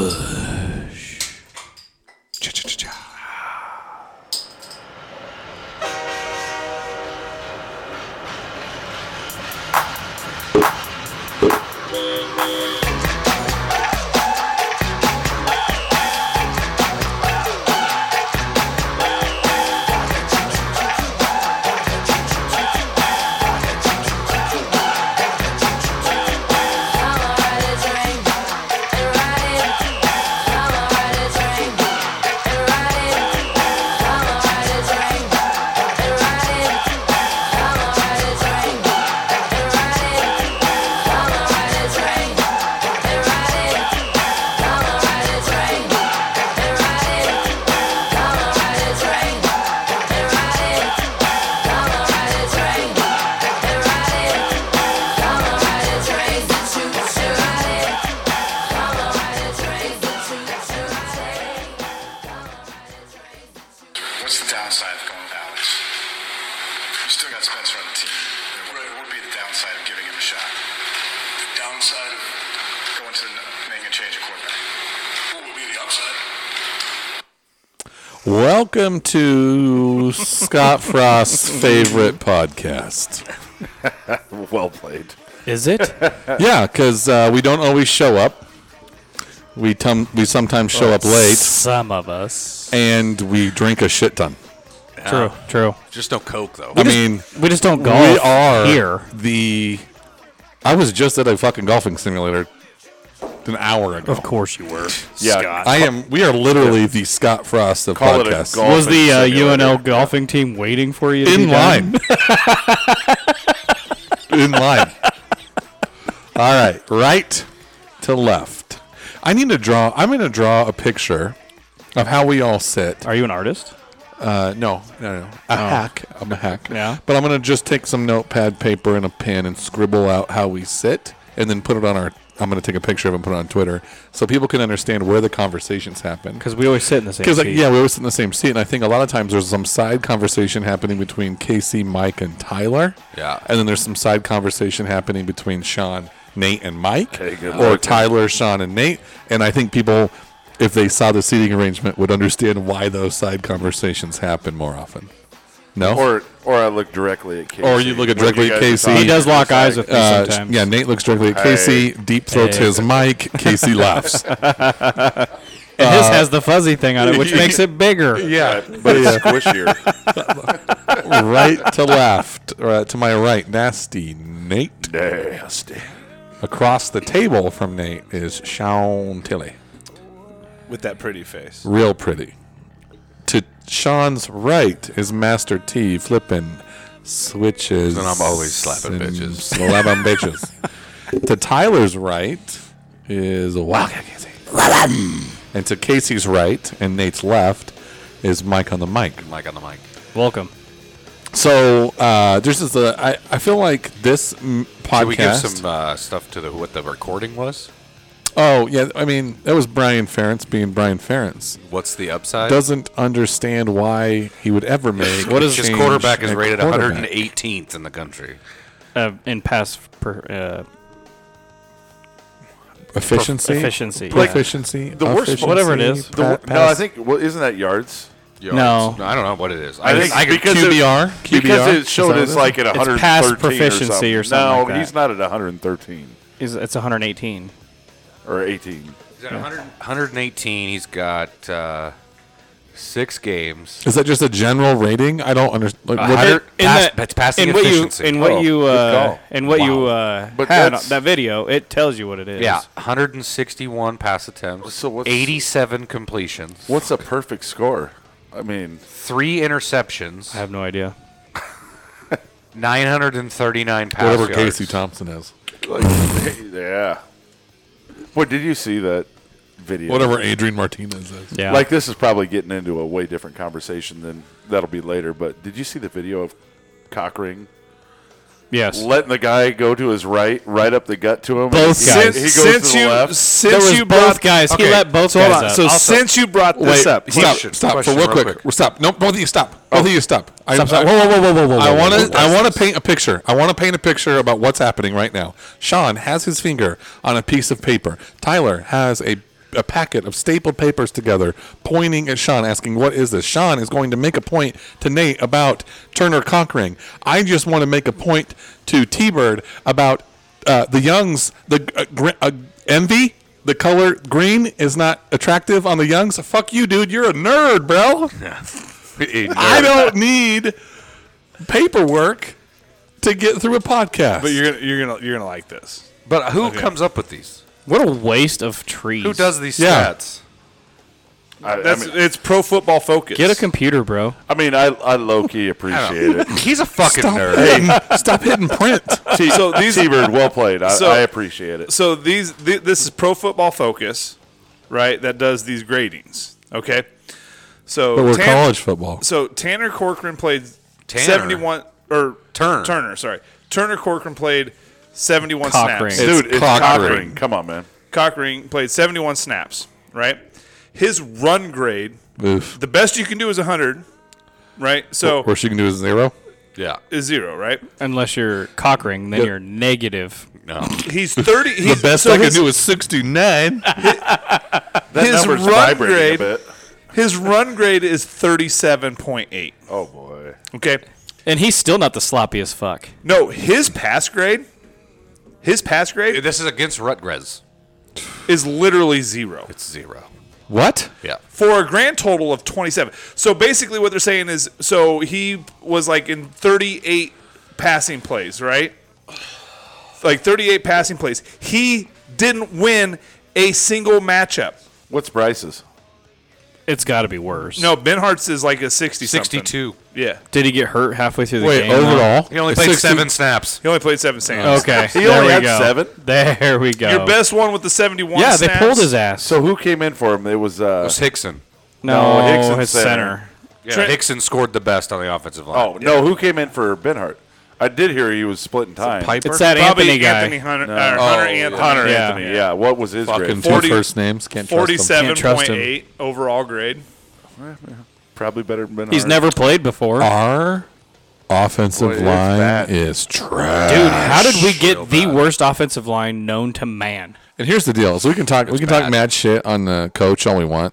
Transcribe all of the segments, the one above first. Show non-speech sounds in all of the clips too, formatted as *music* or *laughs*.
Bush. What's the downside of going with Alex? You still got Spencer on the team. What would be the downside of giving him a shot? The downside of going to the, making a change at quarterback. What would be the upside? Welcome to Scott Frost's favorite podcast. Well played. Is *laughs* it? Yeah, because uh, we don't always show up. We tum- we sometimes show up late, Some of us. and we drink a shit ton. True, true. Just no Coke though. I mean, We just don't go we are here. The I was just at a fucking golfing simulator an hour ago. Of course you were. Yeah, Scott. I am. We are literally the Scott Frost of Call it a podcasts. golf- Was the uh, Simulator. UNL golfing team waiting for you? to in be done? line. *laughs* in line. All right, right to left. I need to draw. I'm going to draw a picture of how we all sit. Are you an artist? Uh, no, no, no. A hack. I'm a hack. Oh. Yeah. But I'm going to just take some notepad paper and a pen and scribble out how we sit, and then put it on our. I'm going to take a picture of it and put it on Twitter so people can understand where the conversations happen. Because we always sit in the same Because like, seat. yeah, we always sit in the same seat, and I think a lot of times there's some side conversation happening between Casey, Mike, and Tyler. Yeah. and then there's some side conversation happening between Sean, Nate, and Mike, Hey, good or luck. Tyler, Sean, and Nate. And I think people, if they saw the seating arrangement, would understand why those side conversations happen more often. No, Or or I look directly at Casey. Or you look at When directly you at guys are Casey. He talking, does lock it's like, eyes with me. Uh, sometimes. yeah, Nate looks directly at Hey. Casey, deep throats Hey. his mic, Casey laughs. And his has the fuzzy thing on it, *laughs* which makes it *laughs* bigger. Yeah, but it's *laughs* squishier. right to left, or, uh, to my right, nasty Nate. Nasty. Across the table from Nate is Sean Tilly. With that pretty face. Real pretty. To Sean's right is Master T flipping switches. And I'm always slapping and bitches. *laughs* Slapping bitches. to Tyler's right is Wildcat Casey. and to Casey's right and Nate's left is Mike on the mic. Mike on the mic. Welcome. So uh, this is the I, I feel like this mm, podcast. Did we give some uh, stuff to the what the recording was? oh yeah, I mean that was Brian Ferentz being Brian Ferentz. What's the upside? doesn't understand why he would ever make. what a is his change quarterback is at rated quarterback. 118th in the country. Uh, in pass per, uh, efficiency, efficiency. yeah. efficiency, the worst- efficiency, whatever it is. pa- The, wor- no, I pass- think well, isn't that yards? Yards. No. I don't know what it is. I I, think think I could, because it- QBR, Because QBR? it showed Is it's that like at It's 113 past or something. proficiency or something No, like that. he's not at 113 Is- It's 118. or 18. he's at 100 118. He's got uh, six games. Is that just a general rating? I don't understand. Like, what- hundred- In Pass- that- that's passing in what efficiency. You, in what Oh, you good uh, call. in what you Wow. uh, But had that's- on that video, it tells you what it is. Yeah, 161 pass attempts, So what's- 87 completions, What's a perfect score? I mean, *laughs* three interceptions, I have no idea. 939 pass whatever yards. Casey *laughs* Thompson is, like, yeah. What did you see that video? whatever Adrian Martinez is. Yeah. Like this is probably getting into a way different conversation than that'll be later. But did you see the video of Cockring yes. letting the guy go to his right, right up the gut to him? and Both he- guys. He goes since to the you left. since There was you both brought, guys. He let both so hold guys on. up. So Also- since you brought this up, stop, question, stop question for real, quick. quick. We're stop. No, both of you stop. Both of you stop. I, Stop, stop. I- Oh. Whoa, whoa, whoa, whoa, whoa, I whoa, want whoa, to. I want to paint a picture. I want to paint a picture about what's happening right now. Sean has his finger on a piece of paper. Tyler has a a packet of stapled papers together, pointing at Sean, asking, What is this? Sean is going to make a point to Nate about Turner conquering. I just want to make a point to T Bird about uh, the Youngs, the uh, gr- uh, envy. The color green is not attractive on the Youngs. Fuck you, dude. You're a nerd, bro. I don't need paperwork to get through a podcast. But you're gonna you're gonna you're gonna like this. But who comes up with these? What a waste of trees. Who does these Yeah. stats? I, I That's mean, it's pro football focus. Get a computer, bro. I, mean, I, I low key appreciate *laughs* it. He's a fucking Stop nerd. hitting, stop hitting *laughs* print. T- *laughs* So these- T-Bird, well played. I, So- I appreciate it. so these th- this is pro football focus, right? That does these gradings. Okay, so But we're Tan- college football. So Tanner Corcoran played Tanner. seventy one or Turner. Turner, sorry, Turner Corcoran played seventy one Cochran. snaps. It's Dude, it's Cochran. Cochran. Come on, man. Cochran played 71 snaps, right? His run grade, Oof. the best you can do is 100, right? So Worst you can do is zero. Yeah. is zero, right? Unless you're cockering, then Yep. you're negative. No. He's 30. He's, The best so I could his, do is *laughs* 69. That His number's run vibrating grade- a bit. His run grade is 37.8. Oh boy. Okay. And he's still not the sloppiest fuck. No, his pass grade, his pass grade This is against Rutgers. is literally zero It's zero. what? Yeah. for a grand total of 27. So basically, what they're saying is so he was like in 38 passing plays, right? Like 38 passing plays. He didn't win a single matchup. What's Bryce's? It's got to be worse. No, Ben Hart's is like a 60 something. 62. Yeah. Did he get hurt halfway through the Wait, game? overall? He only it's played 60 seven snaps. He only played seven though? snaps. Okay. He there only we had go. seven? There we go. Your best one with the 71 Oh, Yeah, they snaps. pulled his ass. So who came in for him? It was uh, It was Hickson. no, No, Hickson's his center. center. Yeah. Trent- Hickson scored the best on the offensive line. Oh no, who came in for Benhart? I did hear he was splitting time. It's that Probably Anthony guy. Anthony Hunter. or Hunter Oh, yeah. Anthony. Hunter Yeah. Anthony. Yeah, what was his Fucking grade? two 40 first names. Can't trust 47. 47.8 overall grade. Probably better than Benhart. He's never played before. Our offensive Boy, it's line bad. is trash. Dude, how did we get the bad. worst offensive line known to man? And here's the deal. So we can talk. we can talk bad. mad shit on the coach all we want.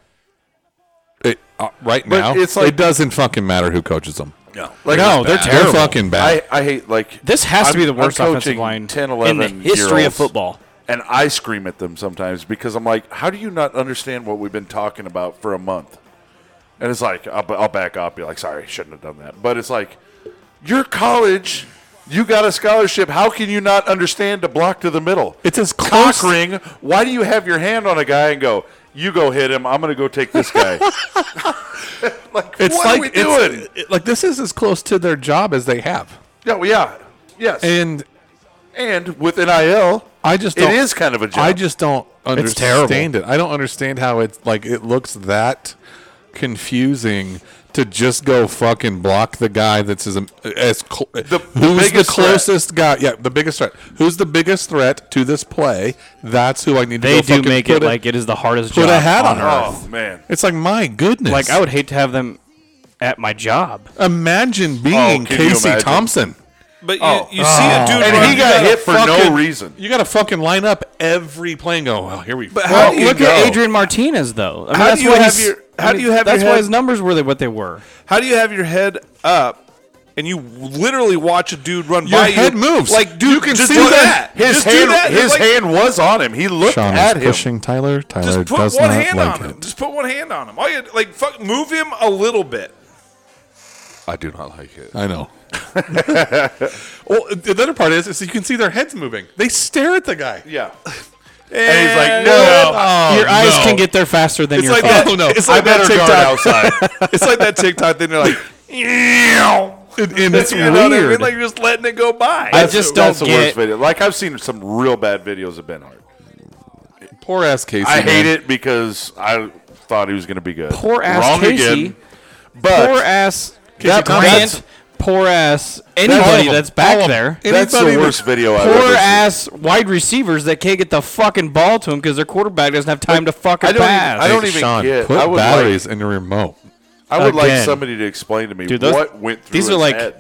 It, uh, right But now, it's like- it doesn't fucking matter who coaches them. no. Like, No, they're They're terrible. fucking bad. I, I hate like This has to I'm- be the worst I'm coaching offensive line 10, in 11 the history of year-olds, football. and I scream at them sometimes because I'm like, how do you not understand what we've been talking about for a month? And it's like, I'll, I'll back up, be like, sorry, shouldn't have done that. But it's like, your college, you got a scholarship. How can you not understand to block to the middle? it's as close. Cockring, why do you have your hand on a guy and go, you go hit him, I'm going to go take this *laughs* guy? like, It's what like are we it's- doing? it- like this is as close to their job as they have. Yeah, well, yeah, yes. And, And with NIL, I just it don't, is kind of a job. I just don't terrible. understand it. I don't understand how it's like it looks that confusing to just go fucking block the guy that's as as cl- the who's the biggest threat. closest guy. Yeah, the biggest threat. Who's the biggest threat to this play? That's who I need to They go do fucking make put it like it is the hardest put job a hat on on her. earth. oh, man. It's like my goodness. Like I would hate to have them at my job. imagine being Oh, can you Casey imagine? Thompson. But you, you see a dude And run- he got hit for no reason. You got to fucking line up every play and go. Well, here we. But how do you look go? at Adrian Martinez though. I mean, How do that's you why have he's- your- I how do mean, you have That's your why head- his numbers were what they were. How do you have your head up and you literally watch a dude run Your by head you? moves. Like, dude, You can just see do that. that. His just do hand, that. his like, hand was on him. He looked Sean at is him. pushing Tyler. Tyler Just put does one not hand like on him. it. Just put one hand on him. All you like, fuck, move him a little bit. I do not like it. I know. well, the other part is, is you can see their heads moving. They stare at the guy. Yeah, and he's like, no, *laughs* your eyes can get there faster than Oh, It's your like thoughts. that. Oh, no. It's I like that better guard TikTok. outside. It's like that TikTok thing. They're like, "Ew." *laughs* And, *laughs* and it's You know what I mean? weird. Like just letting it go by. I just *laughs* That's don't the get. worst video. Like I've seen some real bad videos of Ben Hart. Poor ass Casey. I hate man. it because I thought he was going to be good. Poor ass Wrong Casey. again. But poor ass Casey that Thompson. Grant, poor ass anybody all of that's them. back All of there. them. that's the anybody worst video I've ever Poor seen. ass wide receivers that can't get the fucking ball to him because their quarterback doesn't have time to fucking I don't even- pass. I don't even Sean, get- put I would batteries in your remote. I would like Again. somebody to explain to me Dude, those- what went through these are his like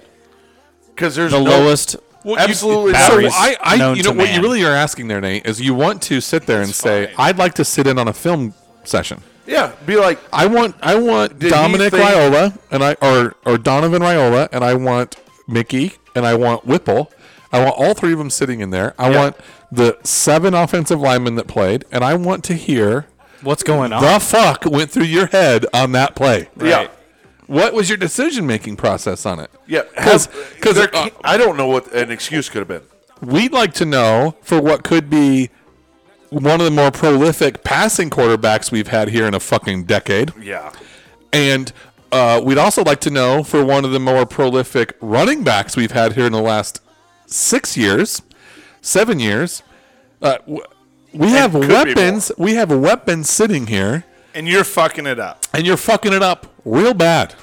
because there's the no, lowest Well, you- Absolutely. So not. batteries I, I known you know, to what you man. really are asking there, Nate, is you want to sit there and say, fine. "I'd like to sit in on a film session." yeah, be like, I want, I want Did he Dominic think- Raiola and I, or or Donovan Raiola, and I want Mickey, and I want Whipple. I want all three of them sitting in there. I want the seven offensive linemen that played, and I want to hear What's going on? the fuck went through your head on that play. yeah, What was your decision making process on it? yeah. because There uh, can't- I don't know what an excuse could have been. we'd like to know for what could be one of the more prolific passing quarterbacks we've had here in a fucking decade. Yeah, And uh, we'd also like to know for one of the more prolific running backs we've had here in the last six years, seven years. Uh, w- we have could be weapons. We have weapons sitting here, and you're fucking it up. and you're fucking it up real bad.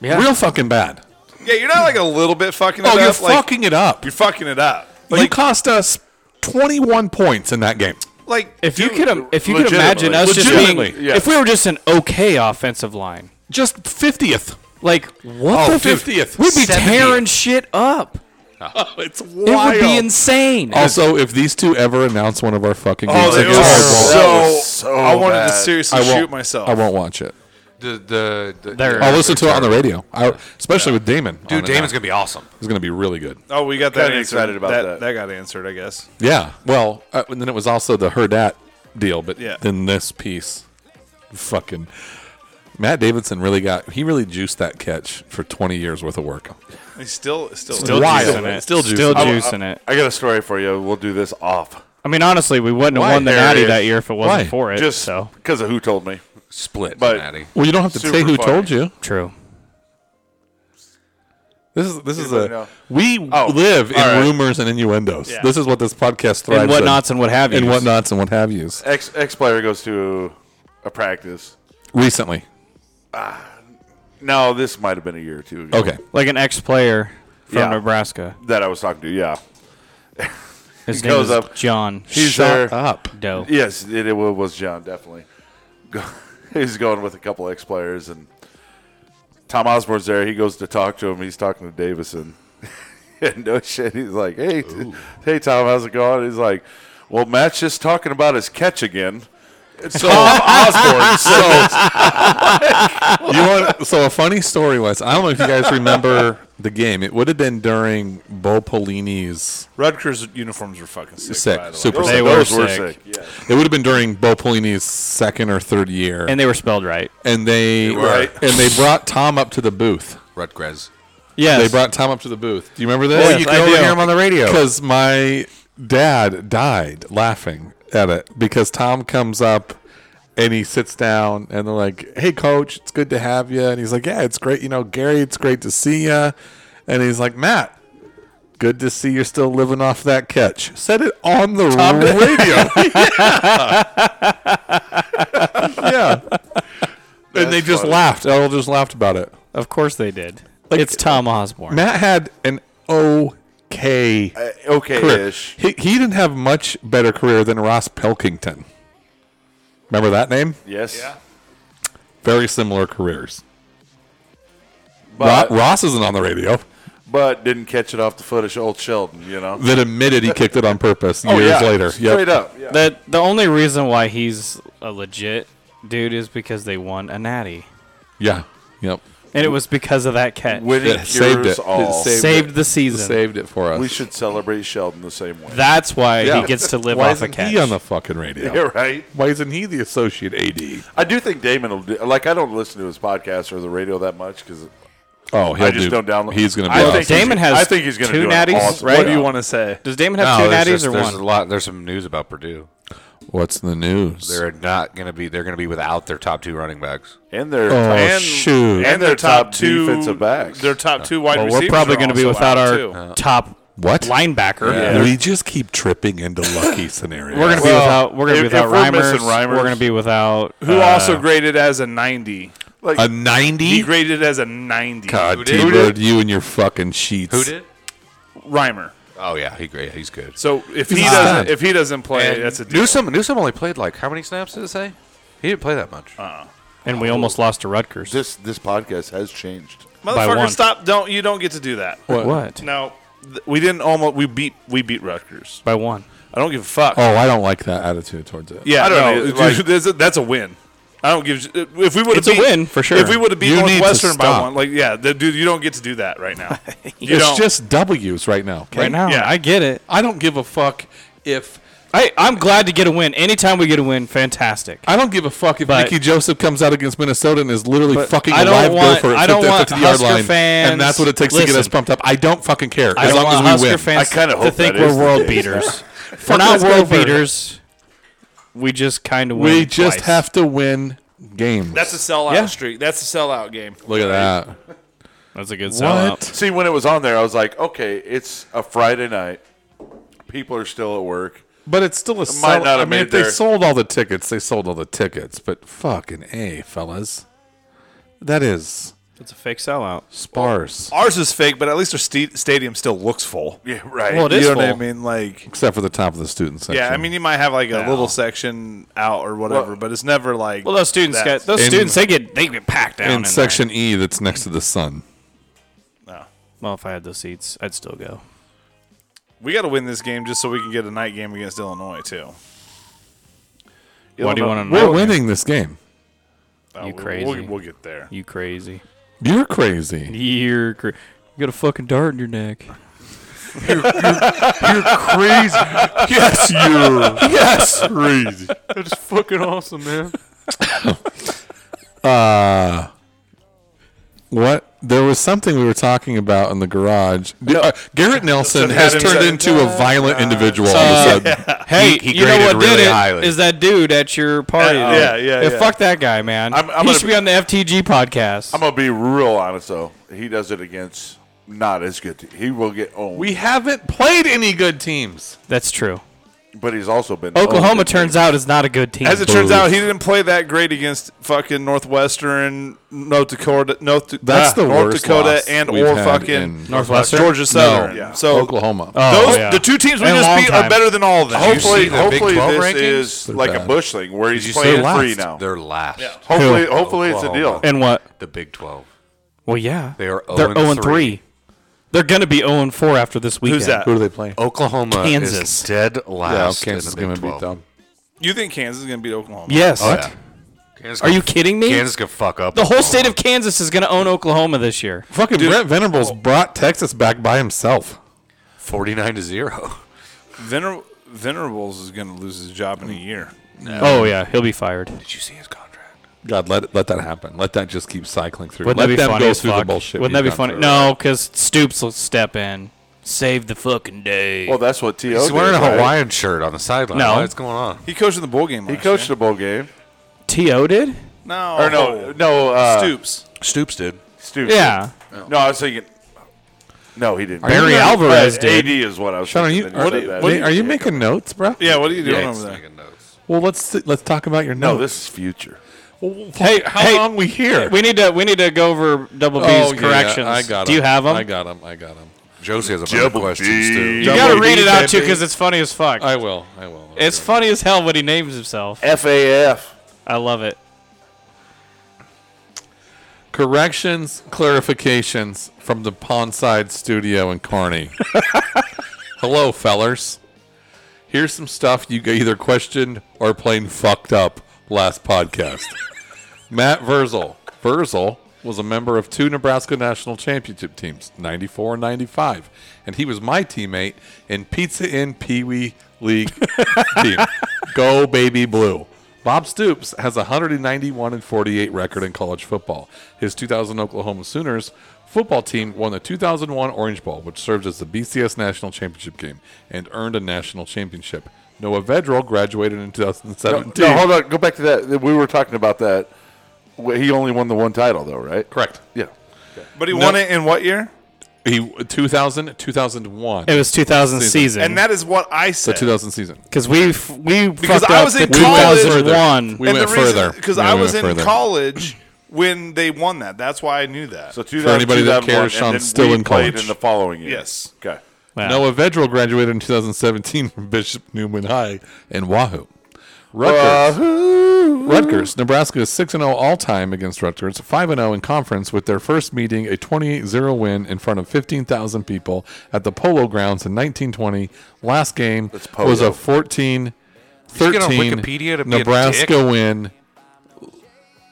Yeah. Real fucking bad. Yeah, you're not like a little bit fucking it Oh, up. you're like, fucking it up. You're fucking it up. you cost us 21 points in that game. Like if you dude, could, im- if you could imagine legitimately. us just Legitimately, being, yeah. if we were just an okay offensive line, Just 50th. like what Oh, the f- 50th. we'd be 70th. tearing shit up. It's It wild. Oh, would be insane. also, if these two ever announce one of our fucking Oh, games, it together, was I, That won't, so, was so I wanted bad. to seriously I won't- shoot myself. I won't watch it. The the, the There. I'll listen to it on the radio, I, especially with Damon. Dude, Damon's gonna be awesome. It's going to be really good. Oh, we got that Kinda answered. excited about that. that. got answered, I guess. Yeah. Well, uh, and then it was also the her dat deal, but Yeah. then this piece, fucking Matt Davidson really got he really juiced that catch for 20 years worth of work. He's still, still, still wild. juicing it. Still still juicing juicing it. I got a story for you. We'll do this off. I mean, honestly, we wouldn't Why? have won the There it Natty is. that year if it Why? wasn't for it. Just so because of who told me. Split, But- Natty. Well, you don't have to Super say who funny. told you. true. This is this is Anybody a know? we Oh, live in all right. rumors and innuendos. Yeah. This is what this podcast thrives And whatnots and what have you. and whatnots and what have yous. Ex ex player goes to a practice. Recently, No, this might have been a year or two ago. okay. Like an ex-player from Yeah. Nebraska. That I was talking to. Yeah. His He name goes is up. John He's Shut there. up. Doe. Yes, it, it wa- was John definitely. Go- *laughs* He's going with a couple ex players, and Tom Osborne's there. He goes to talk to him. He's talking to Davison. *laughs* and no shit, he's like, "Hey, t- hey, Tom, how's it going?" He's like, "Well, Matt's just talking about his catch again." And so Tom Osborne. *laughs* So you want, so a funny story was I don't know if you guys remember the game. It would have been during Bo Pelini's. Rutgers uniforms were fucking sick. Sick. by the way. Super They sick. were those were sick. sick. Yeah. It would have been during Bo Pelini's second or third year, And they were spelled right. and they Right. and they brought Tom up to the booth. Rutgers. Yes. They brought Tom up to the booth. Do you remember this? Yes, you could I only do. hear him on the radio. Because my dad died laughing at it because Tom comes up and he sits down and they're like, "Hey, coach, it's good to have you." And he's like, "Yeah, it's great. You know, Gary, it's great to see you." And he's like, "Matt." Good to see you're still living off that catch. Said it on the radio. *laughs* yeah. and they just funny. laughed. They all just laughed about it. of course they did. it's Tom Osborne. Matt had an okay Okay, career. *laughs* ish. He, he didn't have much better career than Ross Pelkington. Remember that name? Yes. Yeah. Very similar careers. Ro- But, Ross isn't on the radio. but didn't catch it off the foot of old Sheldon, you know? That admitted he kicked it on purpose years Oh, yeah. later. Yep. Straight up. Yeah. The the only reason why he's a legit dude is because they won a natty. Yeah. Yep. And it was because of that catch. Winning It saved cures it. all. It saved, Saved it. the season. Saved it for us. We should celebrate Sheldon the same way. That's why Yeah. he gets to live Why off a isn't catch. he on the fucking radio? *laughs* Yeah, right. Why isn't he the associate AD? I do think Damon will do. Like, I don't listen to his podcast or the radio that much because Oh, he'll I just do- don't download. He's going to be I awesome. think he's- Damon has I think he's going to two do an natties, awesome right? What do you job. want to say? Does Damon have two natties Oh, there's, just- or there's one? a lot. There's some news about Purdue. What's the news? They're not gonna be. They're gonna be without their top two running backs. And their Oh, and, shoot. and, And their, top, two defensive backs. Their top two wide Well, receivers. we're probably going to be without our uh, Too. top What? linebacker. Yeah. We just keep tripping into lucky scenarios. We're Well, gonna be without. We're gonna if- be without if we're Reimers. missing Reimers- We're gonna be without. Who uh, also graded as a 90. like, a He 90? graded as a 90. God, Who did? T Who Bird, you and your fucking sheets. Reimer. Oh yeah, he great. He's good. So if he Ah. doesn't, if he doesn't play, And that's a deal. Newsom. Newsom only played like how many snaps did it say? He didn't play that much. and we almost lost to Rutgers. this this podcast has changed. by motherfucker. one. Stop! Don't you don't get to do that. What? No, th- we didn't almost we beat we beat Rutgers. by one. I don't give a fuck. Oh, I don't like that attitude towards it. Yeah, I don't no, know, like- *laughs* that's, a, that's a win. I don't give. a- If we would have It's a win, for sure. If we would have beat You need to Northwestern by stop. one, like yeah, the, dude, you don't get to do that right now. You it's don't. just W's right now. okay? Right now, Yeah. I get it. I don't give a fuck if I, I'm glad to get a win. Anytime we get a win, fantastic. I don't give a fuck if But- Nicky Joseph comes out against Minnesota and is literally fucking I a don't live want- gopher I at don't the want 50 yard Husker line, fans- and that's what it takes to get us Listen. pumped up. I don't fucking care I as don't long as want we Husker win. fans I kinda to hope think that we're is the world case. beaters. *laughs* we're not Husker world Gopher. beaters. We just kind of win. we just twice. have to win games. that's a sellout Yeah. streak. That's a sellout game. Look at that. That's a good What? sellout. See, when it was on there, I was like, okay, it's a Friday night. People are still at work. But it's still a might sell- not I have mean, made if they their- sold all the tickets, they sold all the tickets. But fucking a, fellas, that is It's a fake sellout. sparse, Ours is fake, but at least our st- stadium still looks full. Yeah, right. Well, it is you know what I full. mean? Like except for the top of the student section. yeah, I mean you might have like a No. little section out or whatever, Well- but it's never like Well, those students That's- got those In- students. They get they get packed down in, in there. section E, that's next to the sun. no. Well, if I had those seats, I'd still go. We got to win this game just so we can get a night game against Illinois too. Why do you want to Mm-hmm. We're know? winning this game. Oh, You we'll- crazy. We'll, we'll get there. You crazy. You're *laughs* crazy. You're cra- you got a fucking dart in your neck. crazy. *laughs* yes, *laughs* you. Yes, crazy. That's fucking awesome, *coughs* man. Uh, What? There was something we were talking about in the garage. Uh, Garrett Nelson has had turned himself- into a violent individual all of a sudden. *laughs* Hey, He- he you know graded what did really it? Is highly. that dude at your party? Yeah, though. yeah, yeah. Fuck that guy, man. I'm- I'm he gonna should be on the FTG podcast. I'm gonna be real honest though. He does it against not as good. Te- he will get owned, We haven't played any good teams. That's true. but he's also been Oklahoma owned. turns out is not a good team. Oh, As it turns out, he didn't play that great against fucking Northwestern, North Dakota, North, That's ah, the North worst Dakota, loss and we've or had fucking in- Northwestern? Georgia Southern. No. So Oklahoma. those Oh, yeah. the two teams we In a just long beat are time. better than all of them. Did you Hopefully, see the Big hopefully 12 this rankings? is They're like bad. a bush thing where he's Did you see playing it? free last? now. They're last. Hopefully, Who? hopefully it's a deal. Oklahoma. and what? The Big 12. Well, yeah, They are they're 0 and 3. They're gonna be 0 and 4 after this weekend. Who's that? Who do they play? Oklahoma Kansas. is dead yeah, last. Kansas is in the going to Big beat 12. them. You think Kansas is going to beat Oklahoma? Yes. Oh, yeah. Kansas Are gonna- you kidding me? Kansas could fuck up. The whole Oklahoma. state of Kansas is gonna own Oklahoma this year. Fucking Brent Venables brought Texas back by himself. 49 to *laughs* *laughs* 0. Vener- Venerables is going to lose his job in a year. Oh yeah, he'll be fired. Did you see his contract? God, let it, let that happen. Let that just keep cycling through. Wouldn't let that be them funny go as through fuck? the bullshit. Wouldn't we've that be gone funny? through. No, because Stoops will step in, save the fucking day. Well, that's what To He's did, wearing a right? Hawaiian shirt on the sideline. No. What's going on? He coached in the bowl game. He last coached year. a bowl game. To did? No, Or no, no, uh, Stoops. Stoops did. Stoops. Yeah. No, I was thinking. No, he didn't. Barry you- Alvarez Uh, did. AD is what I was. Sean, are you, thinking. are, said that. are you- are you making notes, bro? Yeah, what are you doing Yeah, over he's there? making notes. Well, let's see- let's talk about your No, notes. this is future. hey, how hey, long we here? We need to we need to go over Double B's corrections. I got Do you have them? I got them. I got them. Josie has a bunch of Double questions, D. too. you Double gotta D, read it out too baby. because it's funny as fuck. I will. I will. it's funny as hell when he names himself. FAF. I love it. corrections, clarifications from the Pondside Studio in Kearney. Hello, fellers. Here's some stuff you either questioned or plain fucked up last podcast. Matt Verzel. Verzel was a member of two Nebraska national championship teams, 94 and 95, and he was my teammate in Pizza Inn Pee Wee League team. Go baby blue. Bob Stoops has a 191 and 48 record in college football. His 2000 Oklahoma Sooners football team won the 2001 Orange Bowl, which served as the BCS national championship game, and earned a national championship. Noah Vedral graduated in 2017. No, hold on. Go back to that. We were talking about that. Wh- He only won the one title, though, right? Correct. Yeah. But he won it in what year? He 2000 2001. It was 2000 season, And that is what I said. the 2000 season. because we f- we Because fucked I up was the in college- 2001. We went further. because We I went was in further. college when they won that. That's why I knew that. So two For anybody that cares, and then Sean's still we in played college. in the following year. Yes. Okay. Wow. *laughs* Noah Vedral graduated in 2017 from Bishop Newman High in Wahoo. Rutgers. Rutgers. Nebraska is 6 0 all time against Rutgers, 5 0 in conference with their first meeting, a 28 0 win in front of 15,000 people at the Polo Grounds in 1920. Last game That's polo. was a 14 you get on 13 Wikipedia to be a Nebraska dick? win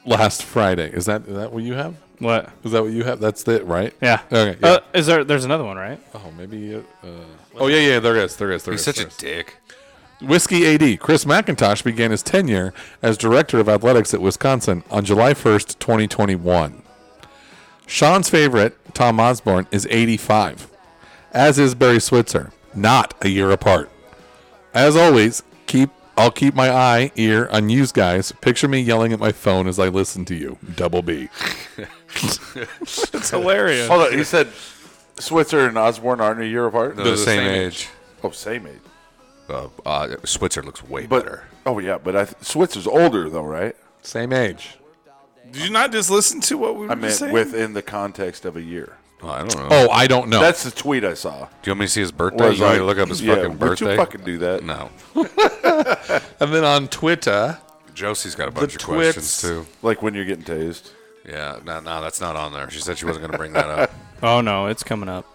last Friday. Is that, is that what you have? What? Is that what you have? That's it, right? Yeah. Okay. yeah. Uh, is there? There's another one, right? oh, maybe. Uh, oh, yeah, yeah. There is. There is. There He's is, such there a is. dick. Whiskey AD Chris McIntosh began his tenure as director of athletics at Wisconsin on July 1st, 2021. Sean's favorite, Tom Osborne, is 85, as is Barry Switzer, not a year apart. As always, keep I'll keep my eye, ear on you guys. Picture me yelling at my phone as I listen to you. Double B. It's hilarious. Hold on, he said Switzer and Osborne aren't a year apart. They're the same, age. Oh, same age. Uh, uh, Switzer looks way But better. oh yeah, but I th- Switzer's older though, right? Same age. Did you not just listen to what we were I mean, just saying? within the context of a year. Oh, I don't know. Oh, I don't know. That's the tweet I saw. Do you want me to see his birthday? Was You want like, me to look up his yeah, fucking Would birthday? you fucking do that? no. and then on Twitter, Josie's got a bunch of twits. questions too. Like when you're getting tased. Yeah, no, no, that's not on there. She said she wasn't going to bring that up. Oh no, it's coming up.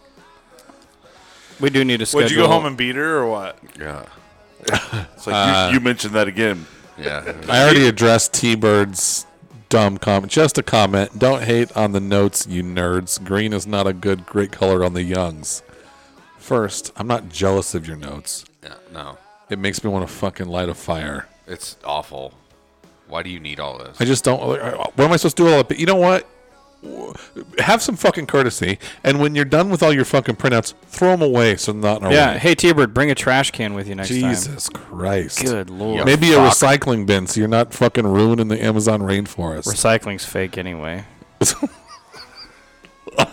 We do need to schedule. Would you go home and beat her or what? Yeah, It's like Uh, you, you mentioned that again. yeah. I already addressed T Bird's dumb comment. Just a comment. Don't hate on the notes, you nerds. Green is not a good, great color on the youngs. First, I'm not jealous of your notes. yeah. No, It makes me want to fucking light a fire. it's awful. Why do you need all this? I just don't. uh, What am I supposed to do with all that? But you know what? Have some fucking courtesy. And when you're done with all your fucking printouts, throw them away so they're not in our Yeah. way. Hey, T-Bird, bring a trash can with you next time. Jesus Christ. Good lord. Yeah. Maybe a Fuck. recycling bin so you're not fucking ruining the Amazon rainforest. Recycling's fake anyway.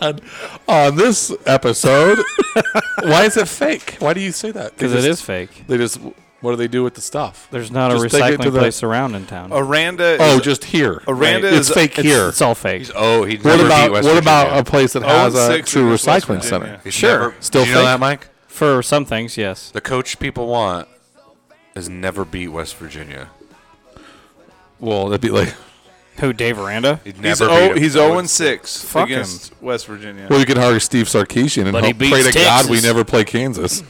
on, on this episode. why is it fake? Why do you say that? They Because it just- is fake. They just. What do they do with the stuff? There's not a Just take it to recycling the- place around in town. Aranda. Oh, is- just here. Aranda It's is fake it's, here. It's all fake. oh, he what never about beat West what about a Virginia. place that Oh, has a six true against West recycling Virginia. center? He's Sure. never- Still Do you know fake? that, Mike? For some things, yes. The coach people want is never beat West Virginia. Well, that'd be like. Who, Dave Aranda? He'd He's, never o- beat a- he's 0 and 6 Fuck him. against West Virginia. Well, you could hire Steve Sarkeesian and But he hope, pray to beats God we Texas. never play *laughs* Kansas.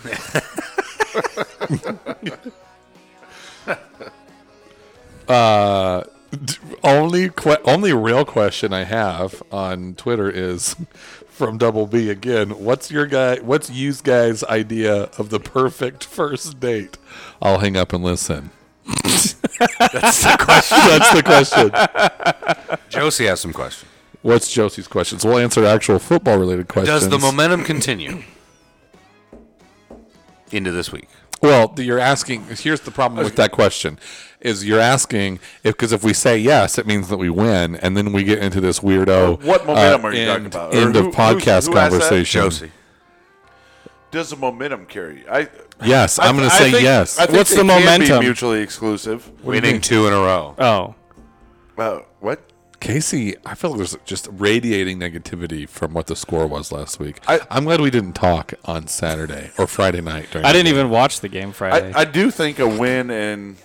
uh, d- only que- only real question I have on Twitter is *laughs* from Double B again. What's your guy? What's you's guys' idea of the perfect first date? I'll hang up and listen. *laughs* that's the question. that's the question. Josie has some questions. What's Josie's questions? We'll answer actual football related questions. Does the momentum continue *clears throat* into this week? Well, th- you're asking. Here's the problem with that question: is you're asking if because if we say yes, it means that we win, and then we get into this weirdo. uh, What momentum are you end, talking about? Or End who- of who's- podcast who asked that? conversation. Does the momentum carry? I. Yes, I I'm going th- to I say think- yes. I think What's they the can be momentum? mutually exclusive. winning two in a row. Oh. Uh, what? Casey, I feel like there's just radiating negativity from what the score was last week. I, I- am glad we didn't talk on Saturday or Friday night. During I the didn't game. even watch the game Friday. I, I do think a win and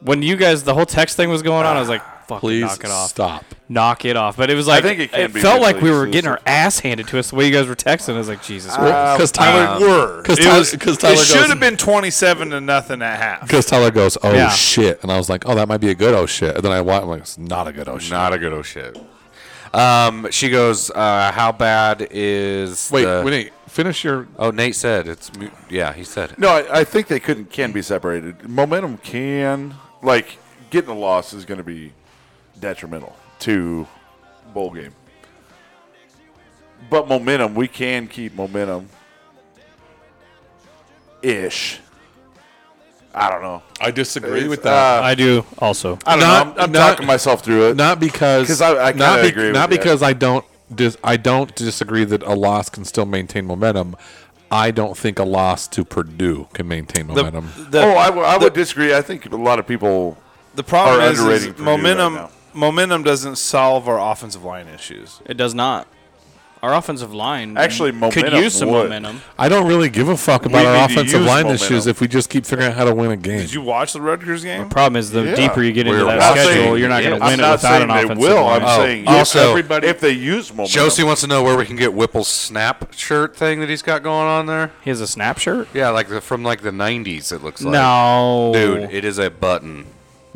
when you guys, the whole text thing was going on, I was like, fucking Please knock it off. stop. Knock it off. But it was like, think it it, can be felt like we mutually were getting our exclusive. ass handed to us the way you guys were texting. I was like, Jesus Um, Christ. Because Tyler, were. because It was- Tyler, 'cause Tyler it should goes, have been 27 to nothing at half. Because Tyler goes, oh Yeah. shit, and I was like, oh, that might be a good oh shit, and then I watched, I'm like, it's not a good oh shit. Not a good oh shit. Um, she goes, uh, how bad is Wait, the- wait, finish your. Oh, Nate said it's. mu- Yeah, he said it. no, I, I think they couldn't can be separated. Momentum can like getting a loss is going to be detrimental to bowl game. But momentum, we can keep momentum. Ish. I don't know. I disagree with that. I do also. uh, I don't Not- know. I'm, I'm not- talking myself through it. not because 'Cause I- I kinda not agree with not that. because I don't dis- I don't disagree that a loss can still maintain momentum. I don't think a loss to Purdue can maintain momentum. oh, I, w- I would disagree. I think a lot of people. The problem Are is, is underrating Purdue right momentum. now. momentum doesn't solve our offensive line issues. It does not. Our offensive line Actually, could momentum use some would. momentum. I don't really give a fuck about We our need to offensive use line momentum. issues if we just keep figuring out how to win a game. Did you watch the Rutgers game? Problem is, the Yeah. deeper you get We're into that not schedule, saying- you're not going to win yeah, I'm it not without saying an they offensive will. line. I'm Oh, saying also- if everybody if they use momentum. Josie wants to know where we can get Whipple's snap shirt thing that he's got going on there. He has a snap shirt? Yeah, like the, from like the '90s. It looks like. no, dude, it is a button.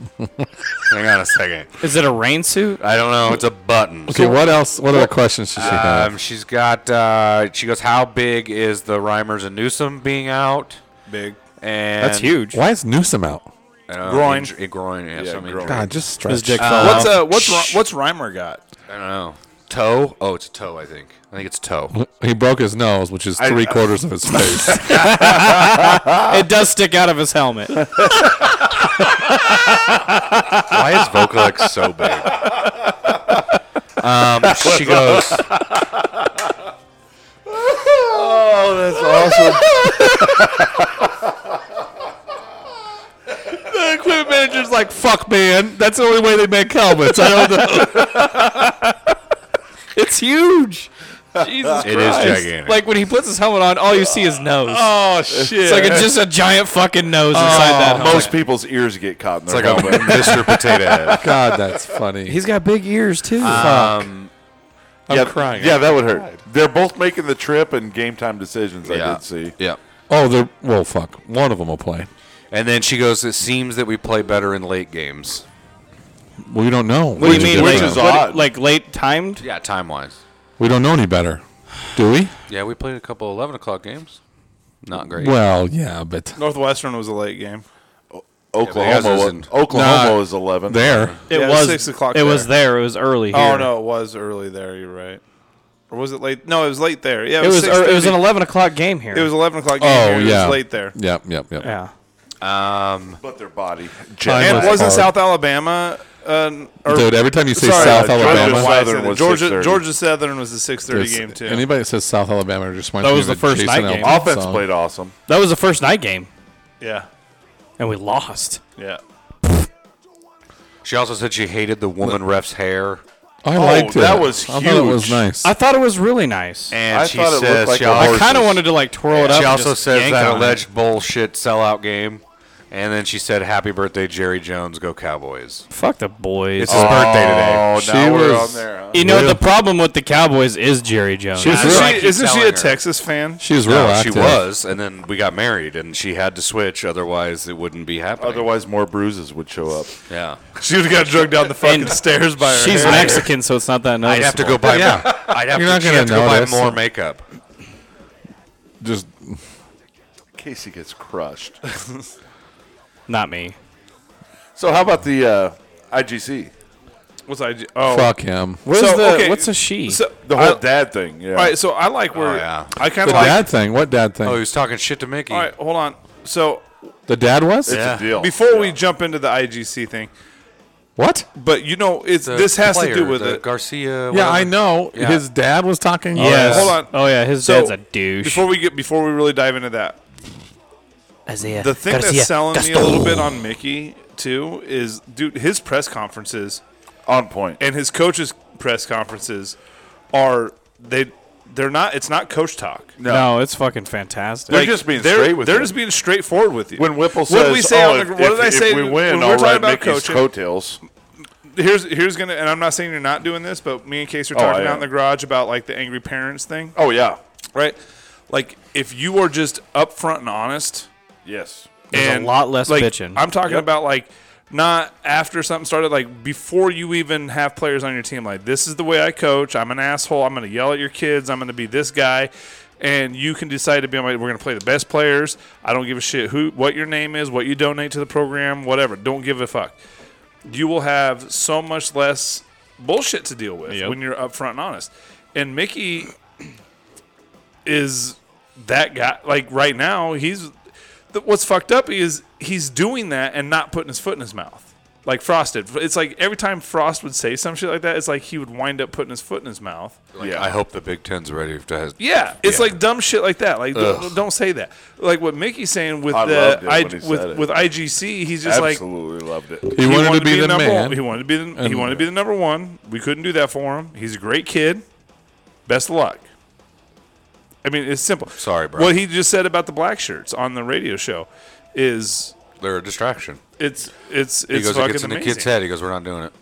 *laughs* Hang on a second. Is it a rain suit? I don't know. It's a button. okay, what else? What other questions does she Uh, have? Um, she's got. Uh, she goes, "How big is the Rhymers and Newsom being out?" Big. And That's huge. Why is Newsom out? I don't know, Groin. inj- eh, groin. Yeah, Yeah, some groin. injury. God, just stretch. His dick fell What's out. uh what's Ri- what's Reimer got? I don't know. Toe? Oh, it's a toe. I think. I think it's toe. He broke his nose, which is three quarters of his face. It does stick out of his helmet. *laughs* Why is Vocalex so big? Um, she goes. Oh, that's awesome. the equipment manager's like, "Fuck, man, that's the only way they make helmets." I don't know. *laughs* It's huge. Jesus It is Christ. gigantic. Like when he puts his helmet on, all you see is nose. oh shit! It's like it's just a giant fucking nose inside that helmet. Oh, Most people's ears get caught in It's their like a helmet. Mr. Potato Head. God, that's funny. He's got big ears too. Um, I'm yeah, crying. Yeah, that would hurt. They're both making the trip and game time decisions. I yeah. did see. Yeah. Oh, they're well, fuck. One of them will play. And then she goes. It seems that we play better in late games. We don't know. what do you mean? which Like, is what- odd. like late timed? Yeah, time wise. we don't know any better, do we? Yeah, we played a couple eleven o'clock games. Not great. Well, yeah, but Northwestern was a late game. Yeah, but Oklahoma. you guys was- isn't- Oklahoma Nah. was eleven. there. It Yeah, was six o'clock It was there. It was early. Here. Oh no, it was early there. You're right. Or was it late? No, it was late there. Yeah, It was. Or, it was an 6:30. eleven o'clock game here. It was eleven o'clock. Game Oh here. yeah. it was late there. Yep, yep, yep. Yeah. Um, But their body. Time And was wasn't hard. South Alabama? Uh, or, Dude, every time you say sorry, South uh, Georgia- Alabama, why I said Southern that. was Georgia, 6:30. Georgia Southern was the six thirty it's- game too. anybody that says South Alabama just reminds That me was of the first Jason night game. Aldean Offense song. played awesome. That was the first night game, yeah, and we lost. yeah. she also said she hated the woman ref's hair. I liked it. that was I thought it was huge. nice. I thought it was really nice. And I she thought it looked says like she, a al- I kind of wanted to like twirl it up. she and also just says yank that on it. alleged bullshit sellout game. And then she said, "Happy birthday, Jerry Jones. Go Cowboys." Fuck the boys. It's his birthday today. Oh, She now we're was- on there. Huh? you know the problem with the Cowboys is Jerry Jones. She was Isn't real- she, isn't she a telling her. Texas fan? she was real No, she active. was, and then we got married, and she had to switch. Otherwise, it wouldn't be happening. Otherwise, more bruises would show up. yeah, She would have got drugged down the fucking And stairs by her. She's hair. Mexican, so it's not that nice. I'd have to go buy. Yeah. I'd have You're to, not she'd gonna have to go buy notice. more makeup. Just Casey gets crushed. *laughs* Not me. so how about the uh, IGC? What's I? Oh, fuck him. Where's So, the okay, what's a she? So, The whole I- dad thing. Yeah. all right, so I like where Oh, yeah. I kind The of like. dad thing. What dad thing? Oh, he was talking shit to Mickey. All right, hold on. So the dad was. It's Yeah. a deal. uh, before we jump into the IGC thing, What? but you know, it's The this has to player, do with the it. Garcia. Yeah, whatever. I know. Yeah. His dad was talking. yes. hold on. Oh yeah, his So, dad's a douche. Before we get before we really dive into that, Isaiah the thing that's selling me a little bit on Mickey too is dude his press conferences on point. and his coaches press conferences are they they're not it's not coach talk. No. it's fucking fantastic. They're just being they're, straight with They're you. just being straightforward with you. When Whipple what says, did we say "Oh, on if, the, what did if- I if say we win, when we're I'll talking ride about Mickey's coaching?" coattails." here's here's gonna and I'm not saying you're not doing this, but me and Case are talking Oh, I about am. in the garage about like the angry parents thing, Oh yeah, right? Like if you are just upfront and honest, yes. There's a and lot less like, bitching. I'm talking about like not after something started, like before you even have players on your team. Like this is the way I coach. I'm an asshole. I'm going to yell at your kids. I'm going to be this guy, and you can decide to be. Like, we're going to play the best players. I don't give a shit who, what your name is, what you donate to the program, whatever. Don't give a fuck. You will have so much less bullshit to deal with when you're upfront and honest. And Mickey is that guy. Like right now, he's th- what's fucked up is he's doing that and not putting his foot in his mouth. Like Frost did. It's like every time Frost would say some shit like that, it's like he would wind up putting his foot in his mouth. Like, I hope the Big Ten's ready to. Has, Yeah, it's Yeah. like dumb shit like that. Like don't, don't say that. Like what Mickey's saying with I loved the it I, when he said with it. with IGC, he's just like Absolutely loved it. He, wanted, to be, the number man. One. He wanted to be the, he wanted to be the number one. We couldn't do that for him. He's a great kid, Best of luck. I mean, it's simple. Sorry, bro. What he just said about the black shirts on the radio show is They're a distraction. it's it's He it's goes, it fucking gets in the amazing. kid's head. He goes, we're not doing it.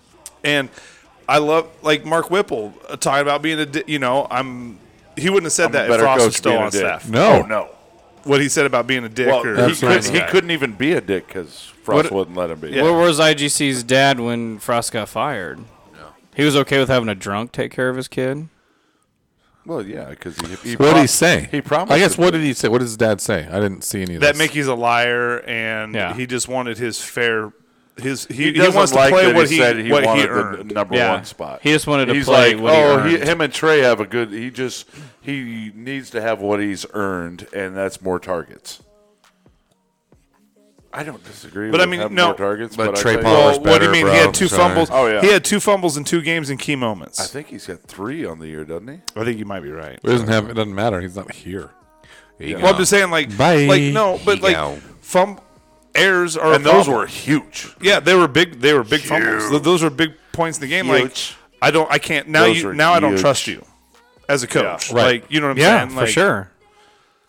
And I love like Mark Whipple uh, talking about being a di- you know I'm he wouldn't have said I'm a that if better Frost coach was still being a on dick. staff. No. Oh, no. What he said about being a dick Well, or he, could, Absolutely he couldn't even be a dick because Frost What- wouldn't let him be. Yeah. Where was IGC's dad when Frost got fired? He was okay with having a drunk take care of his kid. Well, yeah, because he, he What did prom- he say? He promised. I guess. him What to. did he say? What did his dad say? I didn't see any of that this. Mickey's a liar and Yeah. he just wanted his fair his he, he, doesn't wants to like play that what he, he, said he what he wanted earned. the number Yeah. one spot. He just wanted to he's play like, what he oh, earned." him and Trey have a good. He just he needs to have what he's earned, and that's more targets. I don't disagree. But with I mean, having no. more targets, But but, I Trey tell you Palmer- what, well, Palmer's what do you better, mean? bro. He had two Sorry. fumbles. Oh, yeah. He had two fumbles in two games in key moments. I think he's got three on the year, doesn't he? I think you might be right. It doesn't have. It doesn't matter. He's not here. He Well, I'm go. just saying, like, Bye. like no, but like, Yeah. fum errors are. a And those problem. were huge. yeah, they were big. They were big fumbles. Th- Those were big points in the game. Huge. Like, I don't, I can't now. Those you were now I don't huge. trust you as a coach. Right. Like, you know what I'm Yeah, saying? for Like, sure.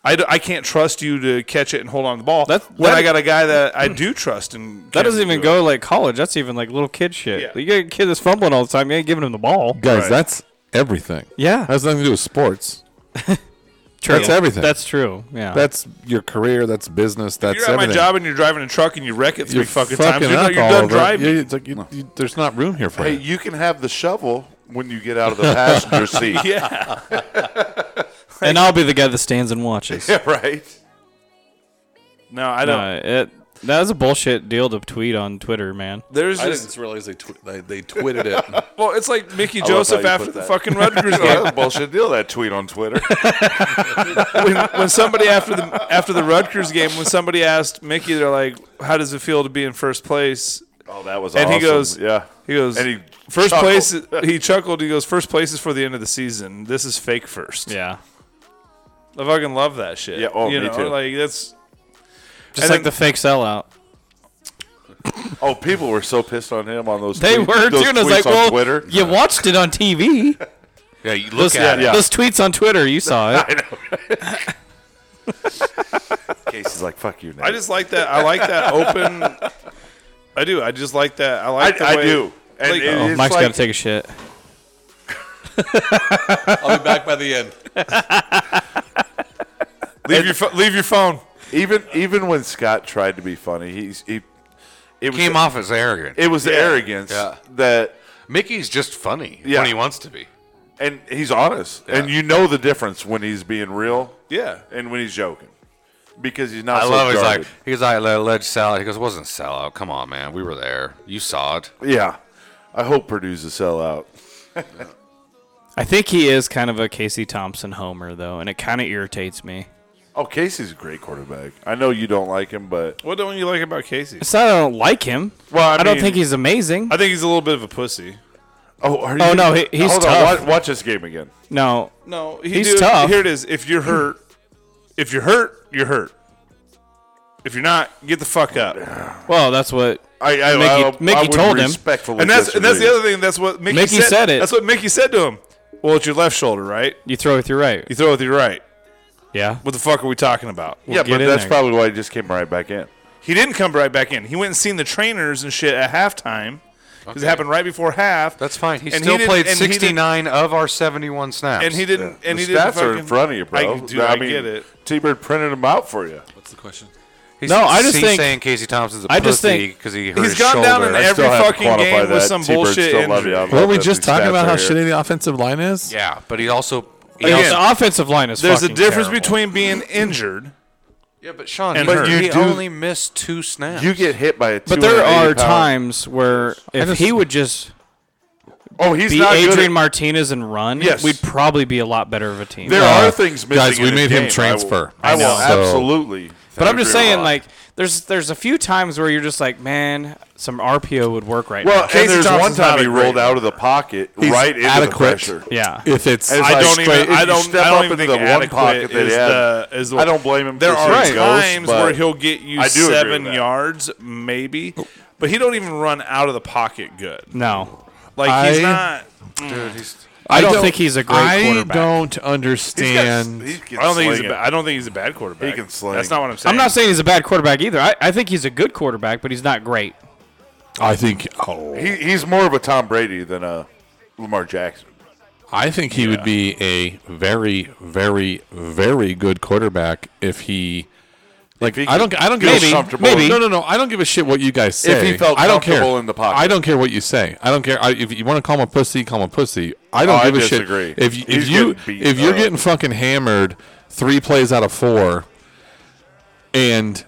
I, d- I can't trust you to catch it and hold on to the ball. That's- when that- I got a guy *clears throat* that I do trust and That can doesn't even do it. go like college. That's even like little kid shit. Yeah. You get a kid that's fumbling all the time. You ain't giving him the ball. Guys, Right. that's everything. Yeah. That has nothing to do with sports. True. That's everything. That's true. Yeah. That's your career. That's business. That's You're at everything. my job and you're driving a truck and you wreck it 3 You're fucking, fucking times. You're, up not, you're all done over. driving. You- it's like you- you- there's not room here for Hey, you. you can have the shovel when you get out of the passenger seat. *laughs* Yeah. and I'll be the guy that stands and watches. *laughs* yeah, right. No, I don't. No, it that was a bullshit deal to tweet on Twitter, man. There's just realize they, tw- they they twitted *laughs* it. well, it's like Mickey love how Joseph you after put the that. fucking *laughs* Rutgers Oh, that's *laughs* game. a bullshit deal. That tweet on Twitter. when, when somebody after the after the Rutgers game, when somebody asked Mickey, they're like, "How does it feel to be in first place?" Oh, that was. And he awesome. goes- yeah. He goes, And he first chuckled. place. He chuckled. He goes, first place is for the end of the season. This is fake first. *laughs* Yeah. I fucking love that shit. Yeah, oh, you me know, too. Like that's Just like And then- the fake sellout. Oh, people were so pissed on him on those. They tweets- were those too, and I was tweets like, on "Well, Twitter. you watched it on TV. yeah, you look Those, at yeah. it. those tweets on Twitter, you saw it. Casey's like, "Fuck you." Nate. I just like that. I like that open. I do. I just like that. I I, like. the I way- do. And like- it- Oh, it's Mike's got to like- take a shit. I'll be back by the end. Leave your pho- leave your phone. Even even when Scott tried to be funny, he's he. It was Came off as arrogant. It was the arrogance Yeah. that, Mickey's just funny Yeah. when he wants to be. and he's honest, and you know the difference when he's being real, Yeah. and when he's joking, because he's not. I so love. He's guarded. like, he's like "Le- ledge salad. He goes, it wasn't sellout. Come on, man. We were there. You saw it. yeah. I hope Purdue's a sellout. I think he is kind of a Casey Thompson homer though, and it kind of irritates me. Oh, Casey's a great quarterback. I know you don't like him, but What don't you like about Casey? It's not that I don't like him. Well, I don't mean- think he's amazing. I think he's a little bit of a pussy. oh, are you, Oh, no, he- he's hold On, tough. watch, watch this game again. no, No, he He's dude, tough. Here it is. If you're hurt, if you're hurt, you're hurt. If you're not, get the fuck up. well, that's what I, I, Mickey- I, Mickey I would told him. respectfully And that's and that's the disagree. other thing. That's what Mickey, Mickey said. said it. That's what Mickey said to him. Well, it's your left shoulder, right? you throw with your right. You throw with your right. Yeah. What the fuck are we talking about? Yeah, get but in that's there. probably why he just came right back in. He didn't come right back in. He went and seen the trainers and shit at halftime because it happened right before half. That's fine. He And still didn't- played and he didn't- 69 of our 71 snaps. And he didn't. And the he didn't. stats are in fucking- front of you, bro. I, dude, I, get it. T-Bird printed them out for you. What's the question? He's, No, I just he's think- saying Casey Thompson's a I just pussy think- because he hurt He's his gone shoulder. down in every still haven't fucking quantified game with that. some T-Bird bullshit still love you. injury. I'm Were we glad just that these talking stats about are how here. shitty the offensive line is? yeah, but he also. He You know, also- the offensive line is. There's a fucking difference terrible. between being injured. yeah, but Sean, And he, hurt. he You do- only missed two snaps. You get hit by a. But there are 280 pound- times where if he would just Oh, he's be not good. at- Adrian Martinez and run, Yes. we'd probably be a lot better of a team. there Uh, are things missing. guys, we in a made him game. transfer. I will, I will I know. So- absolutely. but I'm just agree with saying, Ron. like, there's there's a few times where you're just like, man, some RPO would work right Well, now. Casey and there's Thompson's one not time a he rolled great- out of the pocket He's right into adequate. the pressure. Yeah. If it's As I, I- I like don't straight- even. I if you don't. step I don't up even into think the one adequate pocket that is he had. the, is the. I don't blame him There for are saying ghost, times but- where he'll get you I do agree seven with that. yards, maybe, but he don't even run out of the pocket good. no. Like he's I- not. Dude, he's- I don't think he's a great I quarterback. don't understand. He can I don't think he's. A sling ba- it. I don't think he's a bad quarterback. He can sling. That's not what I'm saying. I'm not saying he's a bad quarterback either. I, I think he's a good quarterback, but he's not great. I think. Oh, He, he's more of a Tom Brady than a Lamar Jackson. I think he would be a very, very, very good quarterback if he. Like he I don't, could I don't give feel a shit. comfortable. Maybe. no, no, no. I don't give a shit what you guys say. If he felt I don't comfortable care. in the pocket. I don't care what you say. I don't care. I, if you want to call him a pussy, call him a pussy. I don't Oh, I give a disagree. shit. If you- if He's you getting beat if you're up. getting fucking hammered three plays out of four, and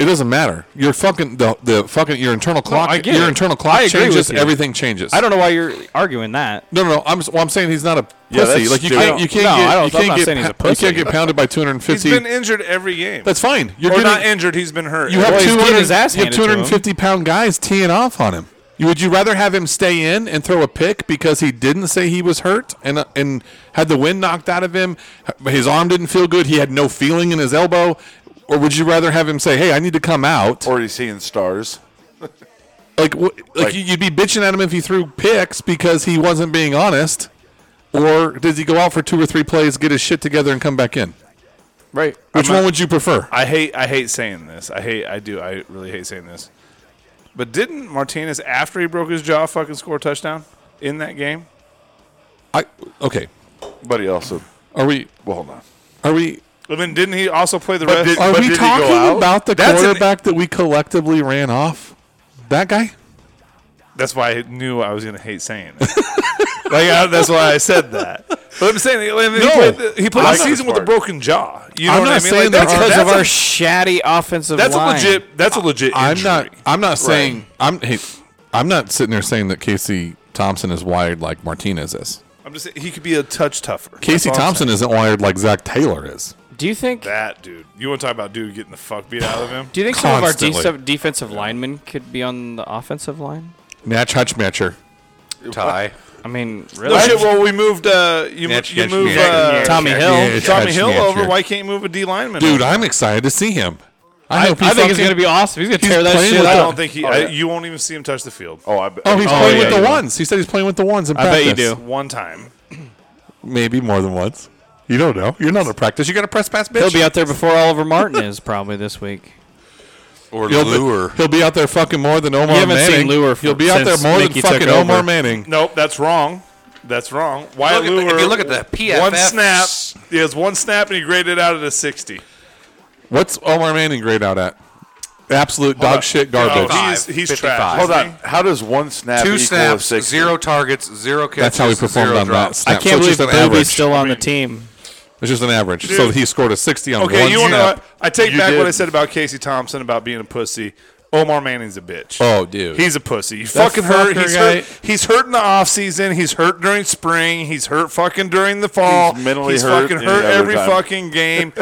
it doesn't matter. Your fucking the, the fucking your internal clock. I get your it. internal clock I agree with changes. you. Everything changes. I don't know why you're arguing *laughs* that. No, no, no. I'm s- well, I'm saying he's not a Yeah, pussy. that's like you stupid. can't, you can't No, I get, don't- you I'm can't not get, saying he's a pa- pussy. you can't get pounded by He's 250. been injured every game. that's fine. You're or getting, not injured. He's been hurt. You have Well, he's getting 200 his ass you have handed to him. 250 pound guys teeing off on him. You- Would you rather have him stay in and throw a pick because he didn't say he was hurt and uh, and had the wind knocked out of him? h- His arm didn't feel good. He had no feeling in his elbow. Or would you rather have him say, "Hey, I need to come out"? Or he's seeing stars. like, wh- like, Like- you- you'd be bitching at him if he threw picks because he wasn't being honest, or does he go out for two or three plays, get his shit together, and come back in? Right. Which one would you prefer? I hate I hate saying this. I hate I do. I really hate saying this. But didn't Martinez after he broke his jaw fucking score a touchdown in that game? I okay. But he also. Are we? Well, hold on. Are we? I mean, didn't he also play the But rest? did- Are but we did he go talking out? about the That's an- quarterback that we collectively ran off? That guy? that's why I knew I was gonna hate saying it. like I, that's why I said that. But I'm saying like, he No. played the, he played I the like season this with part. a broken jaw. You know I'm what not I mean? Like, saying that's that Because that's of a- our shoddy offensive that's a line. legit. That's a legit. I'm not. injury. I'm not saying. I'm. Hey, I'm not sitting there saying that Casey Thompson is wired like Martinez is. I'm just. saying He could be a touch tougher. Casey That's all I'm Thompson saying. isn't wired like Zach Taylor is. Do you think? that dude. You want to talk about dude getting the fuck beat out of him? Do you think some Constantly. of our dece- defensive linemen could be on the offensive line? Natch Hutchmatcher. Ty. I mean, really? No Oh, shit. Well, we moved. Uh, you Natch, you natch, move natch, uh, natch, Tommy natch, Hill. natch, Tommy natch, Hill natch, over. natch. Why can't you move a D lineman? Dude, over? I'm excited to see him. I, hope he I think he's fucking- gonna be awesome. He's gonna He's tear that playing shit with I the- up. don't think he. I, you won't even see him touch the field. Oh, I bet. Oh, he's Oh, playing yeah, with the you do. ones. He said he's playing with the ones. In I bet you practice. do. One time. Maybe more than once. You don't know. You're not in practice. You got to press pass, bitch. He'll be out there *laughs* before Oliver Martin is probably this week. Or He'll be- Lure. He'll be out there fucking more than Omar You haven't seen Manning. Lure for- he'll be out there since more Mickey than took fucking over. Omar Manning. Nope, that's wrong. That's wrong. Why Look at the- if you look at the PFF one snap. He has one snap and he graded out at a sixty. What's Omar Manning grade out at? Absolute dog on. shit Oh, garbage. he's he's 55. trash. Hold isn't on. How does one snap Two equal snaps, a 60? zero targets, zero catches. That's how he performed zero on that drops. snap. I can't so it's believe just an average. Booby's still on the team. It's just an average. So he scored a 60 on he? Okay, one you want snap. to? I take You back what did. I said about Casey Thompson about being a pussy. Omar Manning's a bitch. Oh, dude. He's a pussy. You fucking hurt. fucker He's guy- hurt. He's hurt in the off season. He's hurt during spring. He's hurt fucking during the fall. He's mentally hurt fucking any hurt other every time. *laughs* fucking game.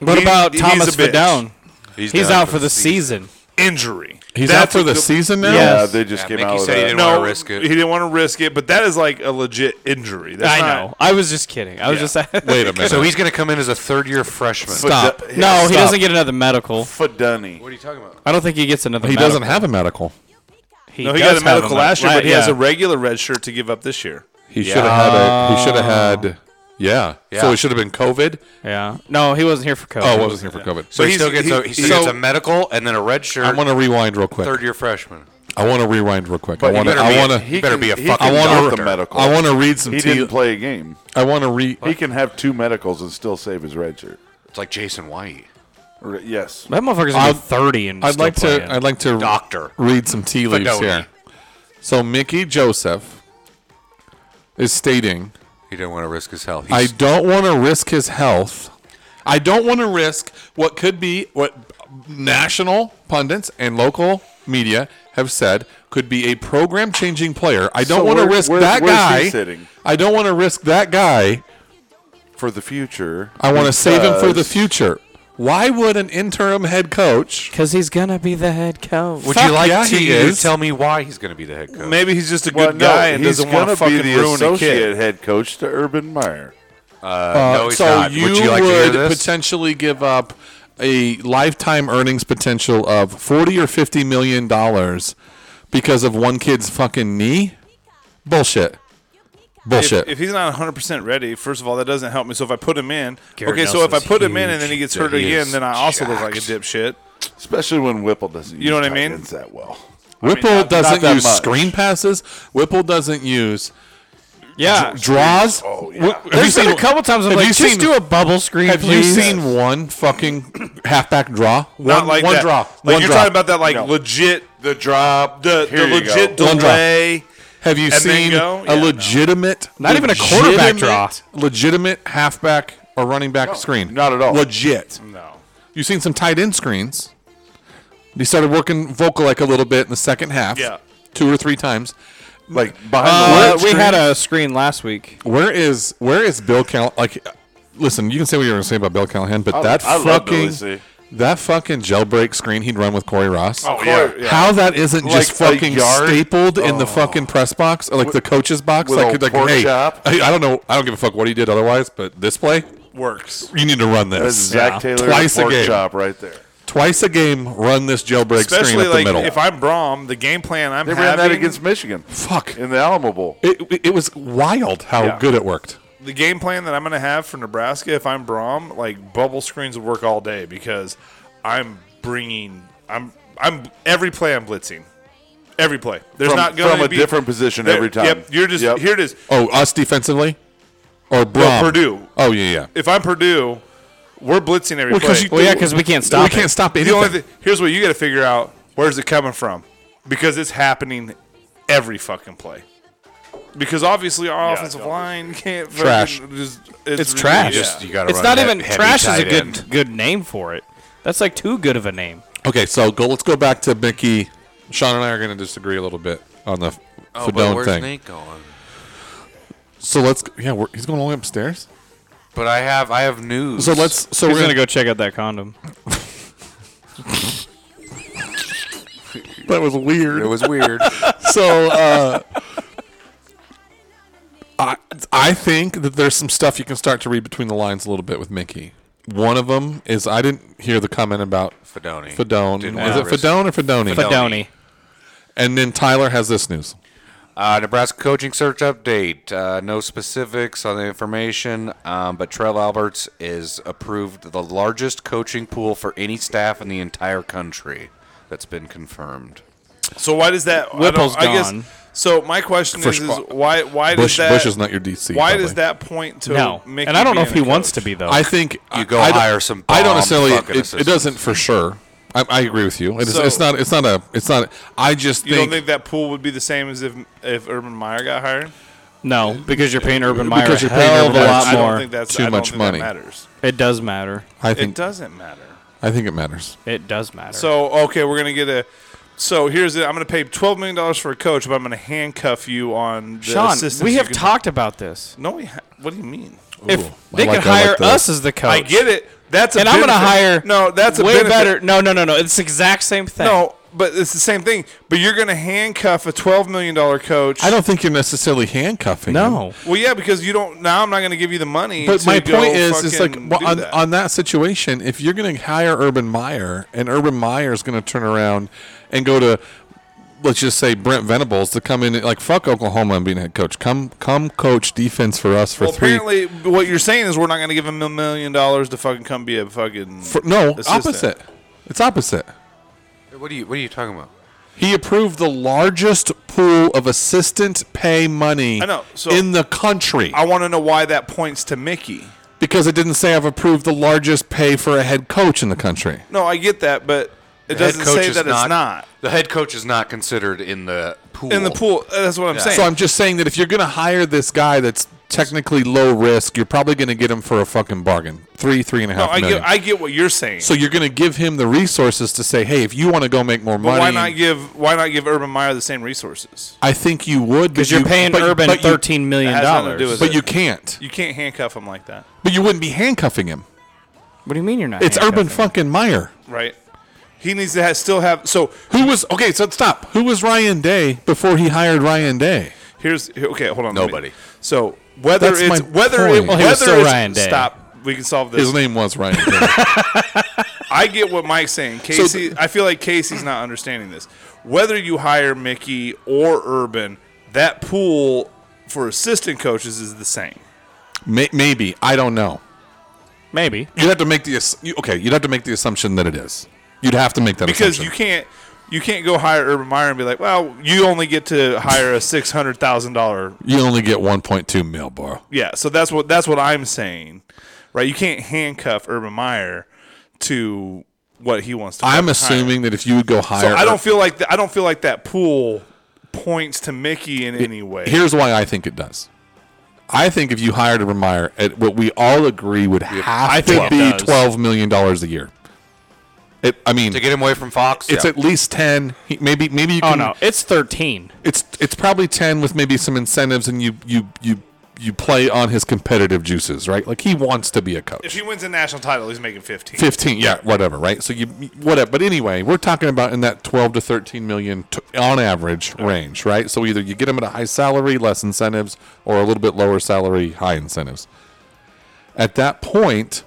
What He- about he's Thomas a bitch. Fidone? He's, He's done out for the season. Injury. he's That's out for a the good- season now? Yeah. Yeah, Yes. they just Yeah, came Mickey out with said he that. didn't- No, wanna risk it. he didn't want to risk it, but that is like a legit injury. I That's not- know. I was just kidding. I was just. *laughs* Wait a minute. So he's going to come in as a third-year freshman. Stop. But the- no, Stop. he doesn't get another medical. Fadunny. What are you talking about? I don't think he gets another. He medical. doesn't have a medical. No, does he got a have medical med- last year, but he has yeah. a regular red shirt to give up this year. He should have had a. He should have had. Yeah. So Yeah. it should have been COVID. Yeah. No, he wasn't here for COVID. Oh, it wasn't here for COVID. So he he's- still gets, he- a, he still so- gets a medical and then a red shirt, I want to rewind real quick. third-year freshman. I want to rewind real quick. I you want to. better I be- want to. he better be a he fucking I want get doctor. the medical. I want to read some he tea. didn't play a game. I want to read. He can have two medicals and still save his red shirt. It's like Jason White. R- Yes. That motherfucker's gonna I'd- be thirty and I'd still like playing. to. I'd like to Doctor. read some tea leaves Fedoni. here. So Mickey Joseph is stating, He didn't want to risk his health. "I He's, don't want to risk his health. I don't want to risk what could be what national pundits and local media have said could be a program-changing player. I don't So want to where- risk where- that where's he guy. sitting? I don't want to risk that guy." For the future. I want to save him for the because- future. Why would an interim head coach? Because he's gonna be the head coach. would fuck you like yeah, to he you is. tell me why he's going to be the head coach? Maybe he's just a good Well, no, guy and he's doesn't want gonna to fucking be the ruin a associate kid. head coach to Urban Meyer. no, he's Uh, so not. you would you like to hear would this? potentially give up a lifetime earnings potential of forty or fifty million dollars because of one kid's fucking knee? Bullshit. If, Bullshit. if he's not 100% ready, first of all, that doesn't help me. So if I put him in, Garrett okay, so if I Nelson's put him in huge. and then he gets Yeah, hurt he again, is then I also look like a dipshit. especially when Whipple doesn't. You know use what I tight mean? ends That well. Whipple not- not doesn't that use much. screen passes. Whipple doesn't use Yeah. draws. Oh yeah. Wh- Have you There's been seen a couple times I'm have like, you just seen- do a bubble screen, Have please. you seen one fucking halfback draw? One, Not like one that. draw. Like one you're draw. talking about that like legit the drop. the, the Here you go. legit One drop. delay. Have you then seen go? Yeah, a no. legitimate, Not even a quarterback draw. legitimate- legitimate halfback or running back screen? not at all. Legit. No. You've seen some tight end screens. He started working vocal like a little bit in the second half. Yeah. two or three times. like behind Uh, the we line. had a screen last week. Where is where is Bill Callahan? Like, listen, you can say what you're going to say about Bill Callahan, but that I love Billy fucking C. that fucking jailbreak screen he'd run with Corey Ross. Oh, yeah. yeah. How that isn't just Like a fucking yard? Oh. stapled in the fucking press box or like the coach's box, with like, old like pork hey, chop? I, I don't know, I don't give a fuck what he did otherwise, but this play works. You need to run That's this Zach Yeah. Taylor twice a pork game, chop right there. twice a game. Run this jailbreak screen Especially up like the middle. if I'm Brom, the game plan I'm They having ran that against Michigan fuck, in the Alamo Bowl. it, it was wild how Yeah. good it worked. the game plan that I'm going to have for Nebraska if I'm Brom, like bubble screens will work all day because I'm bringing I'm I'm every play I'm blitzing. Every play. There's From- not going from to a be different position there- every time. Yep, you're just Yep. here it is. Oh, us defensively, or Brom? Purdue. Oh yeah, yeah. If I'm Purdue, we're blitzing every Well, play. 'cause you- Well, yeah, because we can't stop we can't it. stop the anything. only thing, here's what you got to figure out: where's it coming from? Because it's happening every fucking play. Because obviously our offensive line can't Trash. fucking just- It's trash. yeah. Just, you gotta It's run not that even heavy trash is a tight good end. good name for it. That's like too good of a name. Okay, so go, let's go back to Mickey. Sean and I are going to disagree a little bit on the Oh, but Fedone where's thing. Nate going? So let's yeah, we're, he's going all the way upstairs. But I have I have news. So let's so He's we're going to gonna go check out that condom. go. That was weird. It was weird. so uh, *laughs* I I think that there's some stuff you can start to read between the lines a little bit with Mickey. One of them is I didn't hear the comment about Fedoni. Fedone. Didn't Is wanna it risk- Fedone or Fedoni? Fedone. Fedoni. And then Tyler has this news. Uh, Nebraska coaching search update. Uh, no specifics on the information, um, but Trell Alberts is approved the largest coaching pool for any staff in the entire country. That's been confirmed. So why does that? I Whipple's don't- I guess- gone. so my question For is, is sure. why why Bush, does that? Bush is not your DC. why probably. does that point to No, Mickey and I don't know being if he a wants to coach? be though. I think I- go I don't- hire some I don't bomb necessarily. fucking It, it assistants. doesn't for sure. I, I agree with you. It's, So- it's not. It's not a. It's not. I just You think, don't think that pool would be the same as if if Urban Meyer got hired? no, because you're paying Urban Meyer Because a you're paying hell of a Urban lot Meyer. I don't more. think that's Too I don't much think money. That matters. It does matter. I It think. doesn't matter. I think it matters. It does matter. So okay, we're gonna get a. So here's it. I'm gonna pay twelve million dollars for a coach, but I'm gonna handcuff you on the Sean, assistants we you have can- talked about this. No, we. Ha- what do you mean? if I they like- could I like hire that. us as the coach, I get it. That's a and I'm gonna benefit. hire No, that's a way benefit. better. No, no, no, no. It's the exact same thing. No, but it's the same thing. But you're going to handcuff a twelve million dollar coach. I don't think you're necessarily handcuffing. him. no. Well, yeah, because you don't. Now I'm not going to give you the money. But to my go point is, is like fucking well, do on, that. on that situation, if you're going to hire Urban Meyer and Urban Meyer is going to turn around and go to, let's just say Brent Venables to come in and, like fuck Oklahoma and being head coach. Come come coach defense for us for well, three. apparently, what you're saying is we're not going to give him a million dollars to fucking come be a fucking For, no, assistant. opposite. It's opposite. What are you What are you talking about? He approved the largest pool of assistant pay money I know, so- in the country I want to know why that points to Mickey. because it didn't say I've approved the largest pay for a head coach in the country. No, I get that, but The it head doesn't coach say is that it's not The head coach is not considered in the pool. in the pool. uh, That's what I'm saying. So I'm just saying that if you're going to hire this guy that's technically low risk, you're probably going to get him for a fucking bargain three, three and a no, half I million. get, I get what you're saying. so you're going to give him the resources to say, hey, if you want to go make more but money, why not give Why not give Urban Meyer the same resources? I think you would because you're paying Urban thirteen million It has nothing to do dollars. with But you can't. You can't handcuff him like that, But you wouldn't be handcuffing him. What do you mean you're not? It's Urban handcuffing? fucking Meyer. right? He needs to ha still have. So Who was okay? So stop. Who was Ryan Day before he hired Ryan Day? Here's here- okay. Hold on. let me- Nobody. So whether That's it's my whether point. it Well, he was whether still it's, Ryan Day. stop. We can solve this. His name was Ryan Day. I get what Mike's saying. Casey, I feel like Casey's not understanding this. Whether you hire Mickey or Urban, that pool for assistant coaches is the same. May- maybe I don't know. Maybe. You'd have to make the ass- you, okay. You'd have to make the assumption that it is. You'd have to make that Because assumption. you can't you can't go hire Urban Meyer and be like, well, you only get to hire a six hundred thousand *laughs* dollar you only get 1.2 mil, bro. Yeah, so that's what that's what I'm saying, right? You can't handcuff Urban Meyer to what he wants to. I'm fucking assuming that if you would go higher, hire. So I don't feel like th- I don't feel like that pool points to Mickey in any way. Here's why I think it does. I think if you hired a Meyer at what we all agree would have I to think be it does. twelve million dollars a year. It, I mean, to get him away from Fox. it's yeah. at least ten. He- Maybe maybe you Oh can. no, it's thirteen. It's it's probably ten with maybe some incentives, and you you you you play on his competitive juices, right? Like he wants to be a coach. if he wins a national title, he's making fifteen. 15 yeah whatever right so you whatever but anyway we're talking about in that 12 to 13 million t- on average range right so either you get them at a high salary less incentives or a little bit lower salary high incentives at that point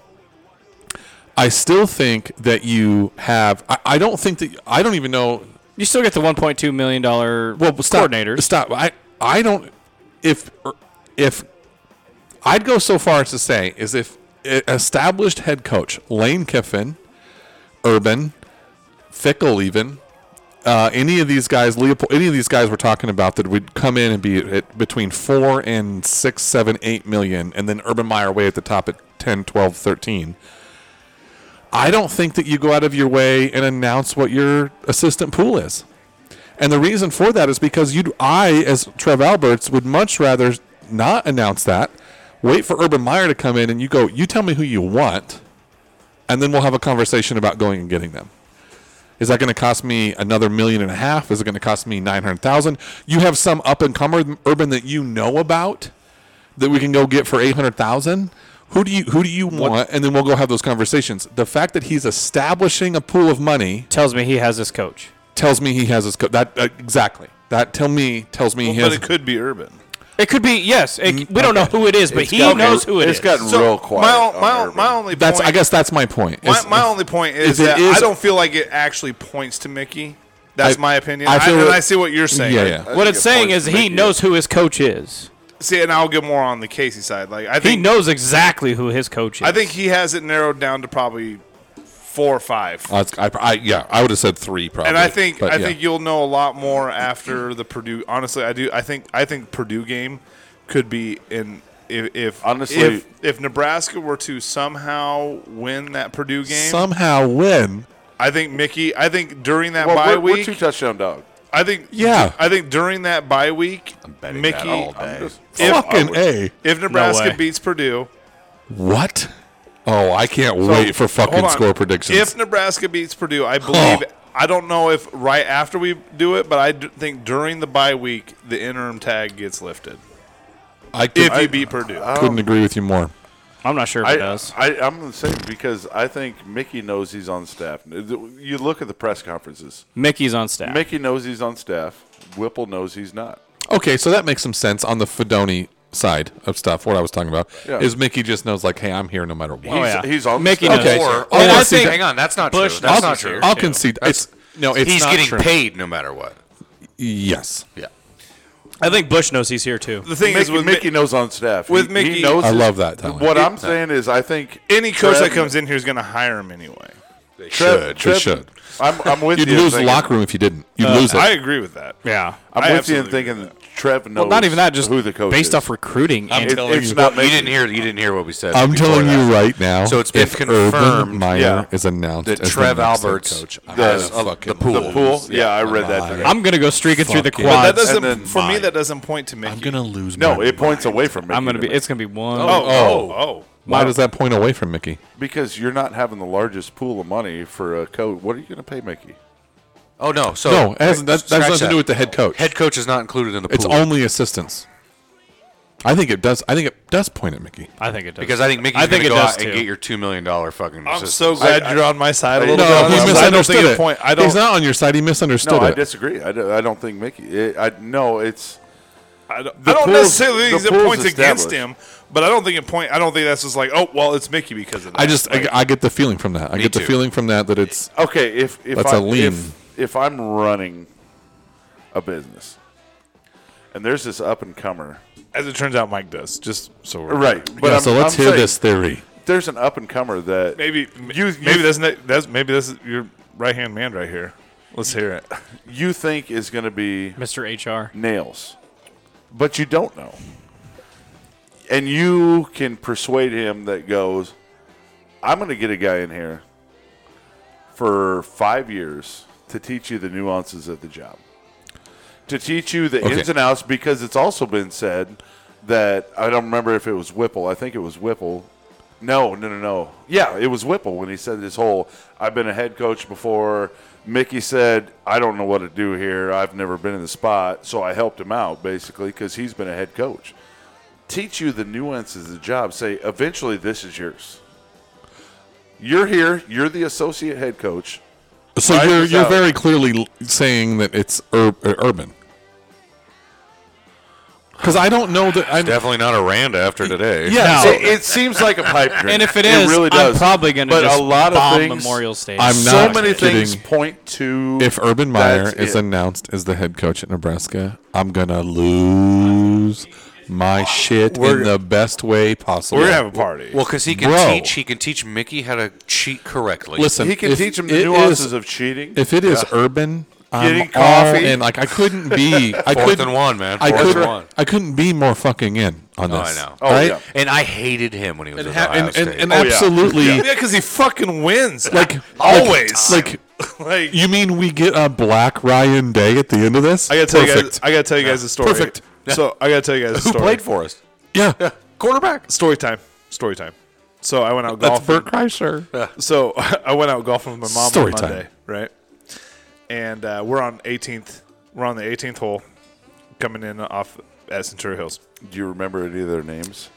i still think that you have i, I don't think that i don't even know You still get the one point two million dollar well stop coordinators. stop i i don't if if i'd go so far as to say is if e- established head coach lane kiffin urban fickle even uh, any of these guys leopold any of these guys we're talking about that would come in and be at, at between four and six seven eight million and then urban meyer way at the top at 10 12 13 i don't think that you go out of your way and announce what your assistant pool is and the reason for that is because you, I, as Trev Alberts, would much rather not announce that. Wait for Urban Meyer to come in, and you go. You tell me who you want, and then we'll have a conversation about going and getting them. Is that going to cost me another million and a half? Is it going to cost me nine hundred thousand? You have some up and comer Urban that you know about that we can go get for eight hundred thousand. Who do you who do you want? And then we'll go have those conversations. The fact that he's establishing a pool of money Tells me he has this coach. tells me he has his coat. That uh, exactly. That tell me tells me he but has. it could be Urban. It could be yes. It, we don't know who it is, but he knows who it it's is. gotten real quiet. My, o- on my, o- Urban. my only that's. point, I guess that's my point. my, Is- my if- only point is if it that is- I don't feel like it actually points to Mickey. That's I- my opinion. I I, feel and it- I see what you're saying. uh, Yeah, yeah. what think it's it saying points to is he Mickey. knows who his coach is. See, and I'll get more on the Casey side. Like I He think knows exactly who his coach is. I think he has it narrowed down to probably four or five. I, was- Oh, I, I- yeah, I would have said three probably. and I think but I yeah. think you'll know a lot more after the Purdue. Honestly, I do. I think I think Purdue game could be in if if Honestly- if, if Nebraska were to somehow win that Purdue game, somehow win. I think Mickey. I think during that Well, bye we're, we're week, two touchdown dog. I think Yeah. I think during that bye week, betting that Mickey. all I'm just- If, Fucking a. If Nebraska way. beats Purdue, What? Oh, I can't wait for Hold fucking on. score predictions. If Nebraska beats Purdue, I believe. I don't know if right after we do it, but I d- think during the bye week, the interim tag gets lifted. I If could, I you Oh. beat Purdue, couldn't agree with you more. I'm not sure if he I, does. I, I'm the same because I think Mickey knows he's on staff. You look at the press conferences. Mickey's on staff. Mickey knows he's on staff. Whipple knows he's not. Okay, so that makes some sense on the Fedoni side of stuff. What I was talking about Yeah. is Mickey just knows like, hey, I'm here no matter what. He's, yeah. he's on Mickey staff. knows. Okay. Or, Oh, or- I or- think- hang on, that's not Bush true. That's knows not it's true. here. I'll too. concede. it's no, it's He's not getting true. paid no matter what. Yes. Yeah. I think Bush knows he's here too. the thing Mickey, is with Mickey Mickey, knows on staff. with He- he Mickey- knows I his- love that, Tyler. What I'm saying is, I think any coach that Trev- comes in here is going to hire him anyway. They Trev, should. They Trev, should. I'm, I'm with You'd you. in lose the thinking- locker room if you didn't. You'd lose it. Uh, I agree with that. Yeah. I'm I with you in absolutely thinking that Trev knows. Well, not even that. Just Oh, who the coach based is. off recruiting. And It- telling it's you. not you Mickey. didn't hear. You didn't hear what we said. I'm before telling that. you right now. So it's been if Urban confirmed Meyer yeah, is announced that as the Trev next head Alberts coach. I'm does gonna a- the fucking pool. lose. the pool. Yeah, I read that. Liar. Today. I'm gonna go streaking through the Fuck it. But That quads. doesn't then for me. mine. That doesn't point to Mickey. I'm gonna lose. No, my it points away from Mickey. I'm gonna be. to me. It's gonna be one. oh, oh, oh. Why does that point away from Mickey? because you're not having the largest pool of money for a coach. What are you going to pay Mickey? Oh no. So No, it has, that, that Scratch has nothing to that. do with the head coach. Head coach is not included in the pool. it's only assistants. I think it does. I think it does point at Mickey. I think it does. because I think Mickey's I think gonna it go does out too. and get your two million dollar fucking. I'm so assistants. glad I- I- you're on my side a little No, bit. on he that. he I don't misunderstood think it. Point. I don't. He's not on your side. He No, misunderstood I it. disagree. I, do, I don't think Mickey. It, I no, it's I don't, The I don't pool's- necessarily the think it pool's points against him, established. but I don't think it point. I don't think that's just like, oh, well, it's Mickey because of that. I just Like, I, I get the feeling from that. I get the too. feeling from that that it's okay. If if That's a I, lean. If, if I'm running a business and there's this up and comer. As it turns out, Mike does. Just so we're Right. But yeah, I'm- so let's I'm hear saying this theory. There's an up and comer that Maybe You- you, you- maybe that's, ne- that's maybe this is your right hand man right here. Let's hear it. you think is going to be Mr. HR. nails, but you don't know. And you can persuade him that goes, I'm going to get a guy in here for five years to teach you the nuances of the job, to teach you the Okay. ins and outs, because it's also been said that I don't remember if it was Whipple. I think it was Whipple. No, no, no, no. Yeah, it was Whipple when he said this whole I've been a head coach before. Mickey said, I don't know what to do here. I've never been in the spot. So I helped him out, basically, because he's been a head coach. Teach you the nuances of the job. Say, eventually, this is yours. You're here. You're the associate head coach. So Right, you're it's you're out. very clearly l- saying that it's ur- uh, urban. Because I don't know that I Definitely not a Rand after today. yeah. It, it seems like a pipe dream. And if it is, really I'm does. probably going to But just a lot of bomb things- Memorial State. I'm so not many things kidding. point to if Urban Meyer that's is it. announced as the head coach at Nebraska, I'm gonna lose my shit in the best way possible. We're gonna have a party. Well, because he can Bro. teach. He can teach Mickey how to cheat correctly. Listen, he can if teach him the it nuances is- of cheating. If it is urban, I'm Getting all coffee. in. Like I couldn't be. I Fourth couldn't. and one, man. I Fourth and couldn't. one. I couldn't be more fucking in on Oh, I this. know. Oh, right? yeah. And I hated him when he was And, at ha- Ohio and, and, State. and Oh, yeah. absolutely, yeah, because he fucking wins. like always. like, *laughs* like you mean we get a black Ryan Day at the end of this? I gotta tell you guys. Perfect. I gotta tell you guys a story. Perfect. So I gotta *laughs* tell you guys a Who story. played for us? yeah, Quarterback. Story time. Story time. So I went out that's golfing. Bert *laughs* Kreischer. So I went out golfing with my mom Story on time. Monday, right? And uh, we're on 18th. We're on the 18th hole, coming in off at Centurion Hills. Do you remember any of their names?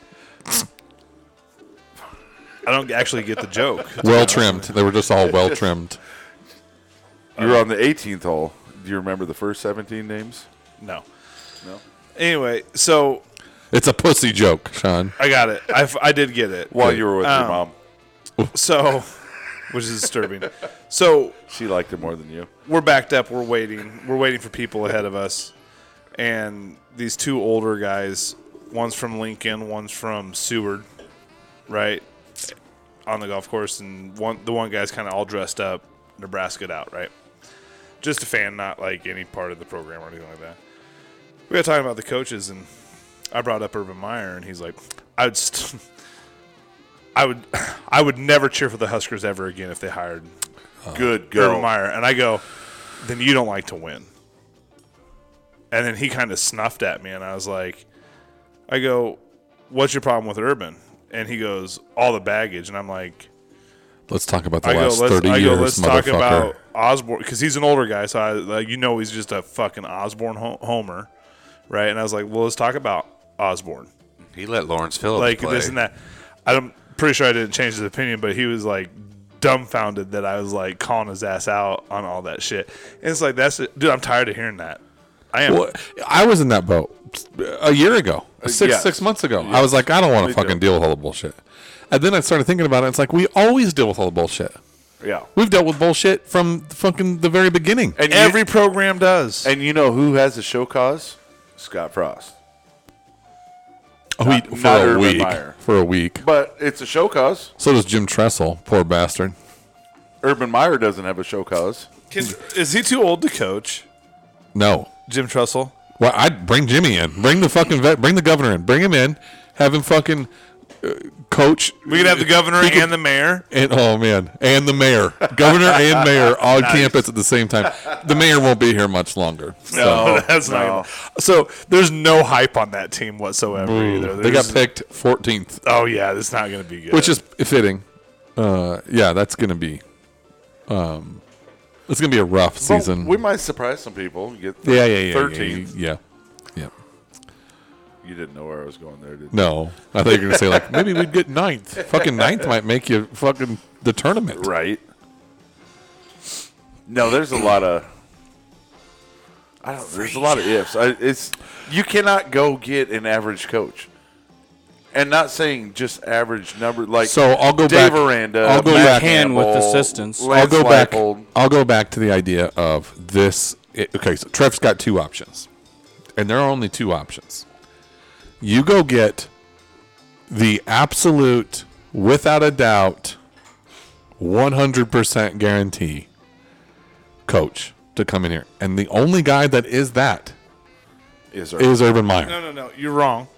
I don't actually get the joke. Well trimmed. They were just *laughs* all well trimmed. Uh, You were on the 18th hole. Do you remember the first 17 names? No. No. Anyway, so It's a pussy joke, Sean. I got it. I, f- I did get it. While you were with your mom, So, which is disturbing. So she liked it more than you. we're backed up. We're waiting. We're waiting for people ahead of us. And these two older guys, one's from Lincoln, one's from Seward, right? On the golf course, and one the one guy's kind of all dressed up, Nebraska out, right? Just a fan, not like any part of the program or anything like that. We were talking about the coaches, and I brought up Urban Meyer, and he's like, "I would, st- *laughs* I would, *sighs* I would never cheer for the Huskers ever again if they hired Good Urban girl. Meyer, and I go, then you don't like to win. And then he kind of snuffed at me, and I was like, I go, what's your problem with Urban? And he goes, all the baggage, and I'm like, Let's talk about the I go, last let's, thirty I go, years, let's motherfucker. talk about Osborne because he's an older guy, so I like you know he's just a fucking Osborne ho- homer, right? And I was like, well, let's talk about Osborne He let Lawrence Phillips like play. this and that. I'm pretty sure I didn't change his opinion, but he was like dumbfounded that I was like calling his ass out on all that shit. And it's like that's dude, I'm tired of hearing that. I am. Well, I was in that boat a year ago, Uh, six yes. six months ago. I was like, I don't want to Me fucking too. deal with all the bullshit. And then I started thinking about it. It's like we always deal with all the bullshit. Yeah. We've dealt with bullshit from fucking the very beginning. And Every you, program does. and you know who has the show cause? Scott Frost. Oh, not- we- for not a Urban week. Meyer. For a week. But it's a show cause. So does Jim Tressel, poor bastard. Urban Meyer doesn't have a show cause. Can- is he too old to coach, No. Jim Trussell? Well, I'd bring Jimmy in. Bring the fucking vet. Bring the governor in. Bring him in. Have him fucking uh, coach. We could have the governor and the mayor. And oh man, and the mayor, governor and *laughs* mayor on campus at the same time. The mayor won't be here much longer. No, *laughs* that's not. So there's no hype on that team whatsoever either. They got There's- picked 14th, Oh yeah, it's not going to be good. which is fitting. Uh, yeah, that's gonna be. Um, it's gonna be a rough Well, season. we might surprise some people. and Get yeah, yeah, yeah, 13th. yeah, yeah, yeah. You didn't know where I was going there, did you? No, I thought you were gonna say like maybe we'd get ninth. fucking ninth might make you fucking the tournament. Right. No, there's a lot of. I don't. There's a lot of ifs. I, it's you cannot go get an average coach, and not saying just average number like So I'll go Dave back- Aranda. I'll go Matt back- Can with Campbell, assistance. I'll I'll Lance go back. Leipold. I'll go back to the idea of this. it- okay, so Trev's got two options. and there are only two options. You go get the absolute, without a doubt, 100% guarantee coach to come in here. And the only guy that is that Is is Urban Meyer. No, no, no. You're wrong.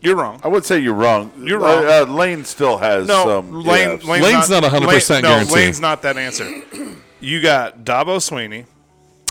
You're wrong. I would say you're wrong. You're wrong. Uh, uh, Lane still has No, some. Lane, yeah. Lane's, Lane's not 100% guaranteed. Lane- No, Lane's not that answer. You got Dabo Sweeney.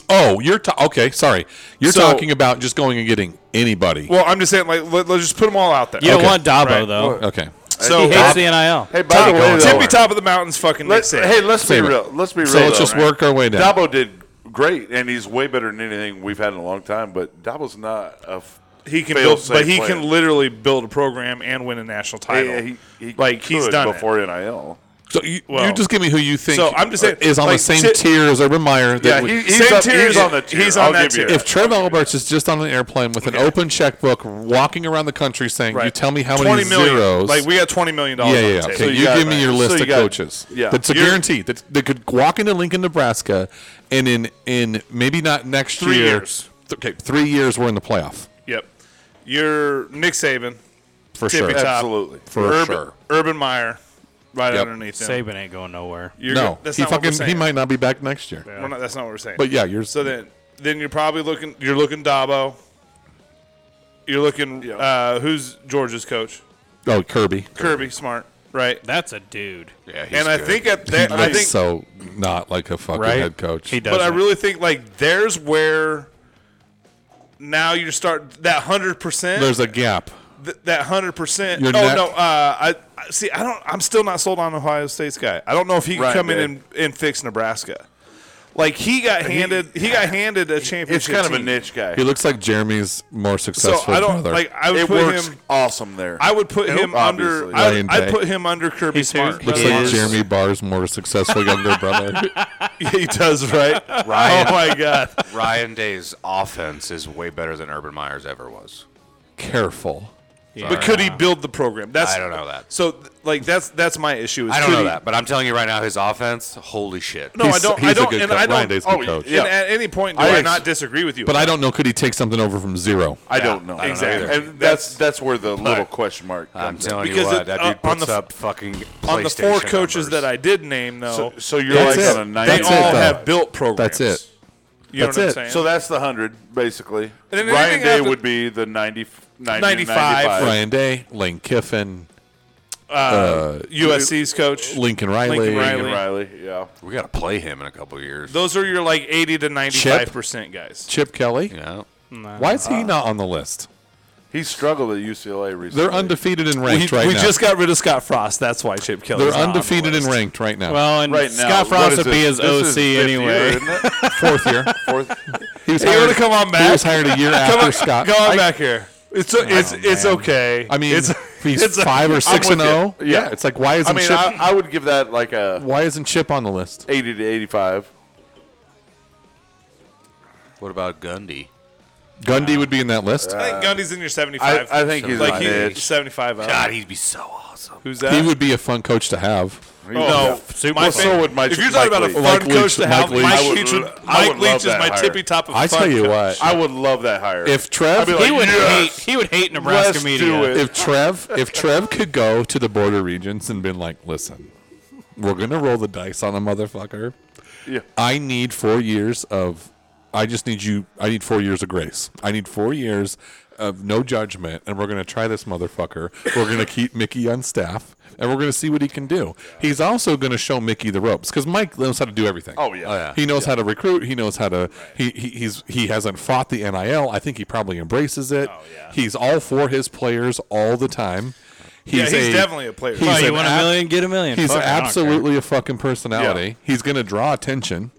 Oh, you're ta- okay. Sorry, you're So- talking about just going and getting anybody. Well, I'm just saying, like, let, let's just put them all out there. You don't Okay. want Dabo Right. though. okay, So he hates the NIL. Hey, by the way, though, tippy top of the mountains, fucking let's, Let's Nick Saban. hey, let's be Save it. real. Let's be real. so let's though. just work our way down. Dabo did great, and he's way better than anything we've had in a long time. But Dabo's not a. F- he can fail build, safe but he player. can literally build a program and win a national title. Yeah, he, he like he's could done it. before NIL. so you, you well- just give me who you think. So I'm just saying, is on the like, same ti- tier as Urban Meyer. That Yeah, we- he, he's, Same up- tier he's as- on the tier. he's on I'll that give you tier. if Trev Alberts is just on an airplane with an open checkbook, walking around the country saying, Right. "You tell me how 20 many million. zeros." Like we got twenty million dollars. yeah, on yeah. the yeah. table. Okay, So you, you got- give me your so list you of got- coaches. yeah. that's a You're- guarantee that they could walk into Lincoln, Nebraska, and in in maybe not next Three year. years. th- okay, three years we're in the playoff Yep. You're Nick Saban, for tippy sure. top, Absolutely. For Urban, sure. Urban Meyer, right Yep. underneath him. Saban ain't going nowhere. You're No, good. that's he not what we're fucking he saying. might not be back next year. We're not- that's not what we're saying. But yeah, you're so then, then you're probably looking. You're looking Dabo. You're looking. Yeah. Uh, who's Georgia's coach? oh Kirby. Kirby Smart, right? That's a dude. Yeah, he's and I good. think at that, I That's think so not like a fucking Right? head coach. He does. But I really think like there's where now you start that hundred percent. There's a gap. th- That hundred percent. No, Your neck- no. Uh, I I- see. I don't. I'm still not sold on Ohio State's guy. I don't know if he can Right, come in man. and, and fix Nebraska. Like he got handed. He, got handed a championship. It's kind of a team. niche guy. He looks like Jeremy's more So successful I don't brother. like. I would it put works him. awesome there. I would put him Obviously. under. I Ryan would, I'd Day. put him under Kirby He's who? Smart. looks He like *laughs* is. Jeremy Barr's more successful younger brother. he does right. Ryan, Oh my god. Ryan Day's offense is way better than Urban Meyer's ever was. Careful. But could he build the program? That's I don't know that. So th- like that's that's my issue. Is I don't could know he- that, but I'm telling you right now, his offense, holy shit. No, I He's- don't. he's I a don't. good And coach. I Ryan don't. Day's a oh, good coach. yeah. And at any point, do I I, ex- not disagree with you? But I don't know. Could he take something over from zero? I don't know. I don't know either. And that's that's where the little question mark comes I'm in. telling you Because what, it- that uh, dude on puts the f- up fucking on the four PlayStation coaches numbers. that I did name, though, So, so you're That's like it. on a nine. they That's all it, though. have built programs. That's it. You know That's what I'm it. saying? So that's the hundred basically. And then Ryan anything Day after- would be the 90, 90 95. 95. Ryan Day, Lane Kiffin, USC's coach. Lincoln Riley. Lincoln Riley. Lincoln Riley. Yeah. we gotta play him in a couple years. Those are your like eighty to ninety-five percent guys. Chip Kelly. you know, Why is he not on the list? He struggled at UCLA recently. They're undefeated and ranked right we now. just got rid of Scott Frost. That's why Chip Kelly. They're undefeated and ranked right now. well, and right now. Scott Frost what is would be it? his This is OC fifth anyway. Year, *laughs* isn't it? Fourth *laughs* year. Fourth. *laughs* He was Hey, you hired- want to come on He was back? hired a year *laughs* Come after on, Scott. Go on I- back here. It's it's it's okay. I mean, it's, he's it's- five or six with and zero. you. Yeah. it's like why isn't I mean, Chip? I, I would give that like a why isn't Chip on the list? eighty to eighty-five. what about Gundy? Gundy would be in that list. I think Gundy's in your I, seventy-five. I think he's like a he- niche. 75 up. God, he'd be so awesome. Who's that? he would be a fun coach to have. no, Oh, my well, fa- so would Mike. If you're talking Mike about a Leach. fun Mike coach Leach- to have, Mike Mike, Leach. Leach, I would, would- I Mike would Leach love is that my hire. tippy top of I fun tell you coach. what, I would love that hire. if Trev, like, He would hate. yes. He would hate Nebraska Let's media. do it. if Trev, if Trev could go to the border regions and been like, listen, we're gonna roll the dice on a motherfucker. Yeah. I need four years of. I just need you. I need four years of grace. I need four years of no judgment, and we're gonna try this motherfucker. We're *laughs* gonna keep Mickey on staff, and we're gonna see what he can do. He's also gonna show Mickey the ropes because Mike knows how to do everything. Oh, yeah. Oh, yeah. He knows how to recruit. He knows how to. He, he he's he hasn't fought the NIL. I think he probably embraces it. Oh, yeah. He's all for his players all the time. He's Yeah, he's a- definitely a player. he's Well, you an want a ab- million, get a million. He's Fuck, I don't absolutely a fucking personality. He's going to draw attention.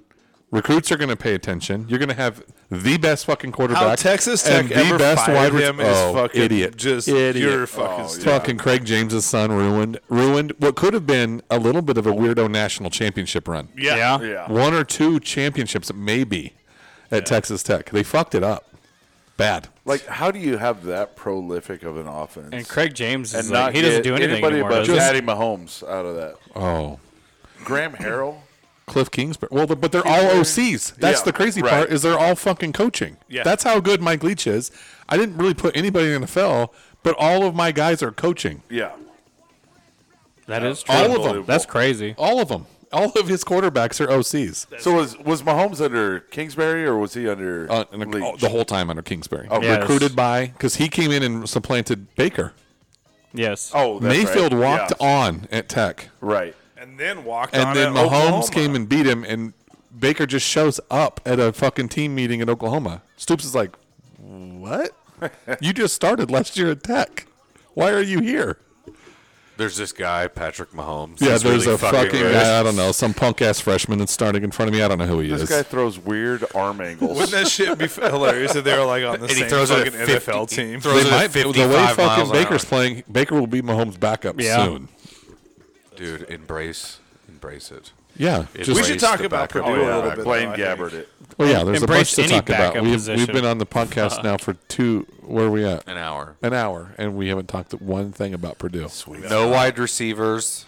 Recruits are going to pay attention. You're going to have the best fucking quarterback. How Texas Tech and the ever best fired wide rec- him oh, is fucking idiot. just idiot. pure fucking Oh, stupid. fucking Craig James's son ruined ruined what could have been a little bit of a weirdo national championship run. care. Yeah. Yeah. One or two championships maybe at Texas Tech. They fucked it up. Bad. Like, how do you have that prolific of an offense? And Craig James is and like, not he doesn't get do anything anybody anymore. but does he? Patty Mahomes out of that. Oh. Graham Harrell. Cliff Kingsbury. Well, the, but they're all OCs. That's Yeah, the crazy right. part is they're all fucking coaching. Yeah. That's how good Mike Leach is. I didn't really put anybody in the NFL, but all of my guys are coaching. Yeah. That is true. All of 'em. Unbelievable. That's crazy. All of them. All of his quarterbacks are OCs. So was was Mahomes under Kingsbury or was he under Uh, and the, Leach? Oh, oh, the whole time under Kingsbury. Yes. Recruited by because he came in and supplanted Baker. Yes. Oh, that's Mayfield right. walked Yeah. on at Tech, Right. and then walked and on Oh, then at Mahomes Oklahoma. came and beat him, and Baker just shows up at a fucking team meeting in Oklahoma. Stoops is like, *laughs* "What? you just started last year at Tech. Why are you here?" There's this guy, Patrick Mahomes. Yeah, He's there's really a fucking, good. *laughs* guy, I don't know, some punk ass freshman that's starting in front of me. I don't know who he This is. guy throws weird arm angles. Wouldn't that shit be f- hilarious if they were like on the And he same throws it at fucking 50 NFL team? throws they it at might, the way 55 miles fucking an hour. Baker's playing, Baker will be Mahomes' backup Yeah. soon. Dude, embrace, embrace it. Yeah, We just- should talk the about backup Purdue a quarterback. little bit, Blaine though, I Gabbert it. Well, yeah, there's a bunch Embrace to any talk about. backup We've, position. we've been on the podcast now for two. Where are we at? An hour. An hour, and we haven't talked one thing about Purdue. No wide receivers.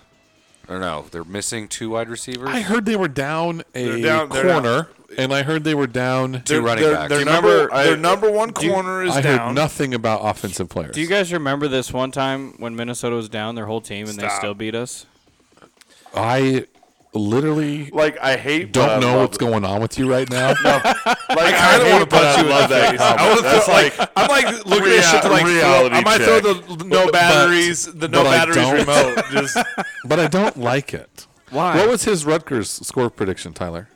Or no, they're missing two wide receivers. I heard they were down a They're down- they're corner, and I heard they were down. two running Their, backs. their Do you number, remember- I- their number one corner is I heard down. nothing about offensive players. Do you guys remember this one time when Minnesota was down their whole team and they Stop. still beat us? I literally Like I hate. don't but I know love what's it. going on with you right now. Like I I, don't hate, want to but punch I you in love the that. face. I comment. want to That's throw like *laughs* I'm like looking at shit to like Rea- throw, I reality might check. throw the no But- batteries, the no but I batteries don't. remote. Just but I don't like *laughs* it. Why? What was his Rutgers score prediction, Tyler?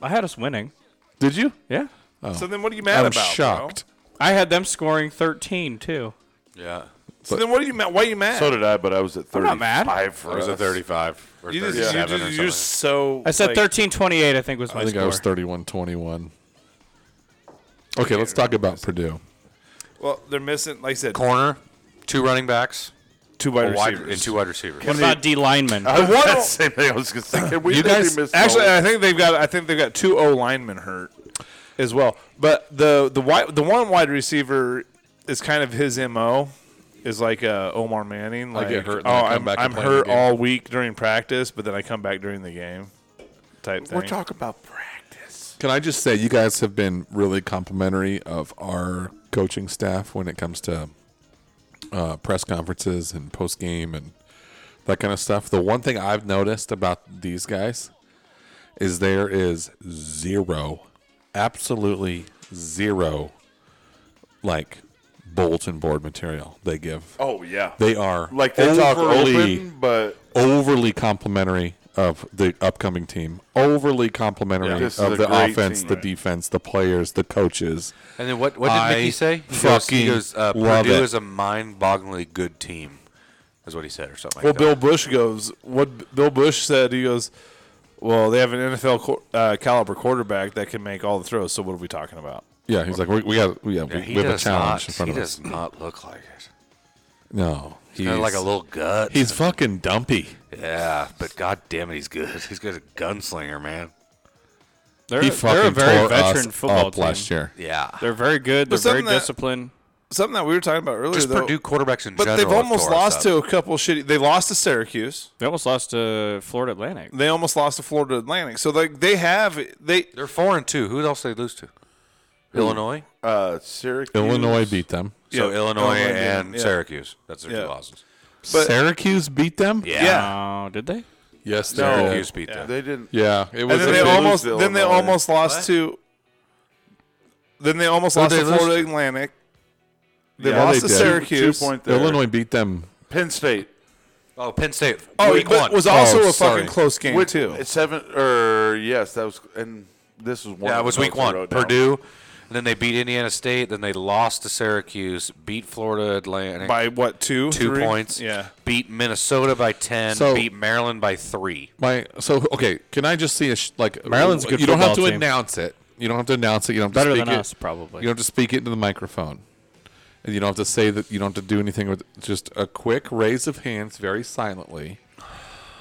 I had us winning. Did you? Yeah. so then what are you mad I'm about? bro? shocked. I had them scoring 13 too. yeah. So then what are you mad? Why are you mad? So did I, but I was at not mad. thirty-five for Or was us. *laughs* it 35 or you just, 37 you or just, something? you're so. I said like, 13-28 I think was my I think score. I was 31 21. Okay, let's talk about Purdue. Well, they're missing, like I said, Corner, two running backs, two a wide wide, receivers. and two wide receivers. what about D linemen? *laughs* I was What- that's the *laughs* same thing I was going to say. Can we You maybe guys- miss Actually, Nolan? I think they've got. I think they've got two O linemen hurt as well. But the the wide, the one wide receiver is kind of his mo. Is like uh, Omar Manning. Like, get hurt and oh, then I come I'm, back and I'm play the hurt game." all week during practice, but then I come back during the game. Type thing. we're talking about practice. Can I just say, you guys have been really complimentary of our coaching staff when it comes to uh, press conferences and post game and that kind of stuff. The one thing I've noticed about these guys is there is zero, absolutely zero, like bulletin board material they give. Oh yeah, They are like they talk overly- open, but overly complimentary of the upcoming team, overly complimentary Yeah, this is of a the great offense, team, the right. defense, the players, the coaches. And then what, what did I Mickey say? He goes, he fucking goes uh, love Purdue it. is a mind-bogglingly good team, is what he said or something Well, like that. Bill Bush goes. What Bill Bush said, he goes. Well, they have an NFL qu- uh, caliber quarterback that can make all the throws. So what are we talking about? Yeah, he's like, we, we got, we, yeah, Yeah, we, he we have a does challenge not, in front he of us. does not look like it. No, he's Kind of like a little gut. He's fucking dumpy. yeah, but god damn it, he's good. *laughs* He's got a gunslinger, man. They're, He fucking they're a very tore veteran us football up team. last year. Yeah. They're very good. They're But something very that- disciplined. Something that we were talking about earlier. Just though, Purdue quarterbacks in But general. they've have almost tore us lost up. to a couple shitty. They lost to Syracuse. They almost lost to Florida Atlantic. They almost lost to Florida Atlantic. So like they have they They're four and two. Who else they lose to? Illinois. uh, Syracuse, Illinois beat them. So Yeah, Illinois Illinois did, and yeah. Syracuse. That's their Yeah. two losses. But- Syracuse beat them. Yeah. yeah. Oh, did they? Yes, they Syracuse did. beat Yeah. them. They didn't. Yeah, it was. And then a they big- lose almost to then they Illinois. almost lost What? to. Then they almost lost they to lose Florida to? Atlantic. They Yeah, lost they to did. Syracuse. Two point there. Illinois beat them. Penn State. Oh, Penn State. Oh, week but one. it was also Oh, a sorry. fucking close game Which- too. it's Seven or yes, that was and this was one. yeah, of it was the week notes I one. wrote down. Purdue. And then they beat Indiana State. Then they lost to Syracuse. Beat Florida Atlantic by what two two three? points. Yeah. Beat Minnesota by ten. So- beat Maryland by three. My so okay. Can I just see a sh- like uh, Maryland's a good You don't have to football team. announce it. You don't have to announce it. You don't have to Better speak than it. us, probably. You don't have to speak it into the microphone. And you don't have to say that you don't have to do anything with just a quick raise of hands very silently.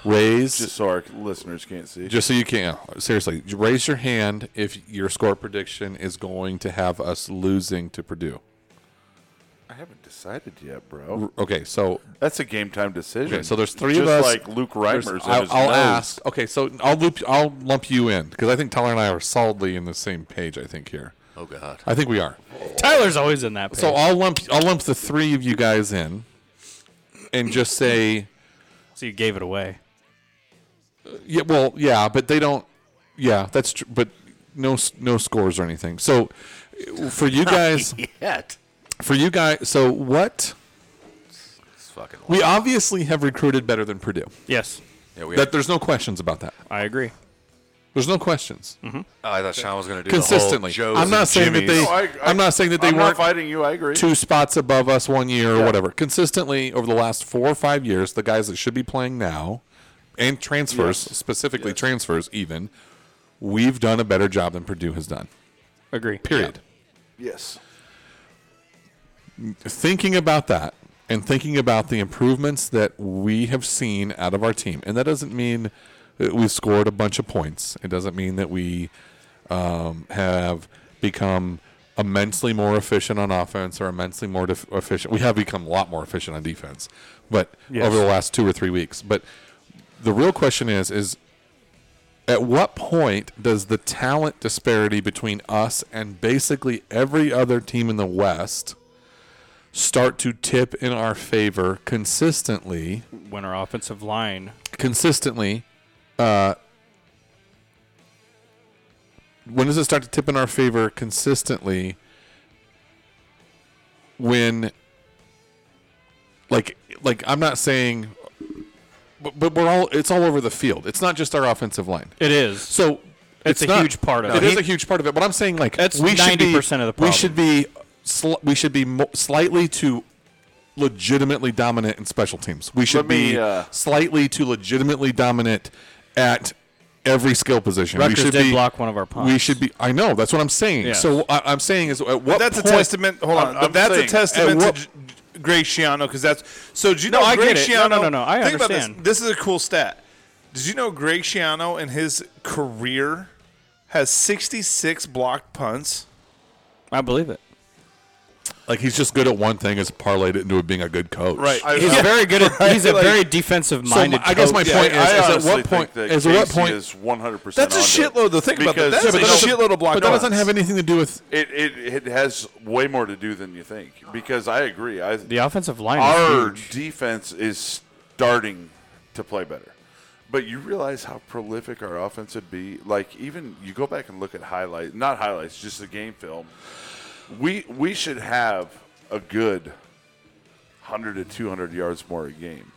Raise Just just, so our listeners can't see. so you can seriously you raise your hand if your score prediction is going to have us losing to Purdue. I haven't decided yet, bro. Okay, so That's a game time decision. Okay, so there's three Just of us. like Luke There's- Reimer's. in I'll, his I'll nose. ask. Okay, so I'll loop. I'll lump you in because I think Tyler and I are solidly in the same page. I think here. Oh God. I think we are. Tyler's always in that. So page. I'll lump. I'll lump the three of you guys in, and just say, so you gave it away. yeah, well, yeah, but they don't. Yeah, that's true. But no, s- no scores or anything. So for *laughs* you guys, Yet. for you guys, so what? It's fucking. We obviously have recruited better than Purdue. Yes, yeah, we That there's no questions about that. I agree. There's no questions. Oh, I thought Sean was going to do Consistently. The whole Joes I'm not and saying that Jimmys. *laughs* they. No, Oh, I- I- am not saying that they I'm not weren't fighting you. I agree. two spots above us one year or whatever. Consistently over the last four or five years, the guys that should be playing now and transfers, specifically transfers, even, we've done a better job than Purdue has done. Agree. Period. Yes. Thinking about that and thinking about the improvements that we have seen out of our team, and that doesn't mean that we've scored a bunch of points, it doesn't mean that we um, have become immensely more efficient on offense or immensely more def- efficient. We have become a lot more efficient on defense, but over the last two or three weeks. But the real question is: is at what point does the talent disparity between us and basically every other team in the West start to tip in our favor consistently? When our offensive line consistently, uh, when does it start to tip in our favor consistently? When, like, like I'm not saying, but, but we're all it's all over the field. It's not just our offensive line. it is. So It's a not- huge part of It it. is a huge part of it. But I'm saying like That's we should be 90% of the we problem. should be sl- we should be mo- slightly to legitimately dominant in special teams. We should Let me, be uh, slightly to legitimately dominant at every skill position. Rutgers we should did be, block one of our punts. We should be. I know. That's what I'm saying. Yeah. So I, I'm saying is at what that's a point- testament. Hold on, I'm- but I'm that's saying, a at testament to what- J- J- Greg Schiano because that's. So do you know I Greg get it. No, Schiano? no, no, no, I think about understand. this. This is a cool stat. Did you know Greg Schiano in his career has 66 blocked punts? I believe it. Like he's just good at one thing. Is parlayed it into being a good coach. Right. I- He's Yeah. very good *laughs* at. He's a Like- very defensive So minded. my, I guess my Yeah, point I is, is honestly at what point think that is at what Casey point is 100. percent That's a shitload. To think about that. That's Yeah, but a that doesn't- shitload of blocked. But that punts. doesn't have anything to do with It, it it has way more to do than you think because I agree. I the offensive line. our is huge. defense is starting to play better. But you realize how prolific our offense would be. Like even you go back and look at highlights, not highlights, just the game film. We we should have a good 100 to 200 yards more a game.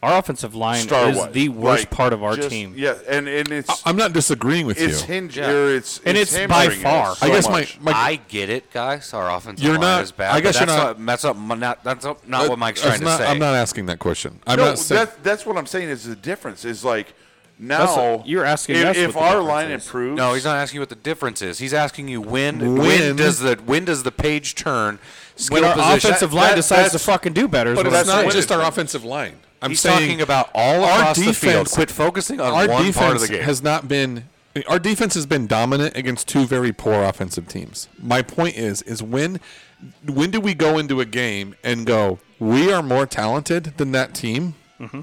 Our offensive line Star is wise. the worst Like, part of our just- team. Uh, Yeah, and and it's I'm not disagreeing with it's you. hinge Yeah. or it's And it's by hammering far. us so I guess much. my, my I get it, guys. Our offensive You're line not- is bad. I but guess you're that's not- That's not, my- not, that's not, not what Mike's That's trying to Uh, not- say. I'm not asking that question. I'm no, not saying. that's that's what I'm saying is the difference is like now what- you're asking if, us if what the our difference line is. improves. No, he's not asking you what the difference is. He's asking you when. When, When- does the when does the page turn? When Skill our position- offensive That- line that- decides to that's- fucking do better, is but what it's I'm not saying. just our offensive line. I'm He's saying talking about all our across the field. defense- Quit focusing on our one defense part of the game. has not been. Our defense has been dominant against two very poor offensive teams. My point is, is when when do we go into a game and go, we are more talented than that team, Mm-hmm.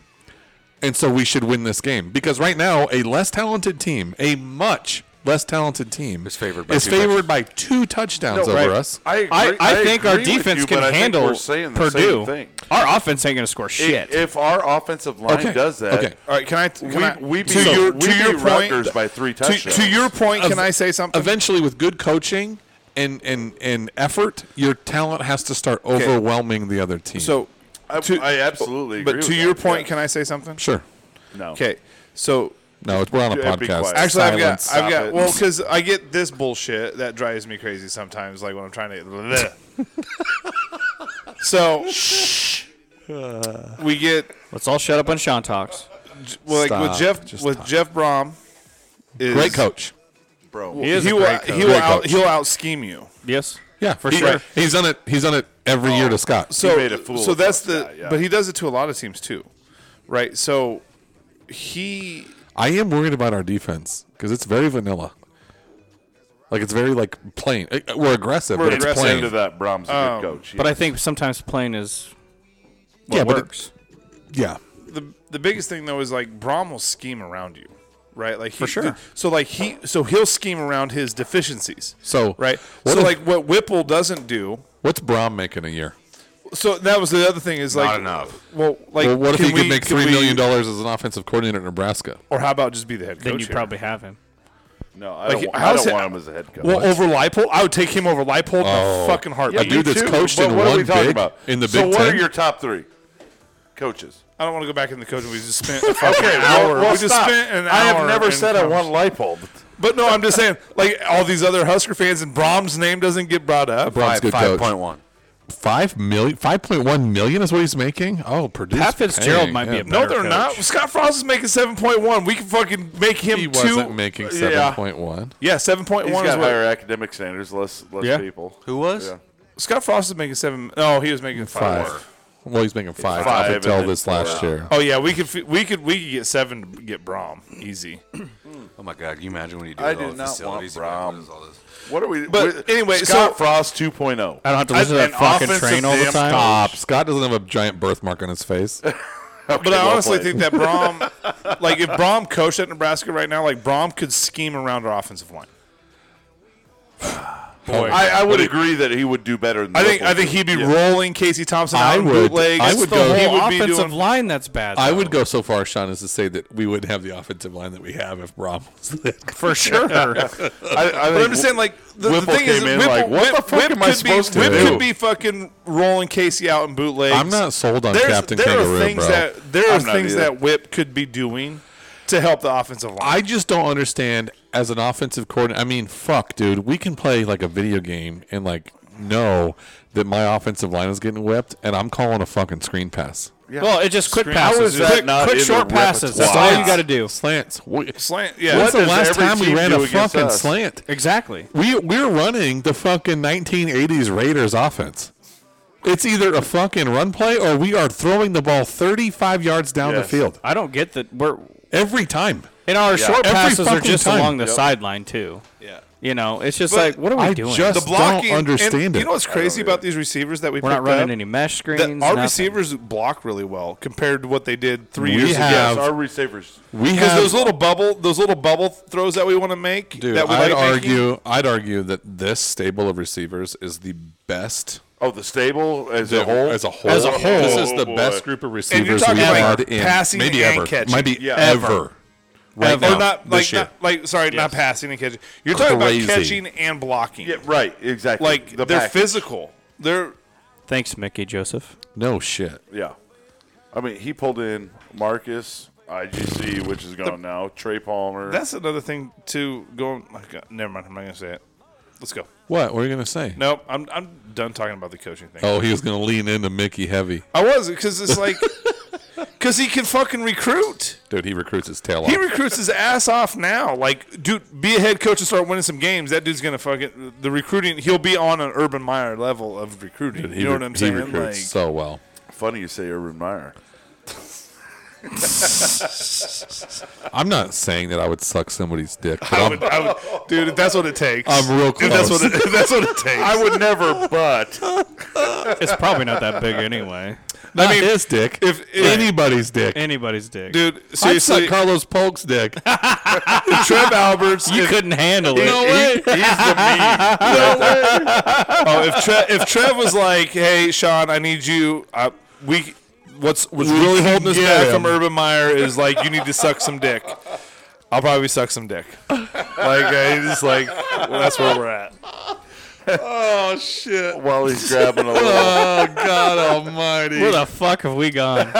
and so we should win this game? Because right now, a less talented team, a much less talented team, Is favored by is two favored by two touchdowns over us. I, agree, I, I, think our agree with defense you, can but I think handle we're saying the Purdue. Same thing. Our offense ain't gonna score I- shit. If our offensive line Okay, does that, okay. All right, can I? Can we, I, we beat, to your, we to beat your point, Rutgers by three to, touchdowns. to your point, can I say something? Eventually, with good coaching and and and effort, your talent has to start overwhelming the other team. So, I- to- I absolutely But agree to with your that, point, yeah. can I say something? sure. no. Okay, so No, it's, we're on a Yeah, be podcast. quiet. actually, I've got, Silence. I've got, it. well, because I get this bullshit that drives me crazy sometimes, like when I'm trying to. *laughs* bleh. so, we get Let's all shut up on Sean talks. well, like with Stop. Jeff Just with Jeff Brom. Is, great coach. bro. He, is a will great coach. he will Great out coach. he'll out scheme you. Yes. Yeah, for sure. He's done it. He's done it every year Oh. to Scott. so made a fool so of that's us, the yeah, yeah. but he does it to a lot of teams too right so he I am worried about our defense because it's very vanilla. Like it's very like plain. Uh, We're aggressive, We're but it's aggressive plain. to that. Brahms a Um, good coach. But I think sometimes plain is what Yeah, but it- works. yeah, the the biggest thing though is like Brom will scheme around you, right? Like he, For sure. So like he so he'll scheme around his deficiencies. So, right. what So if- like what Whipple doesn't do. what's Brom making a year? So that was the other thing is like Not enough. Well, like well, what if can he could we- make can three we- million dollars as an offensive coordinator at Nebraska? Or how about just be the head coach? Then you here? probably have him. no, I like, don't, wa- I how's don't it- want him as a head coach. Well, over Leipold, I would take him over Leipold in Oh. a fucking heartbeat. A dude that's too, coached but in what are we one talking big- about? in the so Big what Ten? are your top three coaches? I don't want to go back in the coaching. We just spent a fucking hour. well, we just stop. spent an hour. I have never in said I conversation. want light bulb. But no, I'm just saying, like all these other Husker fans, and Brom's name doesn't get brought up. Brom's good Five coach. point one. Five million, five point one million is what he's making. Oh, Purdue. Pat Fitzgerald might be a No, better they're coach. not. Scott Frost is making 7.1. We can fucking make him He 2 wasn't making seven point one. Yeah, He's 7.1 is got what. higher academic standards, less less Yeah. people. Who was? Yeah. Scott Frost is making 7. No, he was making 5. Five. Well, he's making five. Five I could and tell then this four last out. year. Oh yeah, we could fi- we could we could get 7 to get Brom easy. Oh my God! Can you imagine what he did? I with did all the not want facilities Brown. And all this. What are we? But what- anyway, Scott so- Frost 2.0. I don't have to listen An to that fucking offensive train all the damn time. *laughs* Stop. Scott doesn't have a giant birthmark on his face. But I well honestly played. think that Brom like if Brom coached at Nebraska right now, like Brom could scheme around our offensive line. Boy. I, I would agree that he would do better. Than I think Whipple I think did. he'd be rolling Casey Thompson out I in would- bootlegs. I It's would the go- He whole would be offensive doing- line that's bad. I though. would go so far, Sean, as to say that we wouldn't have the offensive line that we have if Brom was the head coach. for sure. I, I think But I'm just saying, like the, the Whipple thing is, came in Whipple, like, what Whip- the fuck Whip am I could supposed be, to Whip do? could be fucking rolling Casey out in bootlegs. I'm not sold on There's, Captain there Kangaroo, are things bro. that there are I'm not things either. that Whip could be doing to help the offensive line. I just don't understand as an offensive coordinator. I mean, fuck, dude, we can play like a video game and like know that my offensive line is getting whipped, and I'm calling a fucking screen pass. Well, it just quick Screen- How passes. is that Quick, not quick in short the passes. That's all repertoire? you got to do. Slants. What, Slant, yeah. What When's the does last every time we team ran do a against fucking us? slant? Exactly. We we're running the fucking 1980s Raiders offense. It's either a fucking run play or we are throwing the ball 35 yards down Yes. the field I don't get that. We're every time. and our short Every passes are fucking just time. along the sideline too. Yeah. You know, it's just like what are we I doing? just- the blocking. don't understand and it. You know what's crazy about these receivers that we We're not picked up? running any mesh screens. That our nothing. receivers block really well compared to what they did three We years ago. have- yes, our receivers. We Because have those little bubble, those little bubble throws that we want to make, dude. that we I'd like making- argue. I'd argue that this stable of receivers is the best Oh, the stable as a whole. As a whole, As a whole. this is the Oh, boy. best group of receivers talking we've like had in passing maybe and ever, catching. might be Yeah. ever. Right Or now, not this like year. not, like sorry, not passing and catching. You're talking Crazy. about catching and blocking. Yeah, right. Exactly. Like the they're package. physical. They're Thanks, Mickey Joseph. no shit. Yeah. I mean, he pulled in Marcus, IGC, which is gone now, Trey Palmer. that's another thing to go. my God, uh, never mind. I'm not gonna say it. Let's go. What? What are you gonna say? Nope. I'm I'm done talking about the coaching thing. Oh, he was gonna lean into Mickey heavy, I was because it's like *laughs* because he can fucking recruit. dude. He recruits his tail off. He recruits his ass off now. Like, dude, be a head coach and start winning some games. That dude's gonna fucking the recruiting. He'll be on an Urban Meyer level of recruiting. He you know re- what I'm he saying? recruits Like, so well. Funny you say Urban Meyer. I'm not saying that I would suck somebody's dick, but I I'm, would, I would, dude, if that's what it takes. I'm real If that's close. what it, if that's what it takes. I would never, but It's probably not that big anyway. *laughs* not his dick. if- if- anybody's dick, Anybody's dick. dude, I'd suck seriously, Carlos Polk's dick. *laughs* Trev Alberts. you if, couldn't handle it. he's the meme. *laughs* oh, if, Tre- if Trev was like, "Hey, Sean, I need you," I, we what's what's really holding us get back from him. Urban Meyer is like, you need to suck some dick. I'll probably suck some dick. Like, I just like well, that's where we're at. While *laughs* he's grabbing a little. oh God Almighty! Where the fuck have we *laughs* gone?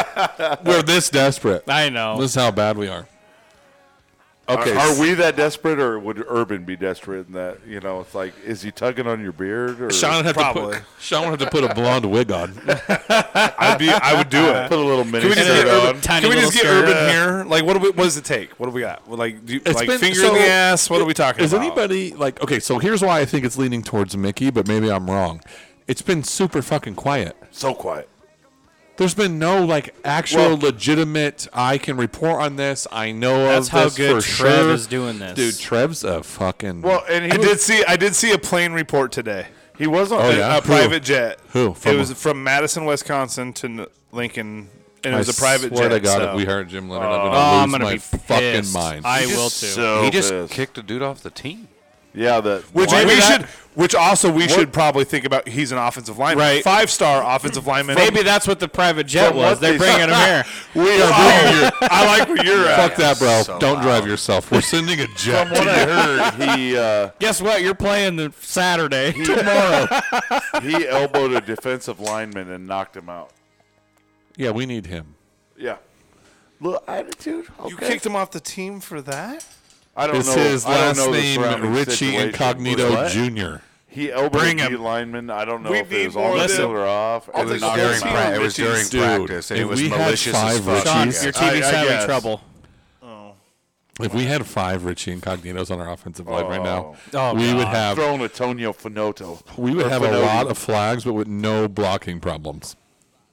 We're this desperate. I know. This is how bad we are. Are, are we that desperate, or would Urban be desperate in that? You know, it's like, is he tugging on your beard? Or Sean would have Probably. to put, Sean would have to put a blonde wig on. *laughs* I'd be, I would do it. put a little mini Can we just get shirt urban, on? Tiny can we just little get skirt. urban here? Like, what do we? What does it take? What do we got? Like, do you, It's like been- finger so- in the ass? What are we talking Is about? anybody like okay? So here's why I think it's leaning towards Mickey, but maybe I'm wrong. It's been super fucking quiet. So quiet. There's been no like actual Well- legitimate. I can report on this. I know That's of how this good for Trev sure. is doing this. dude. Trev's a fucking Well, and he I was, did see I did see a plane report today. He was on. Oh, a, yeah? a Who? private jet. Who? From it was a- from Madison, Wisconsin to N- Lincoln, and it was I a private swear jet. to God, so- if we heard Jim Leonard, I'm Oh, gonna lose I'm gonna my be fucking pissed. mind. I He's will just too. So he just pissed. kicked a dude off the team. Yeah, the which Why we did should, that- which also we should probably think about. He's an offensive lineman, Right. Five star offensive lineman. Maybe that's what the private jet *laughs* From was. what They're they- bringing him here. we are bringing your I like where you're at. fuck that, bro. so Don't drive loud. yourself. We're sending a jet. From what I heard, he uh, Guess what? You're playing the *laughs* Saturday. he elbowed a defensive lineman and knocked him out. yeah, we need him. Yeah, little attitude. Okay. You kicked him off the team for that? I don't It's know. his I don't last know the name surrounding Richie situation. Incognito What? Jr. He elbowed Bring a D him. lineman. I don't know We if need it was on more of the them. field or off. I'll and It was take knocked the during, him team, pra- out. it was during Richie's dude. practice, and If it was we had malicious as five fuck. Sean, Jeez. your TV's I- I having guess. trouble. If we had five Richie Incognitos on our offensive line right now, Oh, we would God. have Throwing Antonio Finoto. we would Or have a Finoto. lot of flags, but with no blocking problems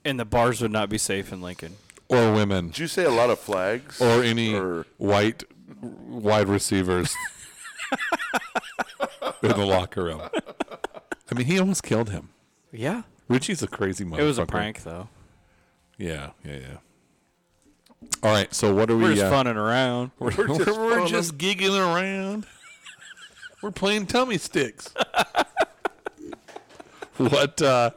And the bars would not be safe in Lincoln. or women Did you say a lot of flags or any Or- white wide *laughs* receivers in the locker room. I mean, he almost killed him. Yeah. Richie's a crazy motherfucker. It was a prank, though. Yeah, yeah, yeah. All right, so what are we? We're just uh, funning around. *laughs* We're, just, we're just giggling around. We're playing tummy sticks. *laughs* what, uh,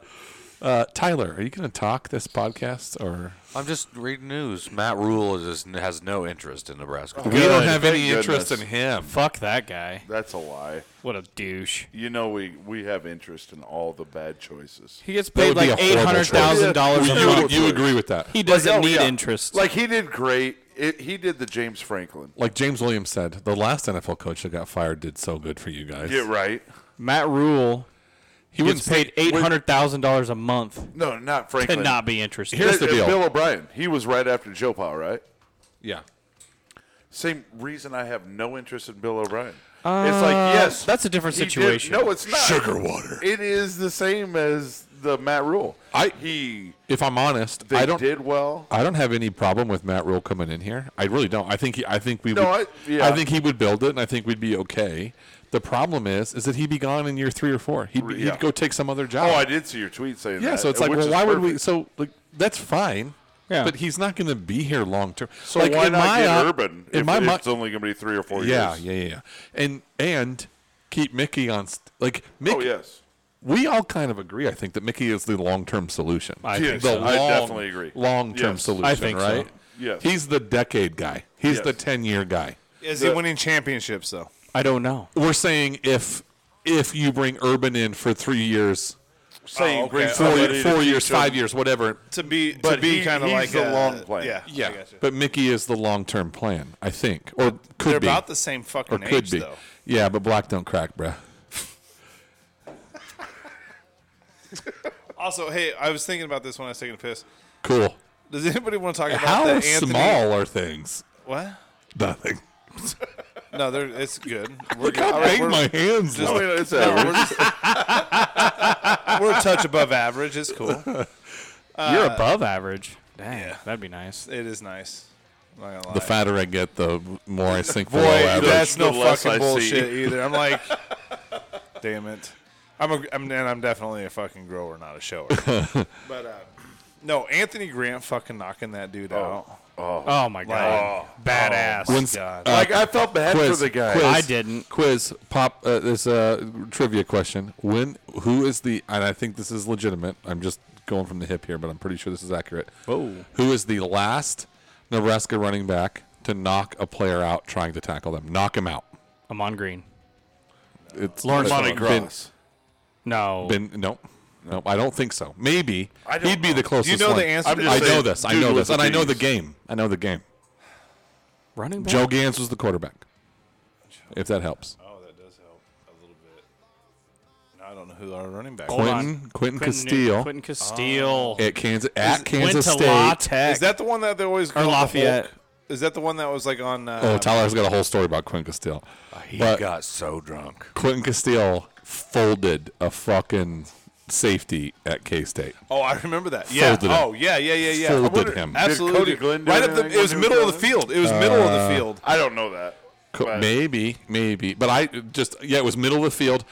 uh, Tyler? Are you going to talk this podcast, or I'm just reading news. Matt Rule is, has no interest in Nebraska. we don't have thank any interest in goodness. him? Fuck that guy. That's a lie. What a douche. You know we we have interest in all the bad choices. He gets That would paid be like a eight horrible hundred thousand dollars a You, month. would- you agree with that? He doesn't Like, oh, need yeah. interest. Like he did great. It, he did the James Franklin. Like James Williams said, the last NFL coach that got fired did so good for you guys. Get right. Matt Rule He wouldn't gets paid eight hundred thousand dollars a month No, not to Franklin. not be interested. Here's the Uh, deal. Bill O'Brien. He was right after Joe Powell, right? Yeah. Same reason I have no interest in Bill O'Brien. it's Uh, like yes, that's a different he did- situation. No, it's not sugar water. It is the same as the Matt Rule. I- he If I'm honest, they I don't. did well. I don't have any problem with Matt Rule coming in here. I really don't. I think he, I think we No, would, I- yeah. think he would build it, and I think we'd be okay. The problem is, is that he'd be gone in year three or four. He'd, be Yeah. he'd go take some other job. Oh, I did see your tweet saying yeah, that. so it's like, which well, is why would we? perfect. So like, that's fine. Yeah. But he's not going to be here long term. So like, why in not my get op- Urban? In if my mi- it's only going to be three or four yeah, years. yeah, yeah, yeah, and and keep Mickey on. St- like Mickey, Oh yes. we all kind of agree. I think that Mickey is the long term solution. I think Yes, the so. long, I definitely agree. Long term Yes. solution, I think so. right? Yes. He's the decade guy. He's Yes. the ten year guy. Is he winning championships, though? I don't know. We're saying if if you bring Urban in for three years, Saying Oh, okay. bring four, somebody to four teach years, five him. years, whatever. To be, But to be he- kind of he's like the a, long plan. Yeah, I Yeah, gotcha. but Mickey is the long term plan, I think, or could they're be, about the same or fucking could age, be. though. Yeah, but black don't crack, bruh. Also, hey, I was thinking about this when I was taking a piss. Cool. Does anybody want to talk about the How Anthony? small are things? What? Nothing. No, they're, it's good. *laughs* We're Look good. how All right, big we're- my hands I look. mean, it's average. *laughs* we're a touch above average. It's cool. You're above average. Uh, Dang, that'd be nice. It is nice. I'm not gonna lie. The fatter I get, the more I sink below Boy, average. that's no the less fucking I see. *laughs* bullshit either. I'm like, damn it. I'm a, I'm, and I'm definitely a fucking grower, not *laughs* a shower. but uh, no, Anthony Grant fucking knocking that dude out. Oh my god, badass. When's- God. uh, like I felt bad quiz, for the guy. quiz, I didn't. Quiz pop. Uh, this uh, trivia question. When? Who is the? And I think this is legitimate. I'm just going from the hip here, but I'm pretty sure this is accurate. Whoa. Who is the last Nebraska running back to knock a player out trying to tackle them? Knock him out. I'm on green. It's Lawrence been- Monty Cross. No, Been, been no. No, I don't think so. Maybe don't he'd be the closest. know the one. answer I'm to just I this? know this. I Dude know with this, the and I know the beans. game. I know the game. running back. Joe Gans was the quarterback. If that helps, Oh, that does help a little bit. Now I don't know who our running back Hold on. Quentin Quentin Quentin- Castile Quentin Castile. at Kansas at Kansas Went to State. La Tech. is. That the one that they always call or the Lafayette? Hulk? Is that the one that was like on? Uh, Oh, Tyler's got a whole story about Quentin Castile. Uh, He But- got so drunk. Quentin Castile folded a fucking safety at K State. Oh, I remember that. Yeah. Folded him. Oh, yeah, yeah, yeah, yeah. I Folded wonder- him. Did Absolutely. Cody Glenn do right up the. anything It was when he was middle of the done? field. It was middle of Uh, the field. I don't know that. Co- But- maybe, maybe, but I just yeah, it was middle of the field.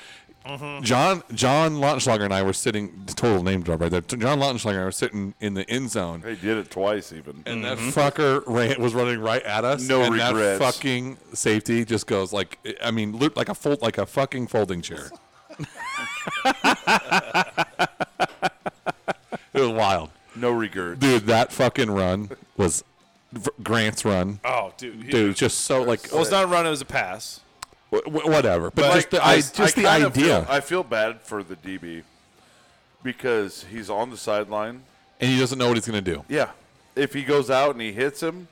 Mm-hmm. John John Lautenschlager and I were sitting total name drop right there. John Lautenschlager and I were sitting in the end zone, They did it twice, even. and that fucker ran, was running right at us. Mm-hmm. No and That regrets. fucking safety just goes like I mean, look like a fold like a fucking *laughs* folding chair. *laughs* it was wild, no regret. dude. That fucking run was Grant's run, Oh, dude. he- dude. Just so like Well, it's not a run. It was a pass. wh- wh- whatever, but, just the, I, I- just I the kind idea. of feel- I feel bad for the DB because he's on the sideline. and he doesn't know what he's going to do. Yeah. If he goes out and he hits him,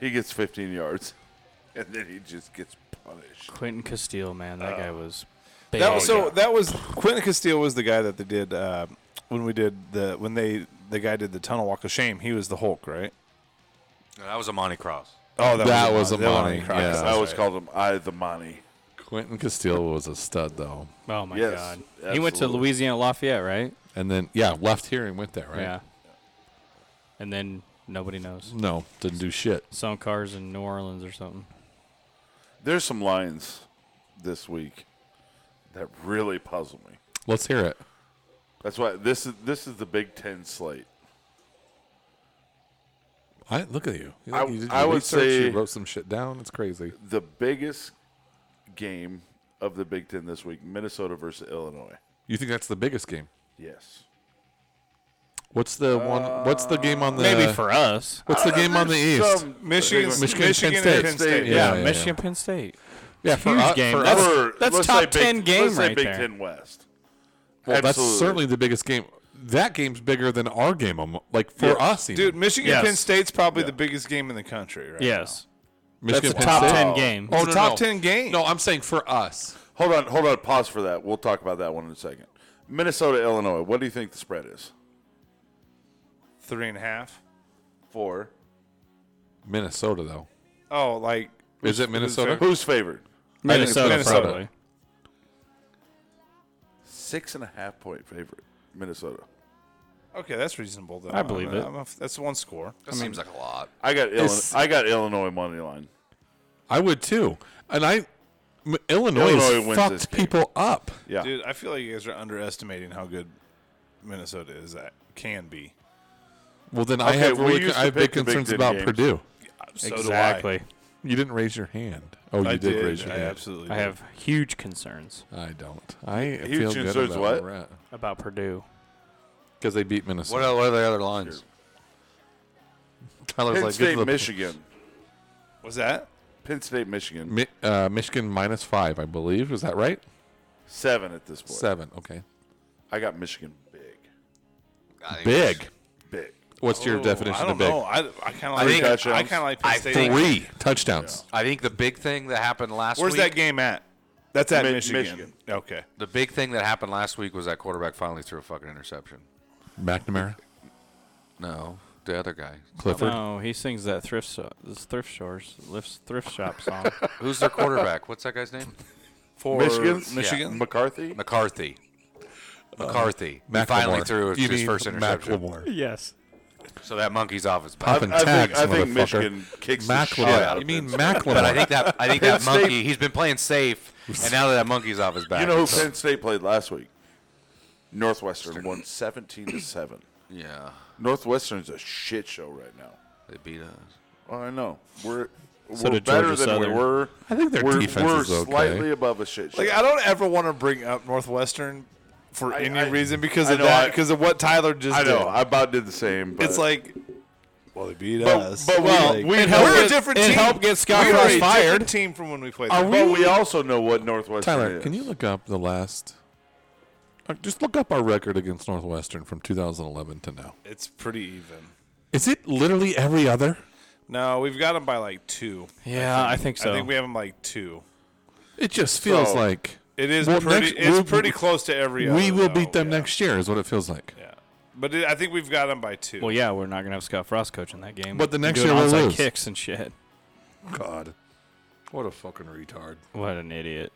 he gets 15 yards. *laughs* And then he just gets punished. Quentin Castile, man, that guy was. That big. was, so that was Quentin Castile was the guy that they did uh, when we did the when they the guy did the tunnel walk of shame. He was the Hulk, right? No, that was Amani Cross. Oh, That was Amon- Amani, Amon Crockett. yeah. I always called him I the Money. Quentin Castile was a stud, though. Oh my Yes, god. He went to absolutely. Louisiana Lafayette, right? And then, yeah, left here and went there, right? Yeah. And then nobody knows. No, didn't do shit. Some cars in New Orleans or something. There's some lines this week that really puzzle me. Let's hear it. That's why this is this is the Big Ten slate. I look at you. You, I- you did your I would research, say- you wrote some shit down. It's crazy. The biggest game of the Big Ten this week: Minnesota versus Illinois. You think that's the biggest game? Yes. What's the one? What's the game on the? Maybe for us. what's the game on the east? Michigan, Michigan, Michigan, Penn and State. Penn State. Yeah. Yeah, yeah, Michigan Penn State. Yeah, for, Huge us- game. for That's- us. Or that's let's top say 10 game let's say right Big there. Ten West. Well, that's Absolutely. certainly the biggest game. That game's bigger than our game. um, Like for us, even. Dude, Michigan Yes. Penn State's probably the biggest game in the country, right? Yes. Michigan That's a Penn top State? 10 game. Oh, It's a no, top no. 10 game. No, I'm saying for us. Hold on, hold on. Pause for that. We'll talk about that one in a second. Minnesota, Illinois. What do you think the spread is? Three and a half. Four. Minnesota, though. Oh, like Is it Minnesota? Who's favored? Minnesota, Minnesota. probably. Six and a half point favorite. Minnesota. okay, that's reasonable though. I believe I'm- it. I'm a- that's one score. That seems like a lot. I got It's- Illinois. I got Illinois money line. I would too. And I, M- Illinois, has Illinois wins this fucked game. people up. Yeah. Dude, I feel like you guys are underestimating how good Minnesota is. That can be. Well, then I Okay, have we really, used to I have big pick the Big concerns Ten about games. Purdue. So Exactly. You didn't raise your hand. Oh, you I, I did, did. raise your I hand. absolutely. I did. have huge concerns I don't. I Huge feel good concerns about what? about Purdue. because they beat Minnesota. *laughs* What are, what are the other lines? Tyler's Penn like, State, get to the- Michigan. What's that? Penn State, Michigan. Mi- uh, Michigan minus five, I believe. Is that right? Seven at this point. Seven. Okay. I got Michigan big. I think Big. Big. What's your definition I don't of big? know. I, I kind of I like. think- I, kind of like Penn I State. think- Three touchdowns. I think the big thing that happened last Where's week. that game at? That's at Mi- Michigan. Michigan. Okay. The big thing that happened last week was that quarterback finally threw a fucking interception. McNamara, No, the other guy. Clifford. No, Oh, he sings that thrift so- this thrift stores thrift, thrift *laughs* shop song. Who's their quarterback? What's that guy's name? For Michigan's? Michigan. McCarthy. McCarthy. McCarthy. He Uh, Macklemore. finally threw You his mean first interception. Macklemore. yes. So that monkey's off his back. Popping I think, tags, I think motherfucker. Michigan kicks the shit Macklemore. out You of Penn mean State. Macklemore? But I think that I think that Penn monkey State- he's been playing safe, and now that that monkey's off his back. You know who so- Penn State played last week? Northwestern won seventeen to seven. yeah, Northwestern's a shit show right now. they beat us. Well, I know we're So we're did better Georgia than we Southern. were. I think their we're, defense we're is okay. slightly above a shit show. Like I don't ever want to bring up Northwestern for I- any I- reason because I of know, that I- because of what Tyler just I know. did. I about did the same. But it's like well they beat but, us. but Well, we, like- we It know helped that- get- different it team. helped get Scott we Frost were a fired. different team from when we played. Are them. But we also know what Northwestern Tyler, is. can you look up the last? uh, Just look up our record against Northwestern from 2011 to now. It's pretty even. Is it literally every other? No, we've got them by like two. Yeah, I think so. I think we have them like two. It just feels So, like It is Well, pretty. next- we'll- it's pretty close to every. we other, will though. beat them Yeah. next year. Is what it feels like. Yeah, but it, I think we've got them by two. well, yeah, we're not gonna have Scott Frost coaching that game. But the next Doing year we'll onside lose. kicks and shit. God, what a fucking retard! What an idiot.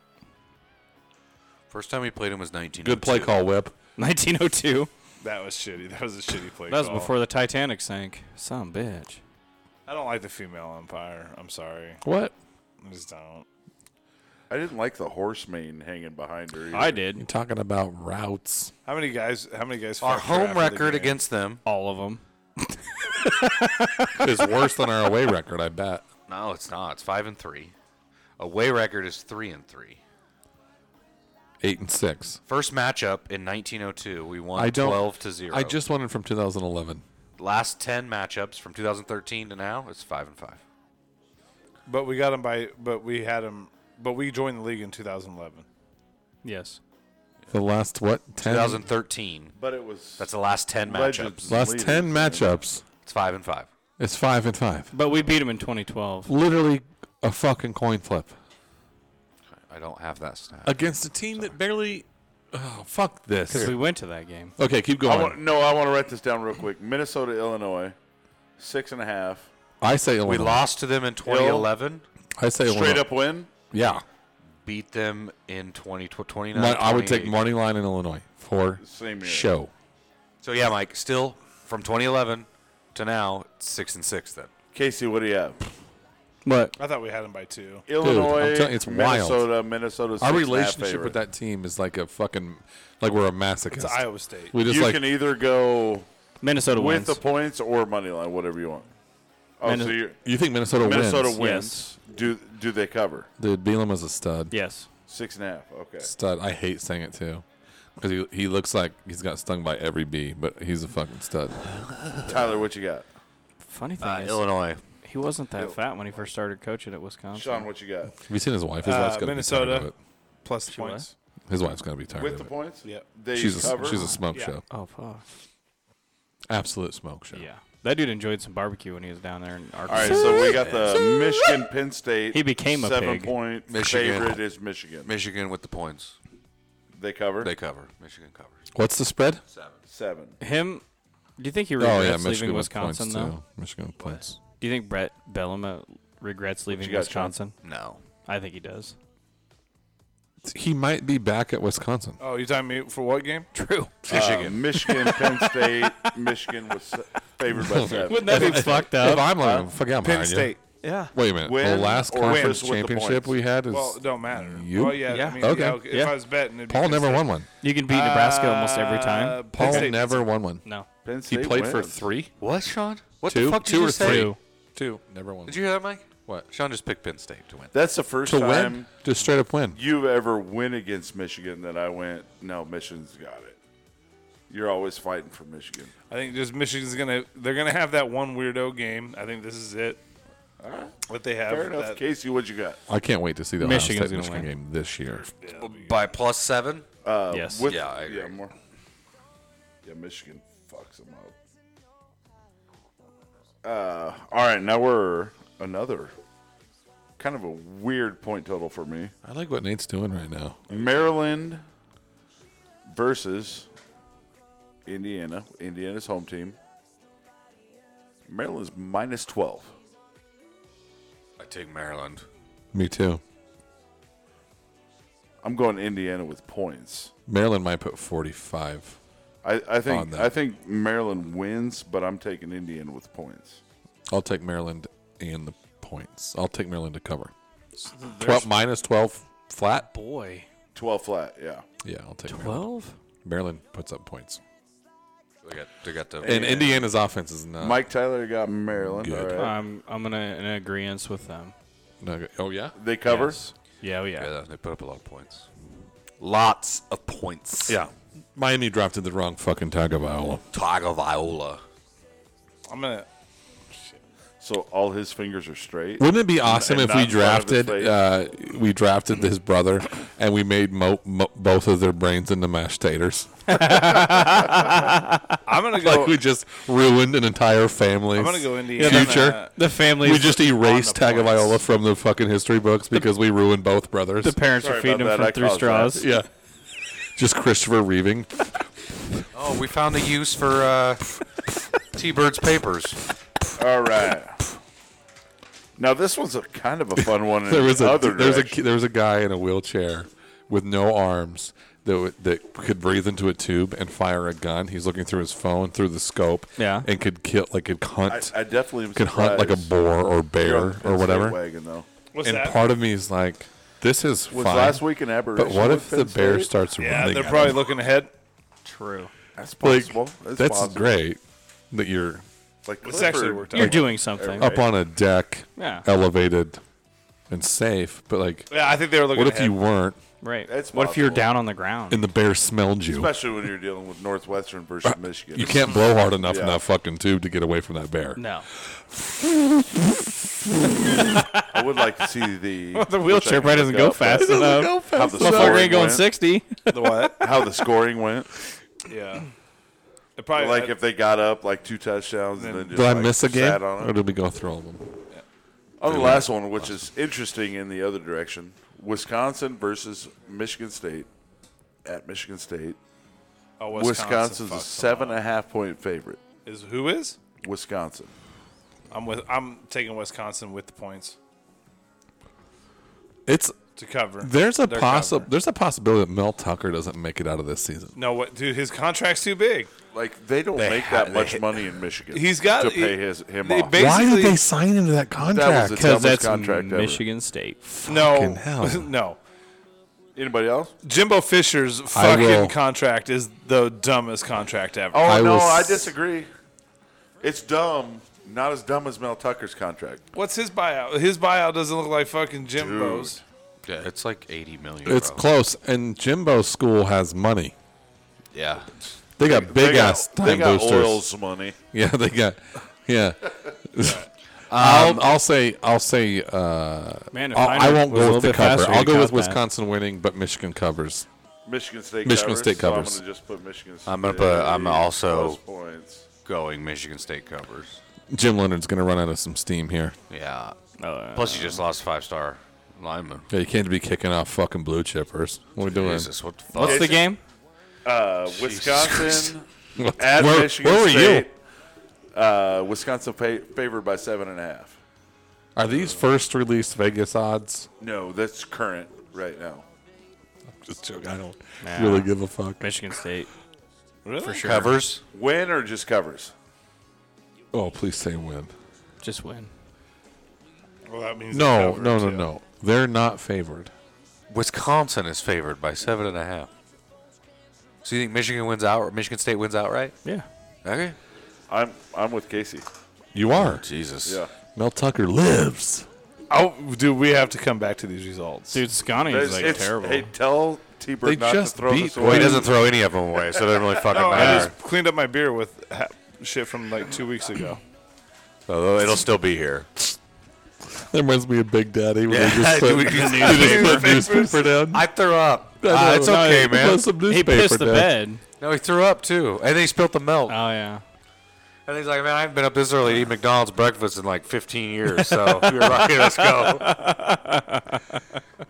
First time we played him was oh 19. Good play call, Whip. 1902. That was shitty. That was a shitty play. That was call. before the Titanic sank. Some bitch. I don't like the female umpire. I'm sorry. What? I just don't. I didn't like the horse mane hanging behind her. either. I You're did talking about routes. How many guys? How many guys? Our fucked her home after the record game? against them. all of them. It's worse than our away record, I bet. No, it's not. It's five and three. Away record is three and three. Eight and six. First matchup in 1902, we won I don't. 12 to zero. I just wanted from 2011. last 10 matchups from 2013 to now, it's five and five. But we got him by. But we had him. But we joined the league in 2011. Yes. The last what? Ten. 2013. But it was That's the last 10 Legends. matchups. Last Leaders, ten yeah. matchups. It's five and five. It's five and five. But we beat him in 2012. Literally a fucking coin flip I don't have that stat. against a team that barely. Oh fuck this. We went to that game. Okay, keep I going. I, want, no, I want to write this down real quick. Minnesota, Illinois, six and a half. say we Illinois. lost to them in 2011, I say Straight Illinois. up win. Yeah, beat them in 20, 29. Mon- I would take 28. money line in Illinois for Same year. show. So, yeah, Mike, still from 2011 to now, it's six and six then. Casey, what do you have? But I thought we had him by two. Illinois, I'm telling you, it's wild. Minnesota, Minnesota. Six Our and a half relationship favorite. with that team is like a fucking like we're a masochist. It's Iowa State. We just you like can e- either go Minnesota with wins. the points or money line, whatever you want. Oh, Minnes- so you're, you think Minnesota, Minnesota wins? wins. Do do they cover Dude, Bielema is a stud. yes. six and a half? Okay. Stud. I hate saying it too. Because he, he looks like he's got stung by every bee, but he's a fucking stud. Tyler, what you got? Funny thing Uh, is, Illinois. he wasn't that fat when he first started coaching at Wisconsin. Sean, what you got? Have you seen his wife? His Uh, wife's gonna be Minnesota. tired of it. Plus the points. His wife's gonna be tired With of the it. points? Yep. They she's a cover? she's a smoke Yeah. show. Oh fuck. Absolute smoke show. Yeah. That dude enjoyed some barbecue when he was down there in All right, Arkansas. so we got the Michigan Penn State. He became a seven pig. point Michigan. favorite is Michigan. Michigan with the points. They cover They cover. Michigan covers. What's the spread? seven. Him. Do you think he Oh regrets yeah, leaving Michigan with points Wisconsin though? too. Michigan with points. Do you think Brett Bellama regrets leaving you got, Sean? Wisconsin? No. I think he does. He might be back at Wisconsin. Oh, you talking me for what game? True. Michigan, Uh, Michigan, Penn State, Michigan was se- favored by seven. Wouldn't *laughs* that be fucked If up? I'm like, fuck yeah, I'm Penn hiring you. State. Yeah. Wait a minute. Win the last or conference lose with the championship points. we had is Well, it don't matter. You? Well, yeah. Yeah. I mean, Okay. yeah, If Yeah. I was betting, it'd be Paul Penn never State. won one. You can beat Nebraska almost every Uh, time. Penn Paul State- never won one. No. Penn He State played for wins. three, What, Sean? What two, the fuck did two you or just say? three, two. Never won. Did you hear that, Mike? What? Sean just picked Penn State to win. That's the first to time win? Just straight up win. you ever win against Michigan that I went. No, Michigan's got it. You're always fighting for Michigan. I think just Michigan's gonna. They're gonna have that one weirdo game. I think this is it. What they have. Fair enough, that- Casey. What you got? I can't wait to see the Michigan's Ohio gonna State Michigan win. game this year. By plus seven? yes. With, Yeah, I agree. yeah, more. Yeah, Michigan fucks them up. Uh, all right, now we're another kind of a weird point total for me. I like what Nate's doing right now. Maryland versus Indiana. Indiana's home team. Maryland's minus 12. I take Maryland. Me too. I'm going Indiana with points. Maryland might put 45. I, I On think that. I think Maryland wins, but I'm taking Indiana with points. I'll take Maryland and the points. I'll take Maryland to cover. 12 minus 12 flat. Boy. 12 flat, yeah. Yeah, I'll take Maryland. 12? Maryland puts up points. They got, they got the. And Indiana's offense is not. Mike Tyler got Maryland. Oh. Good. All right. I'm, I'm going to in agreement with them. not good. oh, yeah? They cover. Yeah, oh yeah. yeah, they put up a lot of points. Lots of points. Miami drafted the wrong fucking Tagovailoa. Tiger Viola. I'm gonna. So all his fingers are straight. Wouldn't it be awesome And if we not part of his drafted uh, we drafted his brother and we made mo- mo- both of their brains into mashed taters? *laughs* I'm gonna go. Like we just ruined an entire family. I'm *laughs* gonna go Indiana. Future. The family. We just erased on the Tagovailoa points. from the fucking history books because we ruined both brothers. the parents Sorry are feeding about him that, from I three caused that. *laughs* straws. yeah. Just Christopher Reaving. Oh, we found a use for uh, T Bird's papers. All right. Now this one's a kind of a fun one. There was a other *laughs* there was a direction. there was a guy in a wheelchair with no arms that w- that could breathe into a tube and fire a gun. He's looking through his phone through the scope. Yeah. and could kill like could I, hunt I definitely am could hunt like a surprised boar or you're bear on the Penn or State whatever. Wagon though What's And that? part of me is like, this is was fine. last week an aberration. but what with if Penn the bear State? starts Yeah, running? they're at probably us? looking ahead. True. That's Like, possible. That's, that's possible. great that you're Like It's actually worked You're out. doing something. up on a deck, Yeah. elevated and safe. But like, Yeah, I think they were looking. what if you weren't Right. That's what if you're possible. down on the ground? and the bear smelled you? especially when you're dealing with Northwestern versus Michigan. You can't blow hard enough in Yeah. that fucking tube to get away from that bear. no. I would like to see *laughs* the The wheelchair probably doesn't go fast enough. How the Motherfucker scoring ain't going went. *laughs* 60. The what? How the scoring *laughs* went. yeah. It probably Like if they got up like two touchdowns and then just Did I like, miss a game, sat on or it. did we go through all of them? On the last one, which is interesting in the other direction, Wisconsin versus Michigan State at Michigan State. oh, Wisconsin's a fucks seven and a half point favorite. them. Is who is? Wisconsin. I'm with. I'm taking Wisconsin with the points It's to cover. there's a Their possible cover. there's a possibility that Mel Tucker doesn't make it out of this season. No, what, dude? His contract's too big. Like they don't make ha- that much money in Michigan. He's got- to pay he- his him they off. ba- Why did Basically- they sign into that was contract? a- Because Dumbest that's contract ever. Michigan State. Fucking No, hell. *laughs* no. Anybody else? Jimbo Fisher's I will. fucking contract is the dumbest contract ever. Oh I no, was- I disagree. It's dumb. Not as dumb as Mel Tucker's contract. What's his buyout? His buyout doesn't look like fucking Jimbo's. Yeah, it's like 80 million. it's probably. close, and Jimbo's school has money. yeah. They got big They got- ass time they got boosters. oils money. *laughs* Yeah, they got. *laughs* Yeah. Um, I'll, I'll say I'll say uh, Man, if I'll, Miner I won't go was a with little the bit cover. faster, I'll he go with caught that. Wisconsin winning, but Michigan covers. Michigan State. Michigan covers, State so covers. I'm gonna just put Michigan State. I'm gonna put- I'm also- plus points. Going Michigan State covers. Jim Leonard's going to run out of some steam here. Yeah. Uh, Plus, you just lost five star lineman. Yeah, you can't be kicking off fucking blue chippers. What are we doing? *laughs* Jesus, what the fuck? What's the game? Uh, Wisconsin at where, Michigan where were State. you? Uh, Wisconsin pay, favored by seven and a half. Are these first released Vegas odds? No, that's current right now. Just joking. I don't Nah. really give a fuck. Michigan State. Really? For sure. Covers? Win or just covers? Oh, please say win. Just win. Well, that means No, they cover, no, no, too. no. They're not favored. Wisconsin is favored by seven and a half. So you think Michigan wins out? Michigan State wins outright? Yeah. Okay. I'm I'm with Casey. You are. Jesus. Yeah, Mel Tucker lives. *laughs* Oh, dude, we have to come back to these results. Dude, Scotty is like It's- terrible. Hey, tell T They Bird not just to throw beat this Well, away. he doesn't throw any of them away, so it doesn't really fucking Oh, I matter. just cleaned up my beer with ha- shit from like two weeks ago. Although it'll still be here. That reminds me of Big Daddy when Yeah, *laughs* they just put, we they just- just put newspaper down. *laughs* I threw up. I Ah, know, it's no, okay, he man. Put some he newspaper pissed the down. bed. No, he threw up too, and then he spilled the Uh. milk. Oh, yeah. and he's like, "Man, I haven't been up this early to eat McDonald's breakfast in like 15 years." So *laughs* we were right. Let's go. *laughs*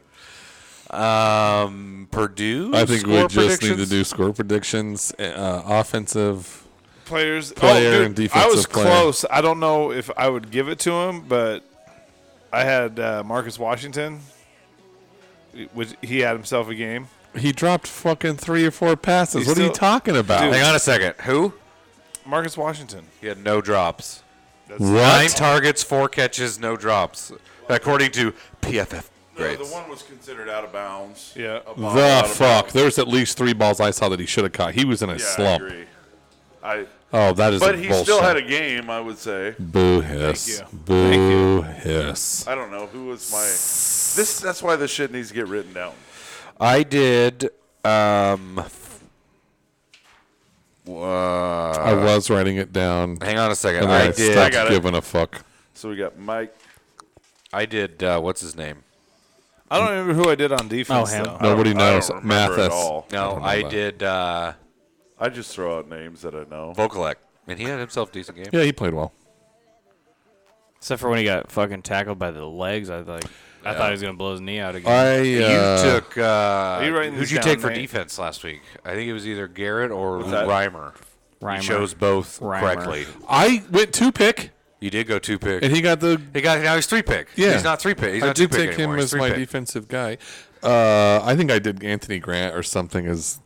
um, Purdue. I think we score just need to predictions? do score predictions, uh, offensive. Players, Player oh, dude, and I defensive was player. close. I don't know if I would give it to him, but I had uh, Marcus Washington, which he had himself a game. He dropped fucking three or four passes. He's what are you still- talking about? Hang on a second. Who? Marcus Washington. He had no drops. Nine What? targets, four catches, no drops, according to PFF No, grades. the one was considered out of bounds. Yeah. A ball out The of fuck! bounds. There's at least three balls I saw that he should have caught. He was in a Yeah, slump. I agree. I, Oh, that is. but a he bullshit. still had a game. I would say. boo hiss. Boo hiss. I don't know who was my. This that's why this shit needs to get written down. I did. Um, f- uh, I was writing it down, hang on a second. and I, I, did. stopped got it. giving a fuck. So we got Mike. I did. Uh, what's his name? I don't remember who I did on defense. Oh, him. though. Nobody knows I don't remember Mathis. at all. No, don't know I, that. did. Uh, I just throw out names that I know. Vokalek, and he had himself a decent game. Yeah, he played well. Except for when he got fucking tackled by the legs. I like. I thought he was gonna blow his knee out again. I you uh, took. Uh, you writing who'd these you down, take for Nate? defense last week? I think it was either Garrett or that? Reimer. Reimer. He chose both Reimer. correctly. I went two pick. You did go two pick. and he got the He got now he's three pick. Yeah. he's not three pick. He's I not did two pick take anymore. him He's as three my pick. defensive guy. Uh, I think I did Anthony Grant or something as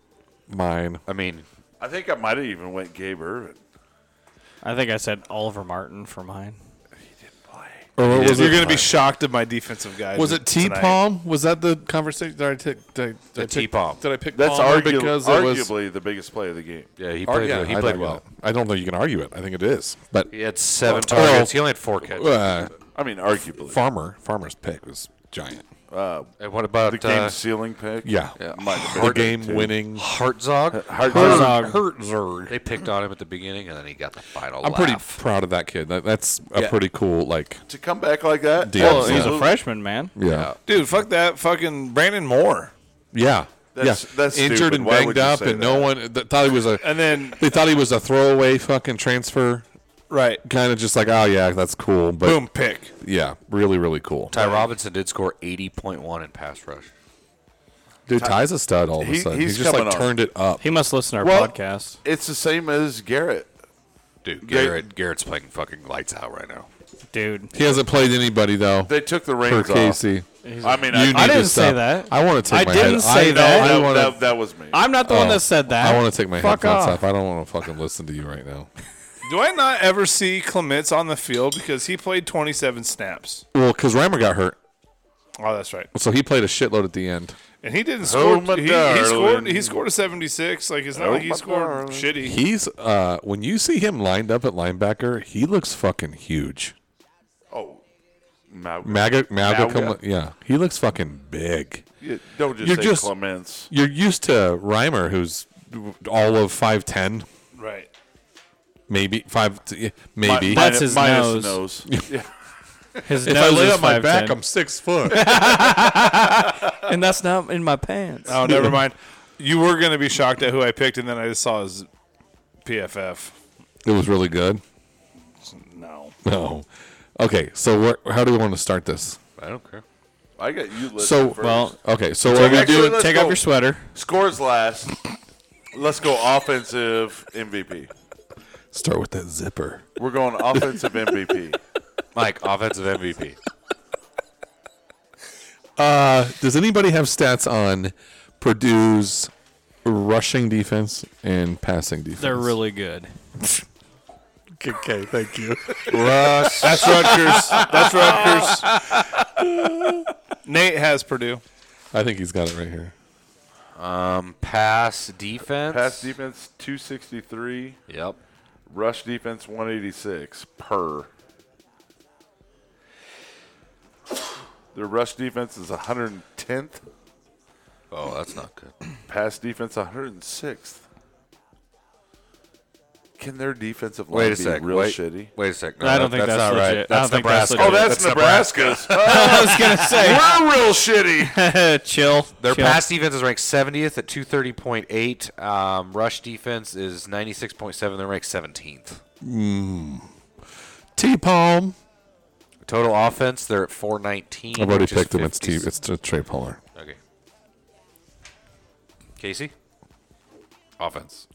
mine. I mean, I think I might have even went Gabe Irvin. I think I said Oliver Martin for mine. Or what was You're it? going to be shocked at my defensive guy. Was it T tonight. Palm? Was that the conversation? Did I take did I, did I pick- T-Palm. Did I pick That's Palmer argu- because it was? arguably the biggest play of the game. yeah, he Ar- played. Oh, yeah, he I played like well. that. I don't think you can argue it. I think it is, but He had seven Well, targets. He only had four catches. uh, I mean, arguably. Farmer Farmer's pick was giant. and what about the game uh, ceiling pick. Yeah, Might have the been game too. winning. Hartzog? Uh, Herzog. They picked on him at the beginning, and then he got the final. I'm pretty laugh. proud of that kid. That, that's a Yeah. pretty cool. Like, To come back like that? Deal. Well, He's a Absolutely. freshman, man. yeah, Dude, fuck that fucking Brandon Moore. yeah, That's- yeah. that's injured stupid. and Why banged would you up, say and no that? one th- thought he was a. And then, They thought he was a throwaway fucking transfer. right. Kind of just like, oh yeah, that's cool, but Boom, pick. yeah, really, really cool. Ty Robinson did score 80.1 in pass rush. Dude, Ty's a stud. All of a He- sudden, he's he just like coming on. turned it up. He must listen to our Well- podcast. It's the same as Garrett. Dude, Garrett, Garrett's playing fucking lights out right now. Dude. He hasn't played anybody though. They took the For reins off. Casey, I mean, You I, need I to didn't say stop. that. I want to take I my didn't head- say I know, that. I that, want that, to. that was me. I'm not the one Oh. that said that. I want to take my Fuck headphones off. off. I don't want to fucking listen to you right now. Do I not ever see Clements on the field because he played 27 snaps? Well, because Rammer got hurt, Oh, that's right. so he played a shitload at the end. And he didn't score. my he, he darling. scored. He scored a 76. Like it's not Oh, like he my scored darling. shitty. *laughs* He's uh, when you see him lined up at linebacker, he looks fucking huge. oh, Ma- Maga, Maga, Maga? come- yeah, he looks fucking big. you- don't just You're say just- Clements. You're used to Reimer, who's all of five ten, right. maybe five, yeah, maybe. That's his minus nose. nose. Yeah. His if I nose lay is on my back, 5'10". I'm six *laughs* *laughs* foot. and that's not in my pants. Oh, never mind. You were gonna be shocked at who I picked, and then I just saw his PFF. it was really good. No. No. Okay, so where, how do we want to start this? I don't care. I got you listed So- first. well, Okay, so what we actually, do? let's take go. off your sweater. Scores last. Let's go offensive MVP. Start with that zipper. We're going offensive *laughs* MVP. Mike, offensive MVP. Does anybody have stats on Purdue's rushing defense and passing defense? They're really good. okay. Thank you. Russ. That's Rutgers. That's Rutgers. Nate has Purdue. I think he's got it right here. Pass defense. Pass defense 263, Yep. rush defense 186 per. Their rush defense is 110th, Oh, that's not good. pass defense 106th. Can their defensive line Wait a be sec. real wait, shitty? Wait a sec. No, I don't think that's not legit. right. I don't That's think that's legit. Nebraska. Oh, that's, *laughs* Nebraska's. I was gonna *laughs* say We're real shitty. chill. Their chill. pass defense is ranked 70th at 230.8. Um, rush defense is 96.7. They're ranked 17th. T Palm. Total offense, they're at 419. I've already which is picked him. It's T. 50. It's t- Trey Palmer. Okay. Casey? Offense.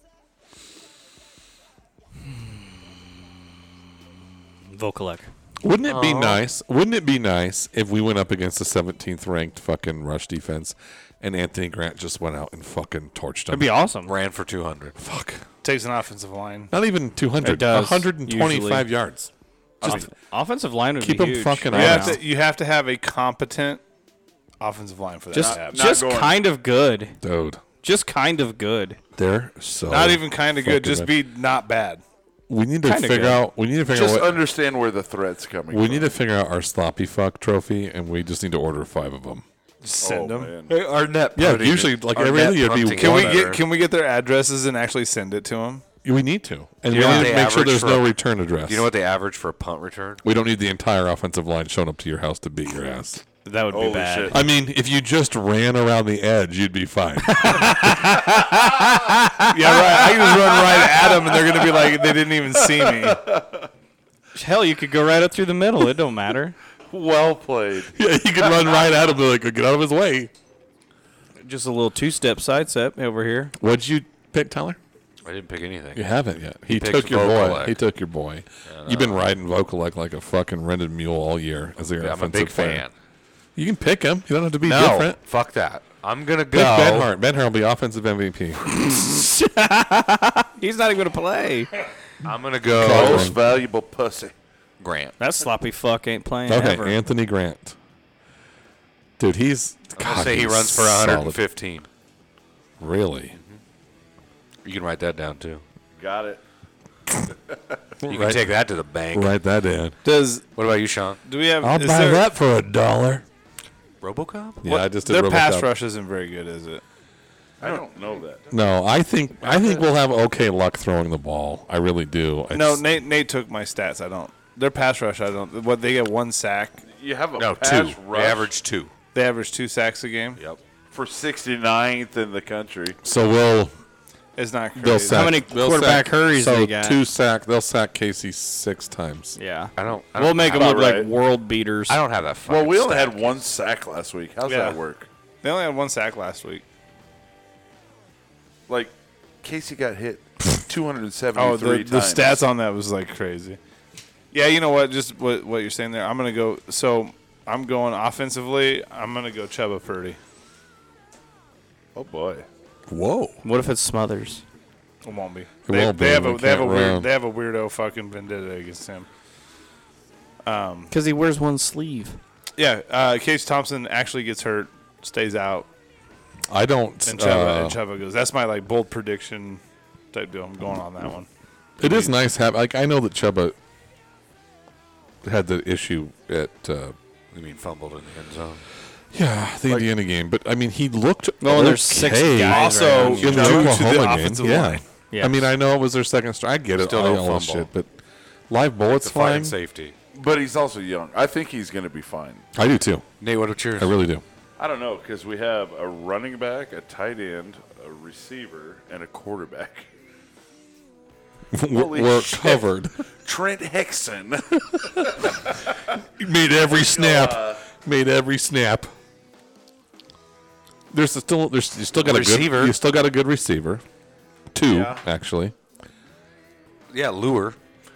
Vokalek. Wouldn't it be nice? Wouldn't it be nice if we went up against the 17th ranked fucking rush defense, and Anthony Grant just went out and fucking torched them? It'd be awesome. Ran for 200. Fuck. Takes an offensive line. Not even 200. It does, 125 usually. yards. Just offensive line would Keep be him huge. fucking You Yeah. have to. You have to have a competent offensive line for that. Just, to happen. just going. kind of good. Dude, Just kind of good. they're so not even kind of good. Fucking Just be not bad. We need to kinda figure good. out. We need to figure Just out. What, understand where the threat's coming we from. need to figure out our sloppy fuck trophy, and we just need to order five of them. Just send Oh, them. man. Our net. Yeah, usually like every other year it'd be Can one. we We, get can we get their addresses and actually send it to them? we need to, and know we what need to they make sure average there's for- no return address. Do you know what they average for a punt return? We don't need the entire offensive line showing up to your house to beat your ass. That would Holy be bad. shit. I mean, if you just ran around the edge, you'd be fine. *laughs* *laughs* Yeah, right. I can just run right at them, and they're gonna be like, they didn't even see me. Hell, you could go right up through the middle. It don't matter. *laughs* Well played. yeah, you could run right at him, be like, get out of his way. Just a little two-step side step over here. What'd you pick, Tyler? Uh, I didn't pick anything. You haven't yet. He, picked took your boy. Vokalek. He took your boy. You've been riding Vocalek like a fucking rented mule all year as their Yeah, I'm a offensive big player. fan. You can pick him. You don't have to be No, different. fuck that. I'm gonna Pick go. Ben Hart. Ben Hart will be offensive MVP. He's not even gonna play. I'm gonna go. Most valuable pussy. Grant. That sloppy fuck ain't playing okay, ever. Anthony Grant. Dude, he's. I God, say he he's runs for solid. 115. Really? You can write that down too. Got it. You Right. can take that to the bank. Write that in. Does What about you, Sean? do we have? I'll is buy there- that for a dollar. RoboCop? Yeah, I just did their Robocop. pass rush isn't very good, is it? I don't know that. No, I think I think we'll have okay luck throwing the ball. I really do. I No, just- Nate. Nate took my stats. I don't. Their pass rush. I don't. What they get one sack. You have a No, pass two. rush They average two. They average two sacks a game. Yep. for 69th in the country. so we'll It's not crazy. they'll sack. How many they'll quarterback sack- hurries so they got? Two sack. They'll sack Casey six times. Yeah, I don't. I we'll don't make have, them look about like right. world beaters. I don't have that. Well, fucking we only stat. had one sack last week. How's Yeah. that work? They only had one sack last week. Like, Casey got *laughs* hit 273 Oh, the, times. the stats on that was like crazy. Yeah, you know what? Just what what you're saying there. I'm gonna go. So I'm going offensively. I'm gonna go Chuba Purdy. Oh boy. Whoa. What if it's Smothers? It won't be. It they, won't they be. have We a they have a can't run. weird, they have a weirdo fucking vendetta against him. Because he wears one sleeve. Yeah, uh, Case Thompson actually gets hurt, stays out, I don't. and Chuba uh, and Chuba goes. That's my like bold prediction type deal. I'm going on that one. it is nice. Have like I know that Chuba had the issue at uh, You mean fumbled in the end zone? yeah the Indiana game, but I mean he looked. Well, okay Oh, and there's six guys right in now. the Due to the Oklahoma offensive game. Yeah. line. Yeah. I mean I know it was their second strike. I get it. Still I no know all this fumble. shit, but live bullets The flying. flying safety. But he's also young. I think he's going to be fine. I do too. Nate, what about yours? I really do. *laughs* I don't know because we have a running back, a tight end, a receiver, and a quarterback. We're, Holy we're shit. covered. *laughs* Trent *laughs* Hexon. made every snap. made every snap. There's still there's you still got a Receiver. good you still got a good receiver. Two Yeah. actually. Yeah, lure.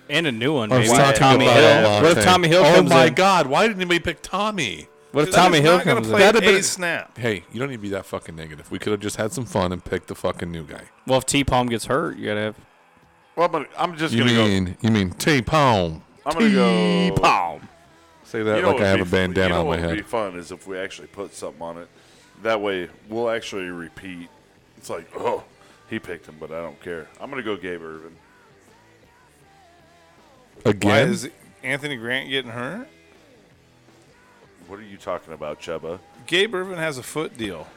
And a new one, I maybe. was Oh, talking Tommy about Hill. Alante. What if Tommy Hill Oh comes my in? god! Why didn't anybody pick Tommy? What if Tommy He's Hill not gonna comes play in? That'd have been- a snap. Hey, you don't need to be that fucking negative. We could have just had some fun and picked the fucking new guy. Well, if T Palm gets hurt, you gotta have. well, I'm, gonna, I'm just You going to go. mean you mean T Palm? I'm going to go. Palm. Say that You know like I what have would be- a you bandana know on my what would head. be fun is if we actually put something on it. That way, we'll actually repeat. It's like, oh, he picked him, but I don't care. I'm going to go Gabe Irvin. Why Again, is Anthony Grant getting hurt? What are you talking about, Chuba? Gabe Irvin has a foot deal.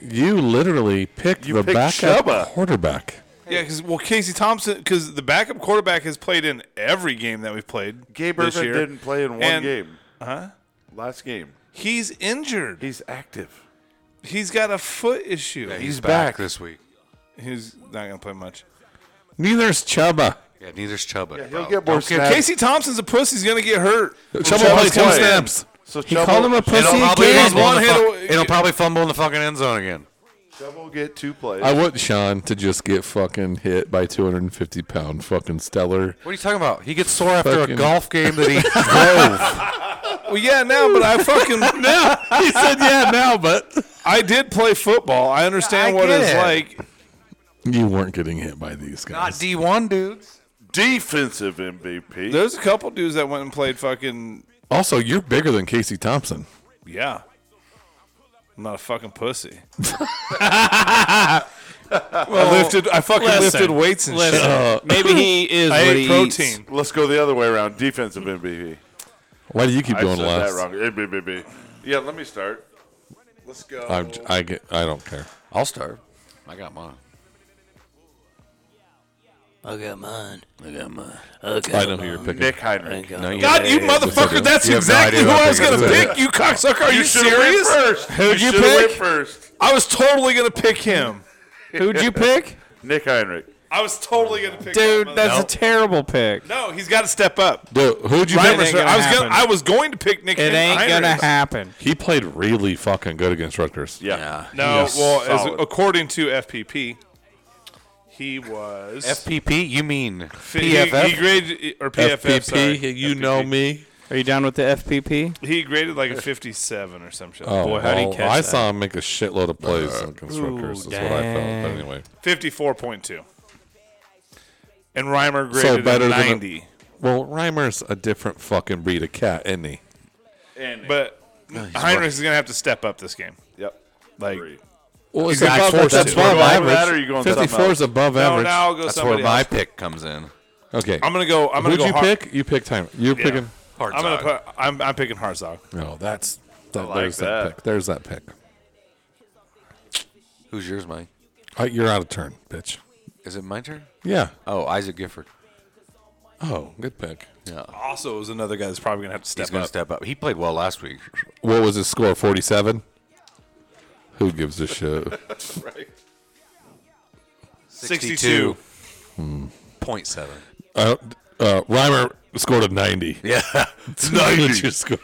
you literally picked You the picked backup Chuba. quarterback. Yeah, because well, Casey Thompson, because the backup quarterback has played in every game that we've played. Gabe this Irvin year. didn't play in one And- game. Huh? Last game. He's injured. He's active. He's got a foot issue. Yeah, he's, back. this week. he's not gonna play much. Neither's Chuba. Yeah, neither's Chuba. Yeah, He'll get more Uh, snaps. Casey Thompson's a pussy. He's gonna get hurt. Chuba Chuba's plays two playing. snaps. So He Chuba- called him a It'll pussy It'll probably, again. fumble in the One fuck- hit- it'll probably fumble in the fucking end zone again. Chuba will get two plays. I want Sean to just get fucking hit by 250 pound *laughs* fucking stellar. What are you talking about? He gets sore after Fucking- a golf game that he *laughs* drove. Well, yeah, now, but I *laughs* fucking no. he said, "Yeah, now, but I did play football. I understand I what get it's it. like. you weren't getting hit by these Not guys." D1 dudes. Defensive MVP. There's a couple dudes that went and played fucking also, you're bigger than Casey Thompson. yeah. I'm not a fucking *laughs* pussy. I lifted. I fucking lifted weights and shit. Maybe he *laughs* is I what ate he protein. eats. Let's go the other way around. Defensive MVP. Why do you keep I going said that last? wrong. MVP. Yeah, let me start. Let's go. I'm, I get. I don't care. I'll start. I got mine. I got mine. I got mine. I know who you're picking. Nick Heinrich. Got God, you motherfucker! That's You have no exactly idea who who I I'm was gonna picking. pick. You cocksucker! Are you, should have went serious? first. Who'd you should have went pick? first. I was totally gonna pick him. Who'd you pick? Nick Heinrich. I was totally gonna pick Dude, that's a terrible pick. No, he's got to step up. Dude, who'd you Right, pick? ain't sir. gonna I was gonna, happen. I was going to pick Nick. It ain't gonna Heinrichs. happen. He played really fucking good against Rutgers. Yeah. No, well, as, solid. according to FPP, He was FPP? You mean F- he- PFF? He, graded or PFF. sorry. FPP, you know me. Are you down with the FPP? He graded like a 57 or some shit. Oh, Boy, how'd he well, catch I that? saw him make a shitload of plays on Constructors. That's what I felt. But dang. anyway, 54.2. And Reimer graded So a better than a- 90. well, Reimer's a different fucking breed of cat, isn't he? but Heinrichs is going to have to step up this game. Yep. Like, Well, it's Exactly. above, Forced that's to. We're above going with that, average. or are you going something 54 is above no, average. now I'll go That's where somebody my else. pick comes in. Okay. I'm going to go. I'm going Who'd to go you Har- pick? You picked time. You're picking. Hard I'm going dog. to put. I'm, I'm picking Herzog. No, that's. That, like there's that. that. pick. There's that pick. Who's yours, Mike? Uh, you're out of turn, bitch. Is it my turn? Yeah. Oh, Isaac Gifford. Oh, good pick. Yeah. Also, is another guy that's probably going to have to He's step going up. to step up. He played well last week. What was his score? 47? Who gives a shit? 62. 62.7. Uh, uh, Reimer scored a 90. *laughs* Yeah. It's 90. score.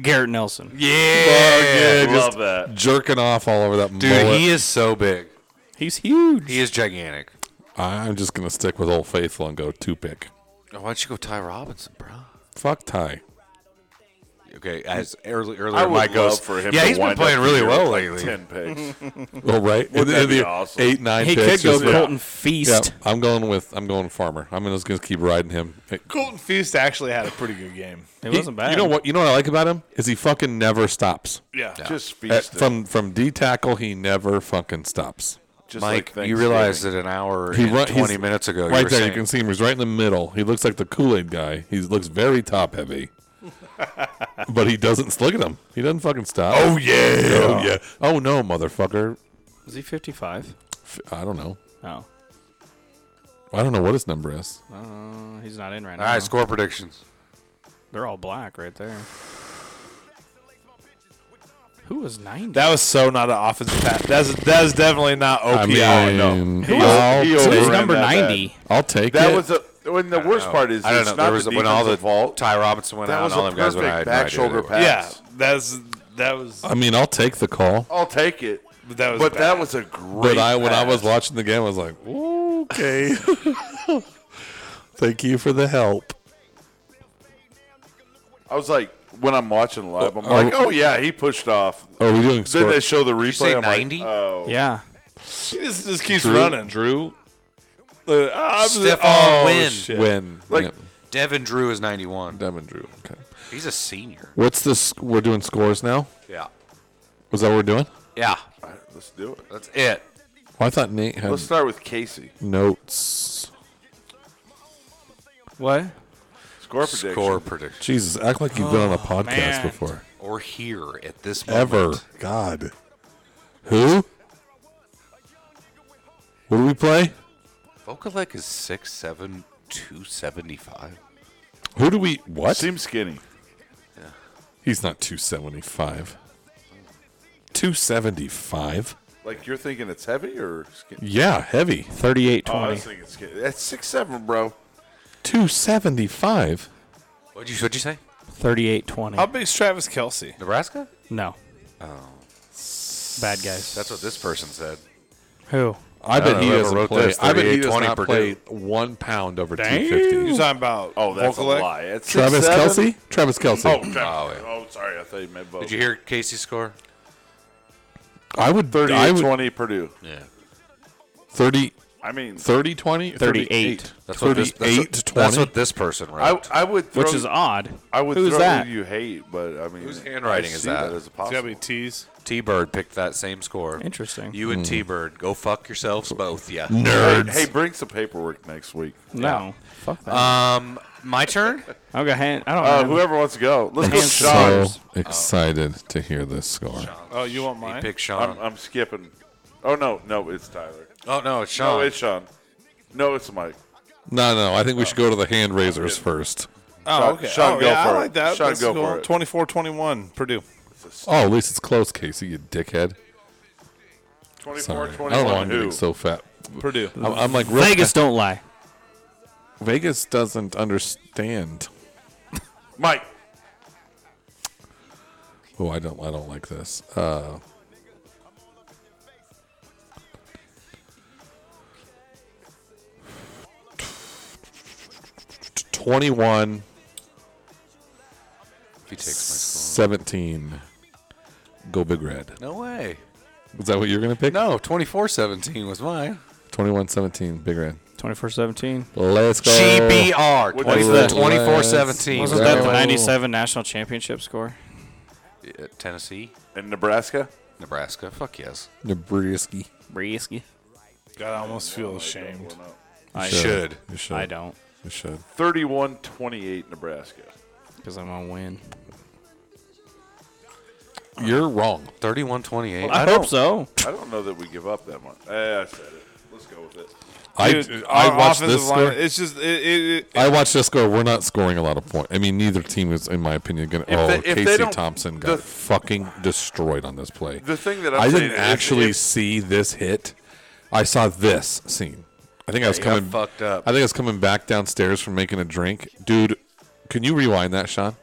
Garrett Nelson. Yeah, love just that. jerking off all over that Dude, mullet. he is so big. He's huge. He is gigantic. I'm just going to stick with Old Faithful and go two pick. Oh, Why don't you go Ty Robinson, bro? *laughs* Fuck Ty. Okay, as early, earlier I would Mike goes, love for him. yeah, to he's been wind up playing the really year well with, like, lately. Ten *laughs* picks. Well, right? Wouldn't that be Either awesome? Eight, nine he picks. could go just- yeah. Colton Feast. Yeah, I'm going with I'm going Farmer. I'm just going to keep riding him. It, Colton Feast actually had a pretty good *laughs* game. It wasn't bad. You know what? You know what I like about him is he fucking never stops. Yeah. Just Uh, feast it. from from D tackle, he never fucking stops. Just Mike, like you realize Thanksgiving. that an hour He and run- twenty he's- minutes ago, you right were there, saying, you can see him. He's right in the middle. He looks like the Kool Aid guy. He looks very top heavy, but he doesn't. Look at him. He doesn't fucking stop. Oh yeah. Oh yeah. Oh no, motherfucker. Was he 55? F- I don't know. No. I don't know what his number is. Uh, he's not in right now. "All right, score predictions." They're all black right there. Who was 90? That was so not an offensive pass. That's that's definitely not OPI. I mean, Who I'll, was, he who was overran number that bad. 90? I'll take That it. was a. When the worst part is, I don't it's know. not There was the when all the defensive fault. Ty Robinson went That out, was and all a them guys went out. perfect back shoulder pass. yeah, that's that was I mean, I'll take the call. I'll take it. that was. But bad. that was a great. But I when I pass. was watching the game, I was like, okay. Thank you for the help. I was like, when I'm watching live, I'm Oh, like, oh. oh yeah, he pushed off. Are we doing Then score? they show the replay. say I'm like, 90? oh, Yeah. He just, just keeps Drew- running. Drew Uh, I'm just- Stephon oh, Wynn. shit. when Like- yeah, Devin Drew is ninety-one. Devin Drew. Okay. He's a senior. What's this? We're doing scores now. Yeah, Was that what we're doing? yeah, all right, let's do it. that's it. Well, I thought Nate had Let's start with Casey. notes. What? Score prediction. Score prediction Jesus, act like you've been on a podcast man. before. or here at this moment. Ever. God. Who? What do we play? Vokalek is six seven two seventy-five. Who do we? What? Seems skinny. He's not 275. 275? Like you're thinking it's heavy or skinny? Yeah, heavy. 38 Oh, I was 20. thinking skinny. That's six seven, bro. 275? What'd you What'd you say? 38 20. How big's Travis Kelsey? Nebraska? No. Oh. Bad guys. That's what this person said. Who? I bet don't know he whoever doesn't wrote play. this, I bet he does 38, not 20 play one pound over 250. You're talking about Oh, that's Vokalek? a lie. It's Travis 6'7"? Kelsey? Travis Kelsey. Oh, Travis. Oh, wait. oh, sorry. I thought you meant both. Did you hear Casey's score? I would. 30, I 38 would 20 Purdue. 30, I mean, 30 20? 38. That's what this, that's, what, 38, that's 20. what this person wrote. I, I would throw, Which is odd. I would Who's throw that? who you hate, but I mean, Whose handwriting I is see that? as a It's gotta possible. be T's. T Bird picked that same score. Interesting. You and T Bird, go fuck yourselves both, yeah. Nerds. Hey, bring some paperwork next week. no. Fuck that. Um, *laughs* my turn. I'll go hand. I don't Uh, know. whoever wants to go, let's go. Hands Sean. So excited to hear this score. Oh, you want He mine? picked I'm, Sean. I'm skipping. Oh no, no, it's Tyler. oh no, it's No, Sean. it's Sean. No, it's Mike. No, no, I think we should go to the hand raisers first. oh, okay. Uh, Sean, oh, go yeah, for I it. like that. Sean, That's go cool. for it. 24-21, Purdue. Oh, at least it's close, Casey, you dickhead. 24, Sorry. I don't know why I'm 21. getting Who? so fat. Purdue. I'm, I'm like real Vegas don't lie. Vegas doesn't understand. Mike. Oh, I don't. I don't like this. Uh, 21 If he takes 17. Go Big Red. my. No way. Is that what you're going to pick? No, 24 17 was mine. 21 17, Big Red. 24 17. Let's go. GBR What is that? 24 17. Wasn't that the Well- 97 national championship score? Tennessee? In Nebraska? Nebraska? Fuck yes. Nebraska. Brisky. God, I almost feel ashamed. I Should. You should. I don't You should. 31 28 Nebraska. because I'm gonna win. You're wrong. 31 28. I, hope so. I don't know that we give up that much. Eh, I said it. Let's go with it. I, Dude, I our watched offensive this line- score. It's just it, it, it, I watched this score. We're not scoring a lot of points. I mean, neither team is, in my opinion, going to. If Oh, they- if they Casey don't- Thompson got the- fucking destroyed on this play. The thing that I'm I saying didn't is actually if- see this hit. I saw this scene. I think I was Yeah, you got coming fucked up. I think I was coming back downstairs from making a drink. Dude, can you rewind that, Sean?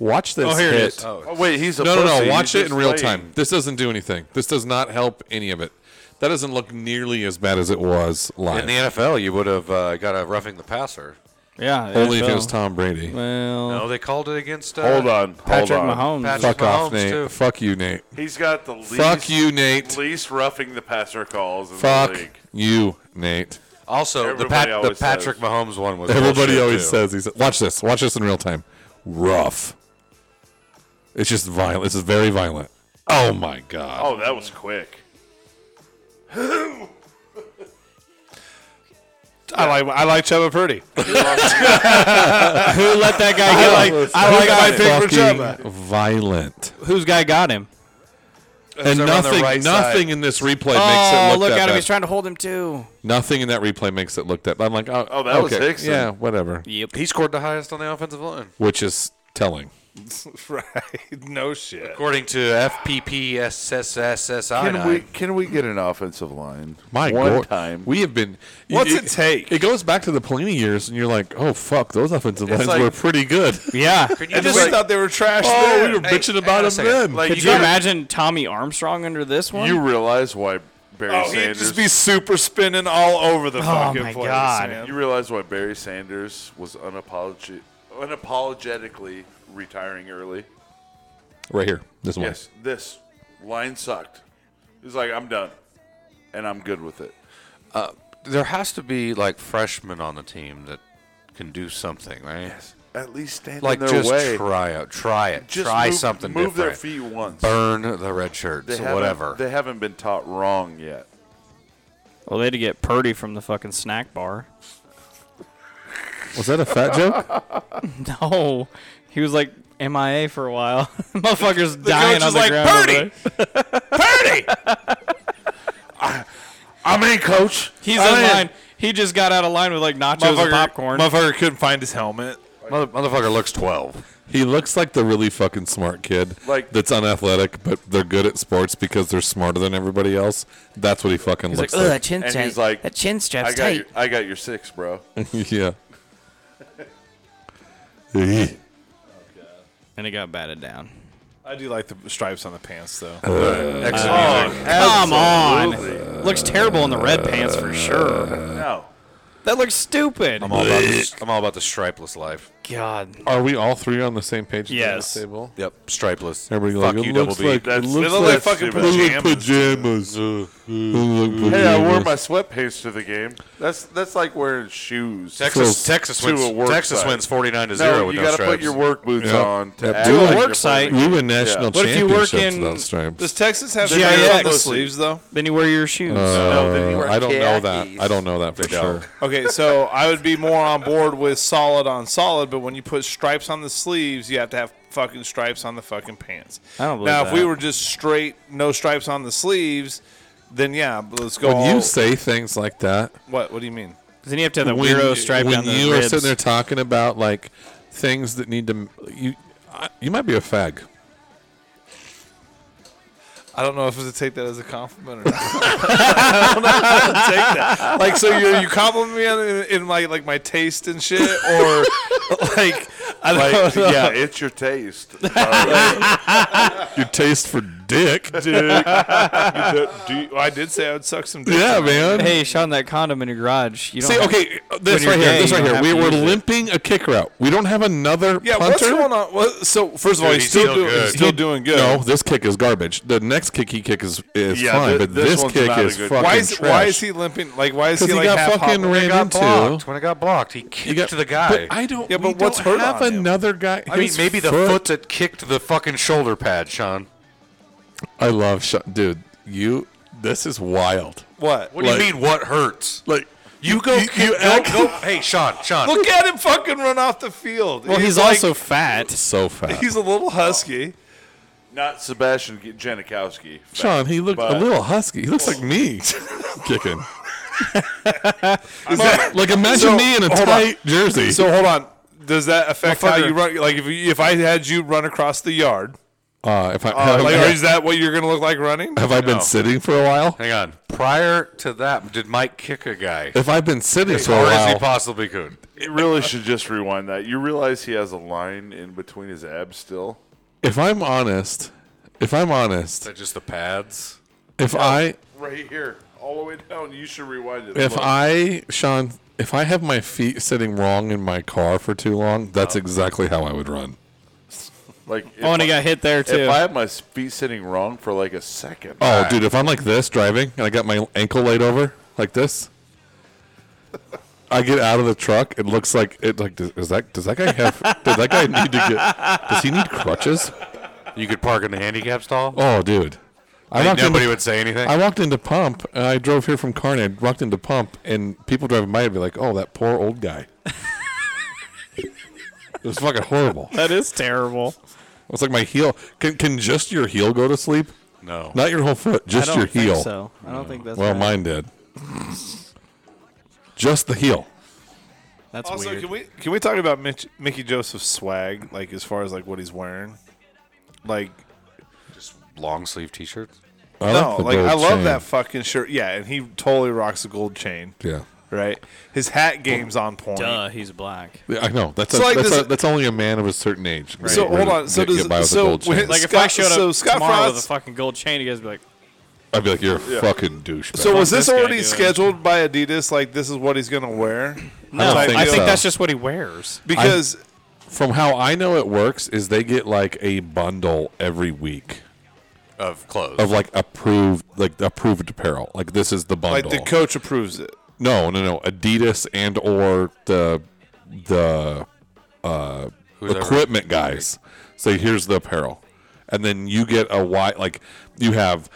Watch this Oh, here hit. it is. Oh, wait, he's a No, no, pussy. no. He's Watch it just in real playing. time. This doesn't do anything. This does not help any of it. That doesn't look nearly as bad as it was live. In the NFL, you would have uh, got a roughing the passer. Yeah. Only if NFL. it was Tom Brady. Well, No, they called it against. Uh, Hold on. Hold Patrick on. Mahomes. Patrick Fuck off, Mahomes, Nate. too. Fuck you, Nate. He's got the least, Fuck you, Nate. least roughing the passer calls in the Fuck league. you, Nate. Also, the, Everybody Pat, the always says. Patrick Mahomes one was. Everybody bullshit, always too. says he's. Watch this. Watch this in real time. Rough. It's just violent. This is very violent. Oh my god. Oh, that was quick. I like I like Chuba Purdy. Oh who let that guy go? Oh, I like my pick for Chuba. Fucking violent. Who's guy got him? And over on the nothing, right Oh, nothing in this replay makes it look, that bad. trying to hold him too. nothing in that replay makes it look that. Bad. I'm like, oh, Oh, that was okay. Hickson. Yeah, whatever. Yep. He scored the highest on the offensive line. Which is telling. right? No shit. According to FPPSSSSI. Can we can we get an offensive line? My one God. time. we have been. What's it take? It goes back to the Pelini years, and you're like, oh fuck, those offensive lines like- were pretty good. Yeah. Can I you just just, like, thought they were trash. Oh, then. we were Hey, bitching hang on about a him second. then. Like, Could you gotta- imagine Tommy Armstrong under this one? You realize why Barry Oh, he'd Sanders? just be super spinning all over *laughs* the fucking my place. God. man. you realize why Barry Sanders was unapologi- unapologetically retiring early? right here, this one. Yes, this line sucked. He's like, I'm done, and I'm good with it. there has to be like freshmen on the team that can do something, right? At least stand Like in their just way. try out, try it, Just try move, something Move their different. feet once. Burn the red shirts, They or haven't- whatever. They haven't been taught wrong yet. well, they had to get Purdy from the fucking snack bar. Was that a fat joke? *laughs* No, he was like MIA for a while. *laughs* Motherfucker's dying coach on is the like, ground. "Purdy!" over there. I'm in, coach. He's in line. He just got out of line with like nachos and Motherfucker- popcorn. Motherfucker couldn't find his helmet. Mother, motherfucker looks twelve. he looks like the really fucking smart kid Like- that's unathletic, but they're good at sports because they're smarter than everybody else. That's what he fucking looks Ugh, that like. chin And tight. he's like, that chin strap's I got, tight. your, I got your six, bro. *laughs* yeah. Eh. and he got batted down. I do like the stripes on the pants though. Come on. Looks terrible in the red pants for sure. No. That looks stupid. I'm all about the, I'm all about the stripeless life. God. Are we all three on the same page? at Yes. This table? Yep, stripeless. Everybody Fuck like, you, it looks Double B. like it That's- looks they look like like fucking it looks like pajamas. It looks like Hey, I wore pajamas. my sweatpants to the game. That's that's like wearing shoes. Texas, Texas to wins. a work Texas site. wins forty nine to zero No, with you no got to stripes. put your work boots Yep. on to Yep. act Do a like work you're site. playing. We win national Yeah. What if you work championships in- without stripes. Does Texas have Yeah, stripes on yeah. those sleeves though? Then you wear your shoes. No, then you Uh, wear I don't know that. khakis. I don't know that for sure. Okay, so I would be more on board with solid on solid, but when you put stripes on the sleeves, you have to have fucking stripes on the fucking pants. I don't believe now, if we that. were just straight, no stripes on the sleeves, then yeah, but let's go. When all- you say things like that, what? What do you mean? Then you have to have that when weirdo you- stripe when down the you are ribs. sitting there talking about like things that need to, you I- you might be a fag. I don't know if to take that as a compliment *laughs* or not. I don't know how to take that. Like, so you you compliment me on, in, in my like my taste and shit, or like I don't Like, *laughs* know. yeah, it's your taste. Sorry. Your taste for dick. Dick. Do you- I did say I would suck some dick. Yeah, man. *laughs* Hey, Sean, that condom in your garage. You don't See, have- okay, this you're right here, gay, this you right don't here. have We to were use it. limping a kick route. We don't have another Yeah, punter. what's going on? What, so first of all, Dude, he's he's still, still doing good. he's still doing good. No, this kick is garbage. The next kick he kick is is Yeah, fine, thi- but this this, one's kick not a is good fucking why is trash. why is he limping? Like why is he, Because he like got half fucking hobbling? ran into. blocked. When I got blocked, he kicked You got- to the guy. But I don't. Yeah, but we what's don't hurt have on him? another guy? I mean, his maybe the foot that kicked the fucking shoulder pad, Sean. I love, Sha- dude. You. This is wild. What? What do you mean? What hurts? Like You go. you, kick- you go, act go- *laughs* Hey, Sean. Sean. Look at him fucking run off the field. Well, he's, like- also fat. so fat. he's a little husky. Not Sebastian Janikowski. Sean, he looked a But- little husky. He looks like me *laughs* kicking. like imagine So, me in a hold on. tight jersey. So hold on. Does that affect how Motherfucker. you run? Like if you, if I had you run across the yard, uh, if I, uh, have, like I- is that what you're gonna look like running? have I been sitting for a while? Hang on. Prior to that, did Mike kick a guy? If I've been sitting for a Or as he while, possibly could. You really should just rewind that. You realize he has a line in between his abs still. if I'm honest, if I'm honest, Is that just the pads? if I Right here, all the way down. You should rewind it. If Look. I, Sean, if I have my feet sitting wrong in my car for too long, that's exactly how I would run. like, if Oh, and I, he got hit there too. if I had my feet sitting wrong for like a second, Oh, dude, if I'm like this driving and I got my ankle laid over like this, I get out of the truck. It looks like it. Like, does, is that does that guy have? does that guy need to get? Does he need crutches? You could park in the handicap stall. Oh, dude, I Think walked nobody into would say anything. I walked into Pump and I drove here from Kearney. I walked into Pump and people driving by would be like, "Oh, that poor old guy." *laughs* it was fucking horrible. that is terrible. It's like my heel. Can can just your heel go to sleep? no. Not your whole foot, I just don't your think heel. so. I don't think that's Well, right. mine did. just the heel. That's Also, weird. can we can we talk about Mitch, Mickey Joseph's swag? Like as far as like what he's wearing, like Long sleeve T-shirts. I no, the like gold I love chain. that fucking shirt. Yeah, and he totally rocks a gold chain. Yeah. Right, his hat game's on point. Duh, he's black. Yeah, I know. That's So, a, like, that's, this- a, that's only a man of a certain age. So, Where hold you on. So get- get does- by with a so gold when- chain. Like if Scott- I showed up so Scott tomorrow with Frost- a fucking gold chain, you guys would be like, I'd be like, "You're a fucking douchebag." So was this this guy already doing? scheduled by Adidas? Like this is what he's gonna wear? "No, don't I think think, so. that's just what he wears." Because uh, From how I know it works, is they get like a bundle every week Of clothes. of like approved, like approved apparel. Like this is the like bundle. the coach approves it. no, no, no. Adidas and or the the Whoever- equipment guys say here's the apparel and then you get a wide like you have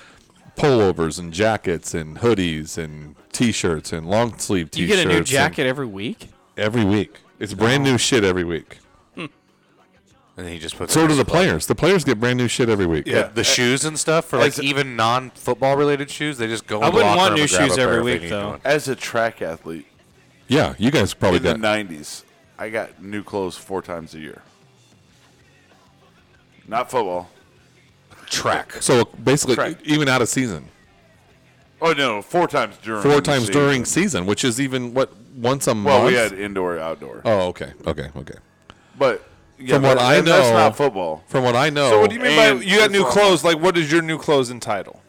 pullovers and jackets and hoodies and t-shirts and long sleeve You t-shirts get a new and- jacket every week. every week it's brand new shit every week And he just puts. so it do in the his clothes. players the players get brand new shit every week Yeah. The shoes and stuff for like even non-football related shoes. They just go. I in the wouldn't want locker room new and grab shoes a pair every if they week, need though. one. as a track athlete yeah you guys probably in the got '90s, I got new clothes four times a year. Not football. Track. so basically Correct. even out of season Oh no, four times during. four the times season. during season which is even what once a Well, month we had indoor, outdoor, oh okay okay okay but yeah, From what that- I and that's know- not football. from what i know So what do you mean by and you got it's new on- clothes? Like what does your new clothes entitle?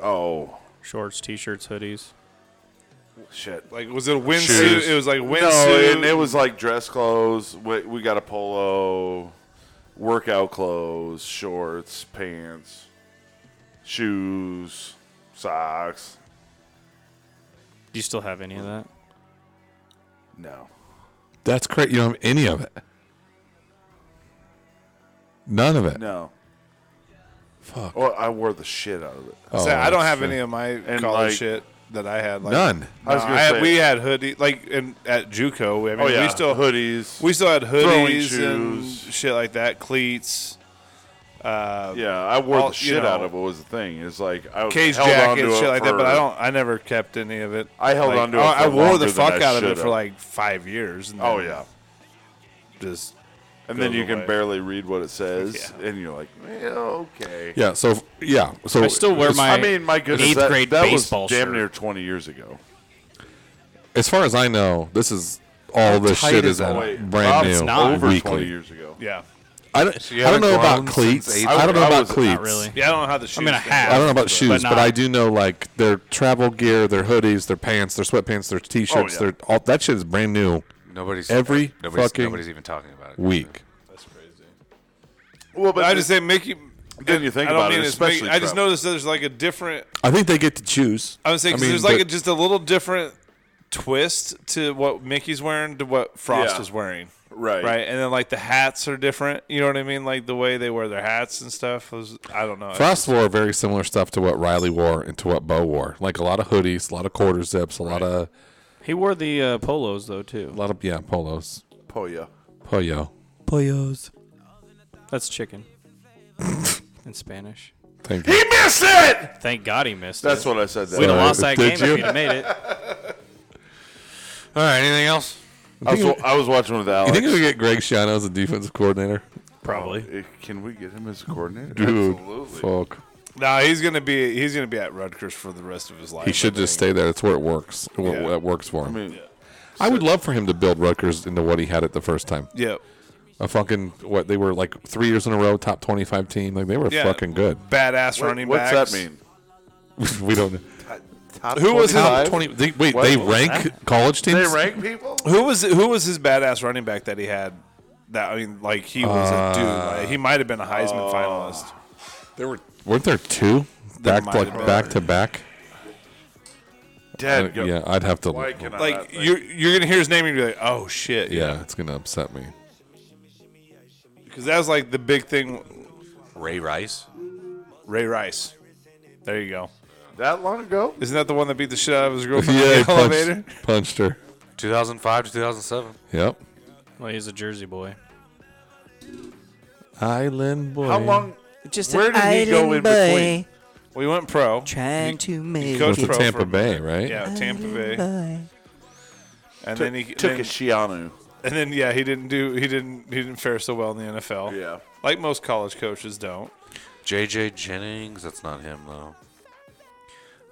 Oh Shorts, t-shirts, hoodies. shit! Like was it a windsuit? Shoes. It was like No, windsuit. and it was like dress clothes. We, we got a polo, workout clothes, shorts, pants, shoes, socks. Do you still have any of that? No, That's correct. You don't have any of it. None of it. no. Fuck. Well, I wore the shit out of it. Oh, So I don't have any of my college like- shit that I had. Like, None. I I was gonna had, say- we had hoodie like in at JUCO. We, I mean, oh yeah, we still hoodies. we still had Throwing hoodies and shoes. shit like that, cleats. Uh, yeah, I wore all- the you shit out know, of it. Was the thing. It's like I cage held jacket, onto it shit like that. But I for- don't. I never kept any of it. I held like, onto it I, I for wore longer the than fuck I out of it should've. for like five years. And Oh then yeah. just And then goes you away. can barely read *laughs* what it says, Yeah. and you're like, eh, okay. Yeah. So yeah. So I still wear my. I mean, my goodness, eighth that, grade that baseball was damn shirt. near 20 years ago. as far as I know, this is all this tight shit is is that? brand Wait, new. Bob's not over 20 weekly. years ago. yeah. I don't, you I had don't a know about grown cleats. since I, don't know I about was- not cleats. Not really. Yeah, I don't know how the shoes. I mean, I thing have. I don't know about shoes, but, not- I do know like their travel gear, their hoodies, their pants, their sweatpants, their t-shirts, yeah. their all that shit is brand new Nobody's Every nobody's, fucking nobody's even talking about it. week. Well, but I just say Mickey. Then you think I don't about it, mean it's Mickey- especially I just travel. noticed there's like a different. I think they get to choose. I was saying 'cause mean, there's like a, but- just a little different twist to what Mickey's wearing to what Frost Yeah. is wearing. Right. Right. And then like the hats are different. You know what I mean? Like the way they wear their hats and stuff. Was, I don't know. Frost wore very similar stuff to what Riley wore and to what Bo wore. Like a lot of hoodies, a lot of quarter zips, a lot of He wore the uh, polos though too. a lot of yeah polos, Poya. pollo. Polos. That's chicken. In Spanish. Thank you. Miss it. Thank God he missed That's it. what I said. We'd have Sorry. lost that Did game you? if he'd have made it. All right. Anything else? I was, I was watching with You Alex. think we get Greg Schiano as a defensive coordinator? Probably. Eh, Can we get him as a coordinator? Dude, Absolutely. fuck. Nah, he's gonna be he's gonna be at Rutgers for the rest of his life. He should I just think. stay there. That's where it works. It wo- Yeah. That works for him. I, I mean, would love for him to build Rutgers into what he had it the first time. Yep. A fucking what they were like three years in a row, top twenty-five team. Like they were Yeah. fucking good. *laughs* Badass what- running what's backs. that mean? we don't. know. Who was his, Top twenty? They, wait, they rank college teams. They rank people? who was who was his badass running back that he had? That I mean, like he was a dude. Like, he might have been a Heisman finalist. Weren't there two back might have like been. back to back? Uh, Dead. yeah, I'd have to. Why can I not Like think? you're you're gonna hear his name and you're like, oh shit, yeah, it's gonna upset me. because that was like the big thing. Ray Rice. Ray Rice. There you go. that long ago? Isn't that the one that beat the shit out of his girlfriend yeah, he in the elevator? punched, punched her. 2005 to 2007. Yep. Well, he's a Jersey boy. Island boy. How long? Just Where did he go in between? We went pro. trying to make Was coached the pro Tampa for- Bay right? Yeah, Tampa Bay. And then he Took then- a Shianu. And then yeah, he didn't do he didn't he didn't fare so well in the NFL. Yeah. Like most college coaches don't. JJ Jennings. That's not him though.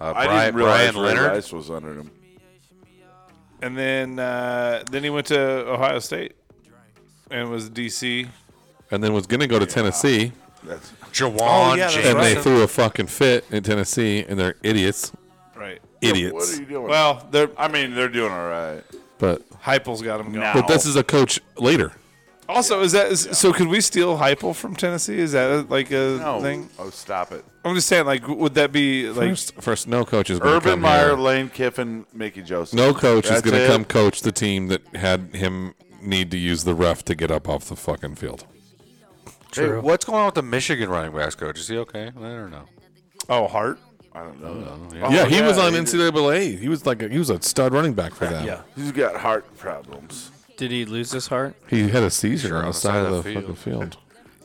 Uh, I Brian, didn't realize Brian Ray Leonard. Rice was under him. And then uh, then he went to Ohio State and was DC. And then was gonna go to Tennessee, That's Jawan Oh, yeah, that's James. and right. they threw a fucking fit in Tennessee, and they're idiots, Right. What are idiots. you doing? Well, they're I mean, they're doing all right. But Heupel's got him going. but this is a coach later. also, is that is, so? Could we steal Heupel from Tennessee? Is that like a No. thing? Oh, stop it. I'm just saying, like, would that be like? First, first no coach is gonna Urban come Meyer, here. Lane Kiffin, Mickey Joseph. No coach That's is gonna it. come coach the team that had him need to use the ref to get up off the fucking field. Hey, what's going on with the Michigan running backs coach? Is he okay? I don't know. Oh, Hart. I don't know. Oh, yeah, he was on he- NCAA. He was like a, he was a stud running back for them. He's got heart problems. Did he lose his heart? He had a seizure on the side, of the field. fucking *laughs* field.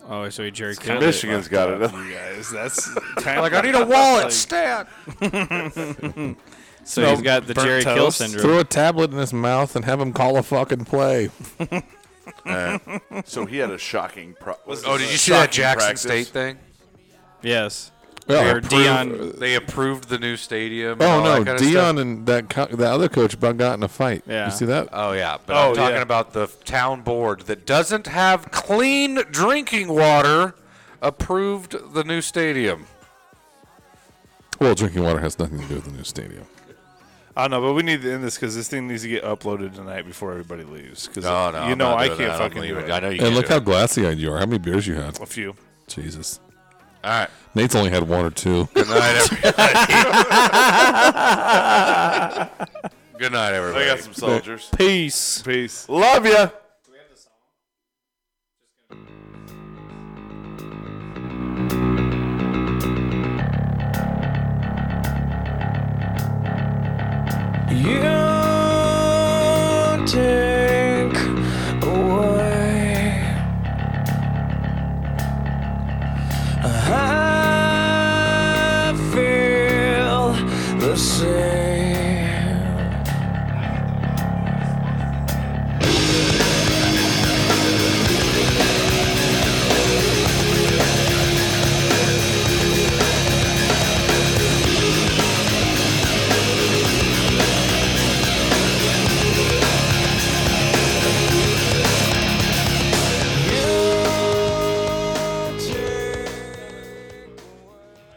Oh, so he Jerry Kennedy. Michigan's got it. Guys, that's kind of Like I need a wallet stat. So he's got the burnt Jerry Kill toast. syndrome. Throw a tablet in his mouth and have him call a fucking play. *laughs* so he had a shocking problem. Oh, did you see that Jackson practice. State thing? Yes. Yeah. or Dion. They approved the new stadium. and all Oh that no, kind of stuff. Dion and that co- the other coach about got in a fight. Yeah. You see that? Oh yeah, but Oh, I'm talking yeah. about the town board that doesn't have clean drinking water approved the new stadium. Well, drinking water has nothing to do with the new stadium. I don't know, but we need to end this because this thing needs to get uploaded tonight before everybody leaves. Because No, no, you I'm know not I doing can't that. I'm fucking do leaving. it. I know you and can't look do how it. glassy eyed you are. How many beers you had? A few. Jesus. All right. Nate's only had one or two. Good night, everybody. Good night, everybody. I got some soldiers. Peace. Peace. Love ya. You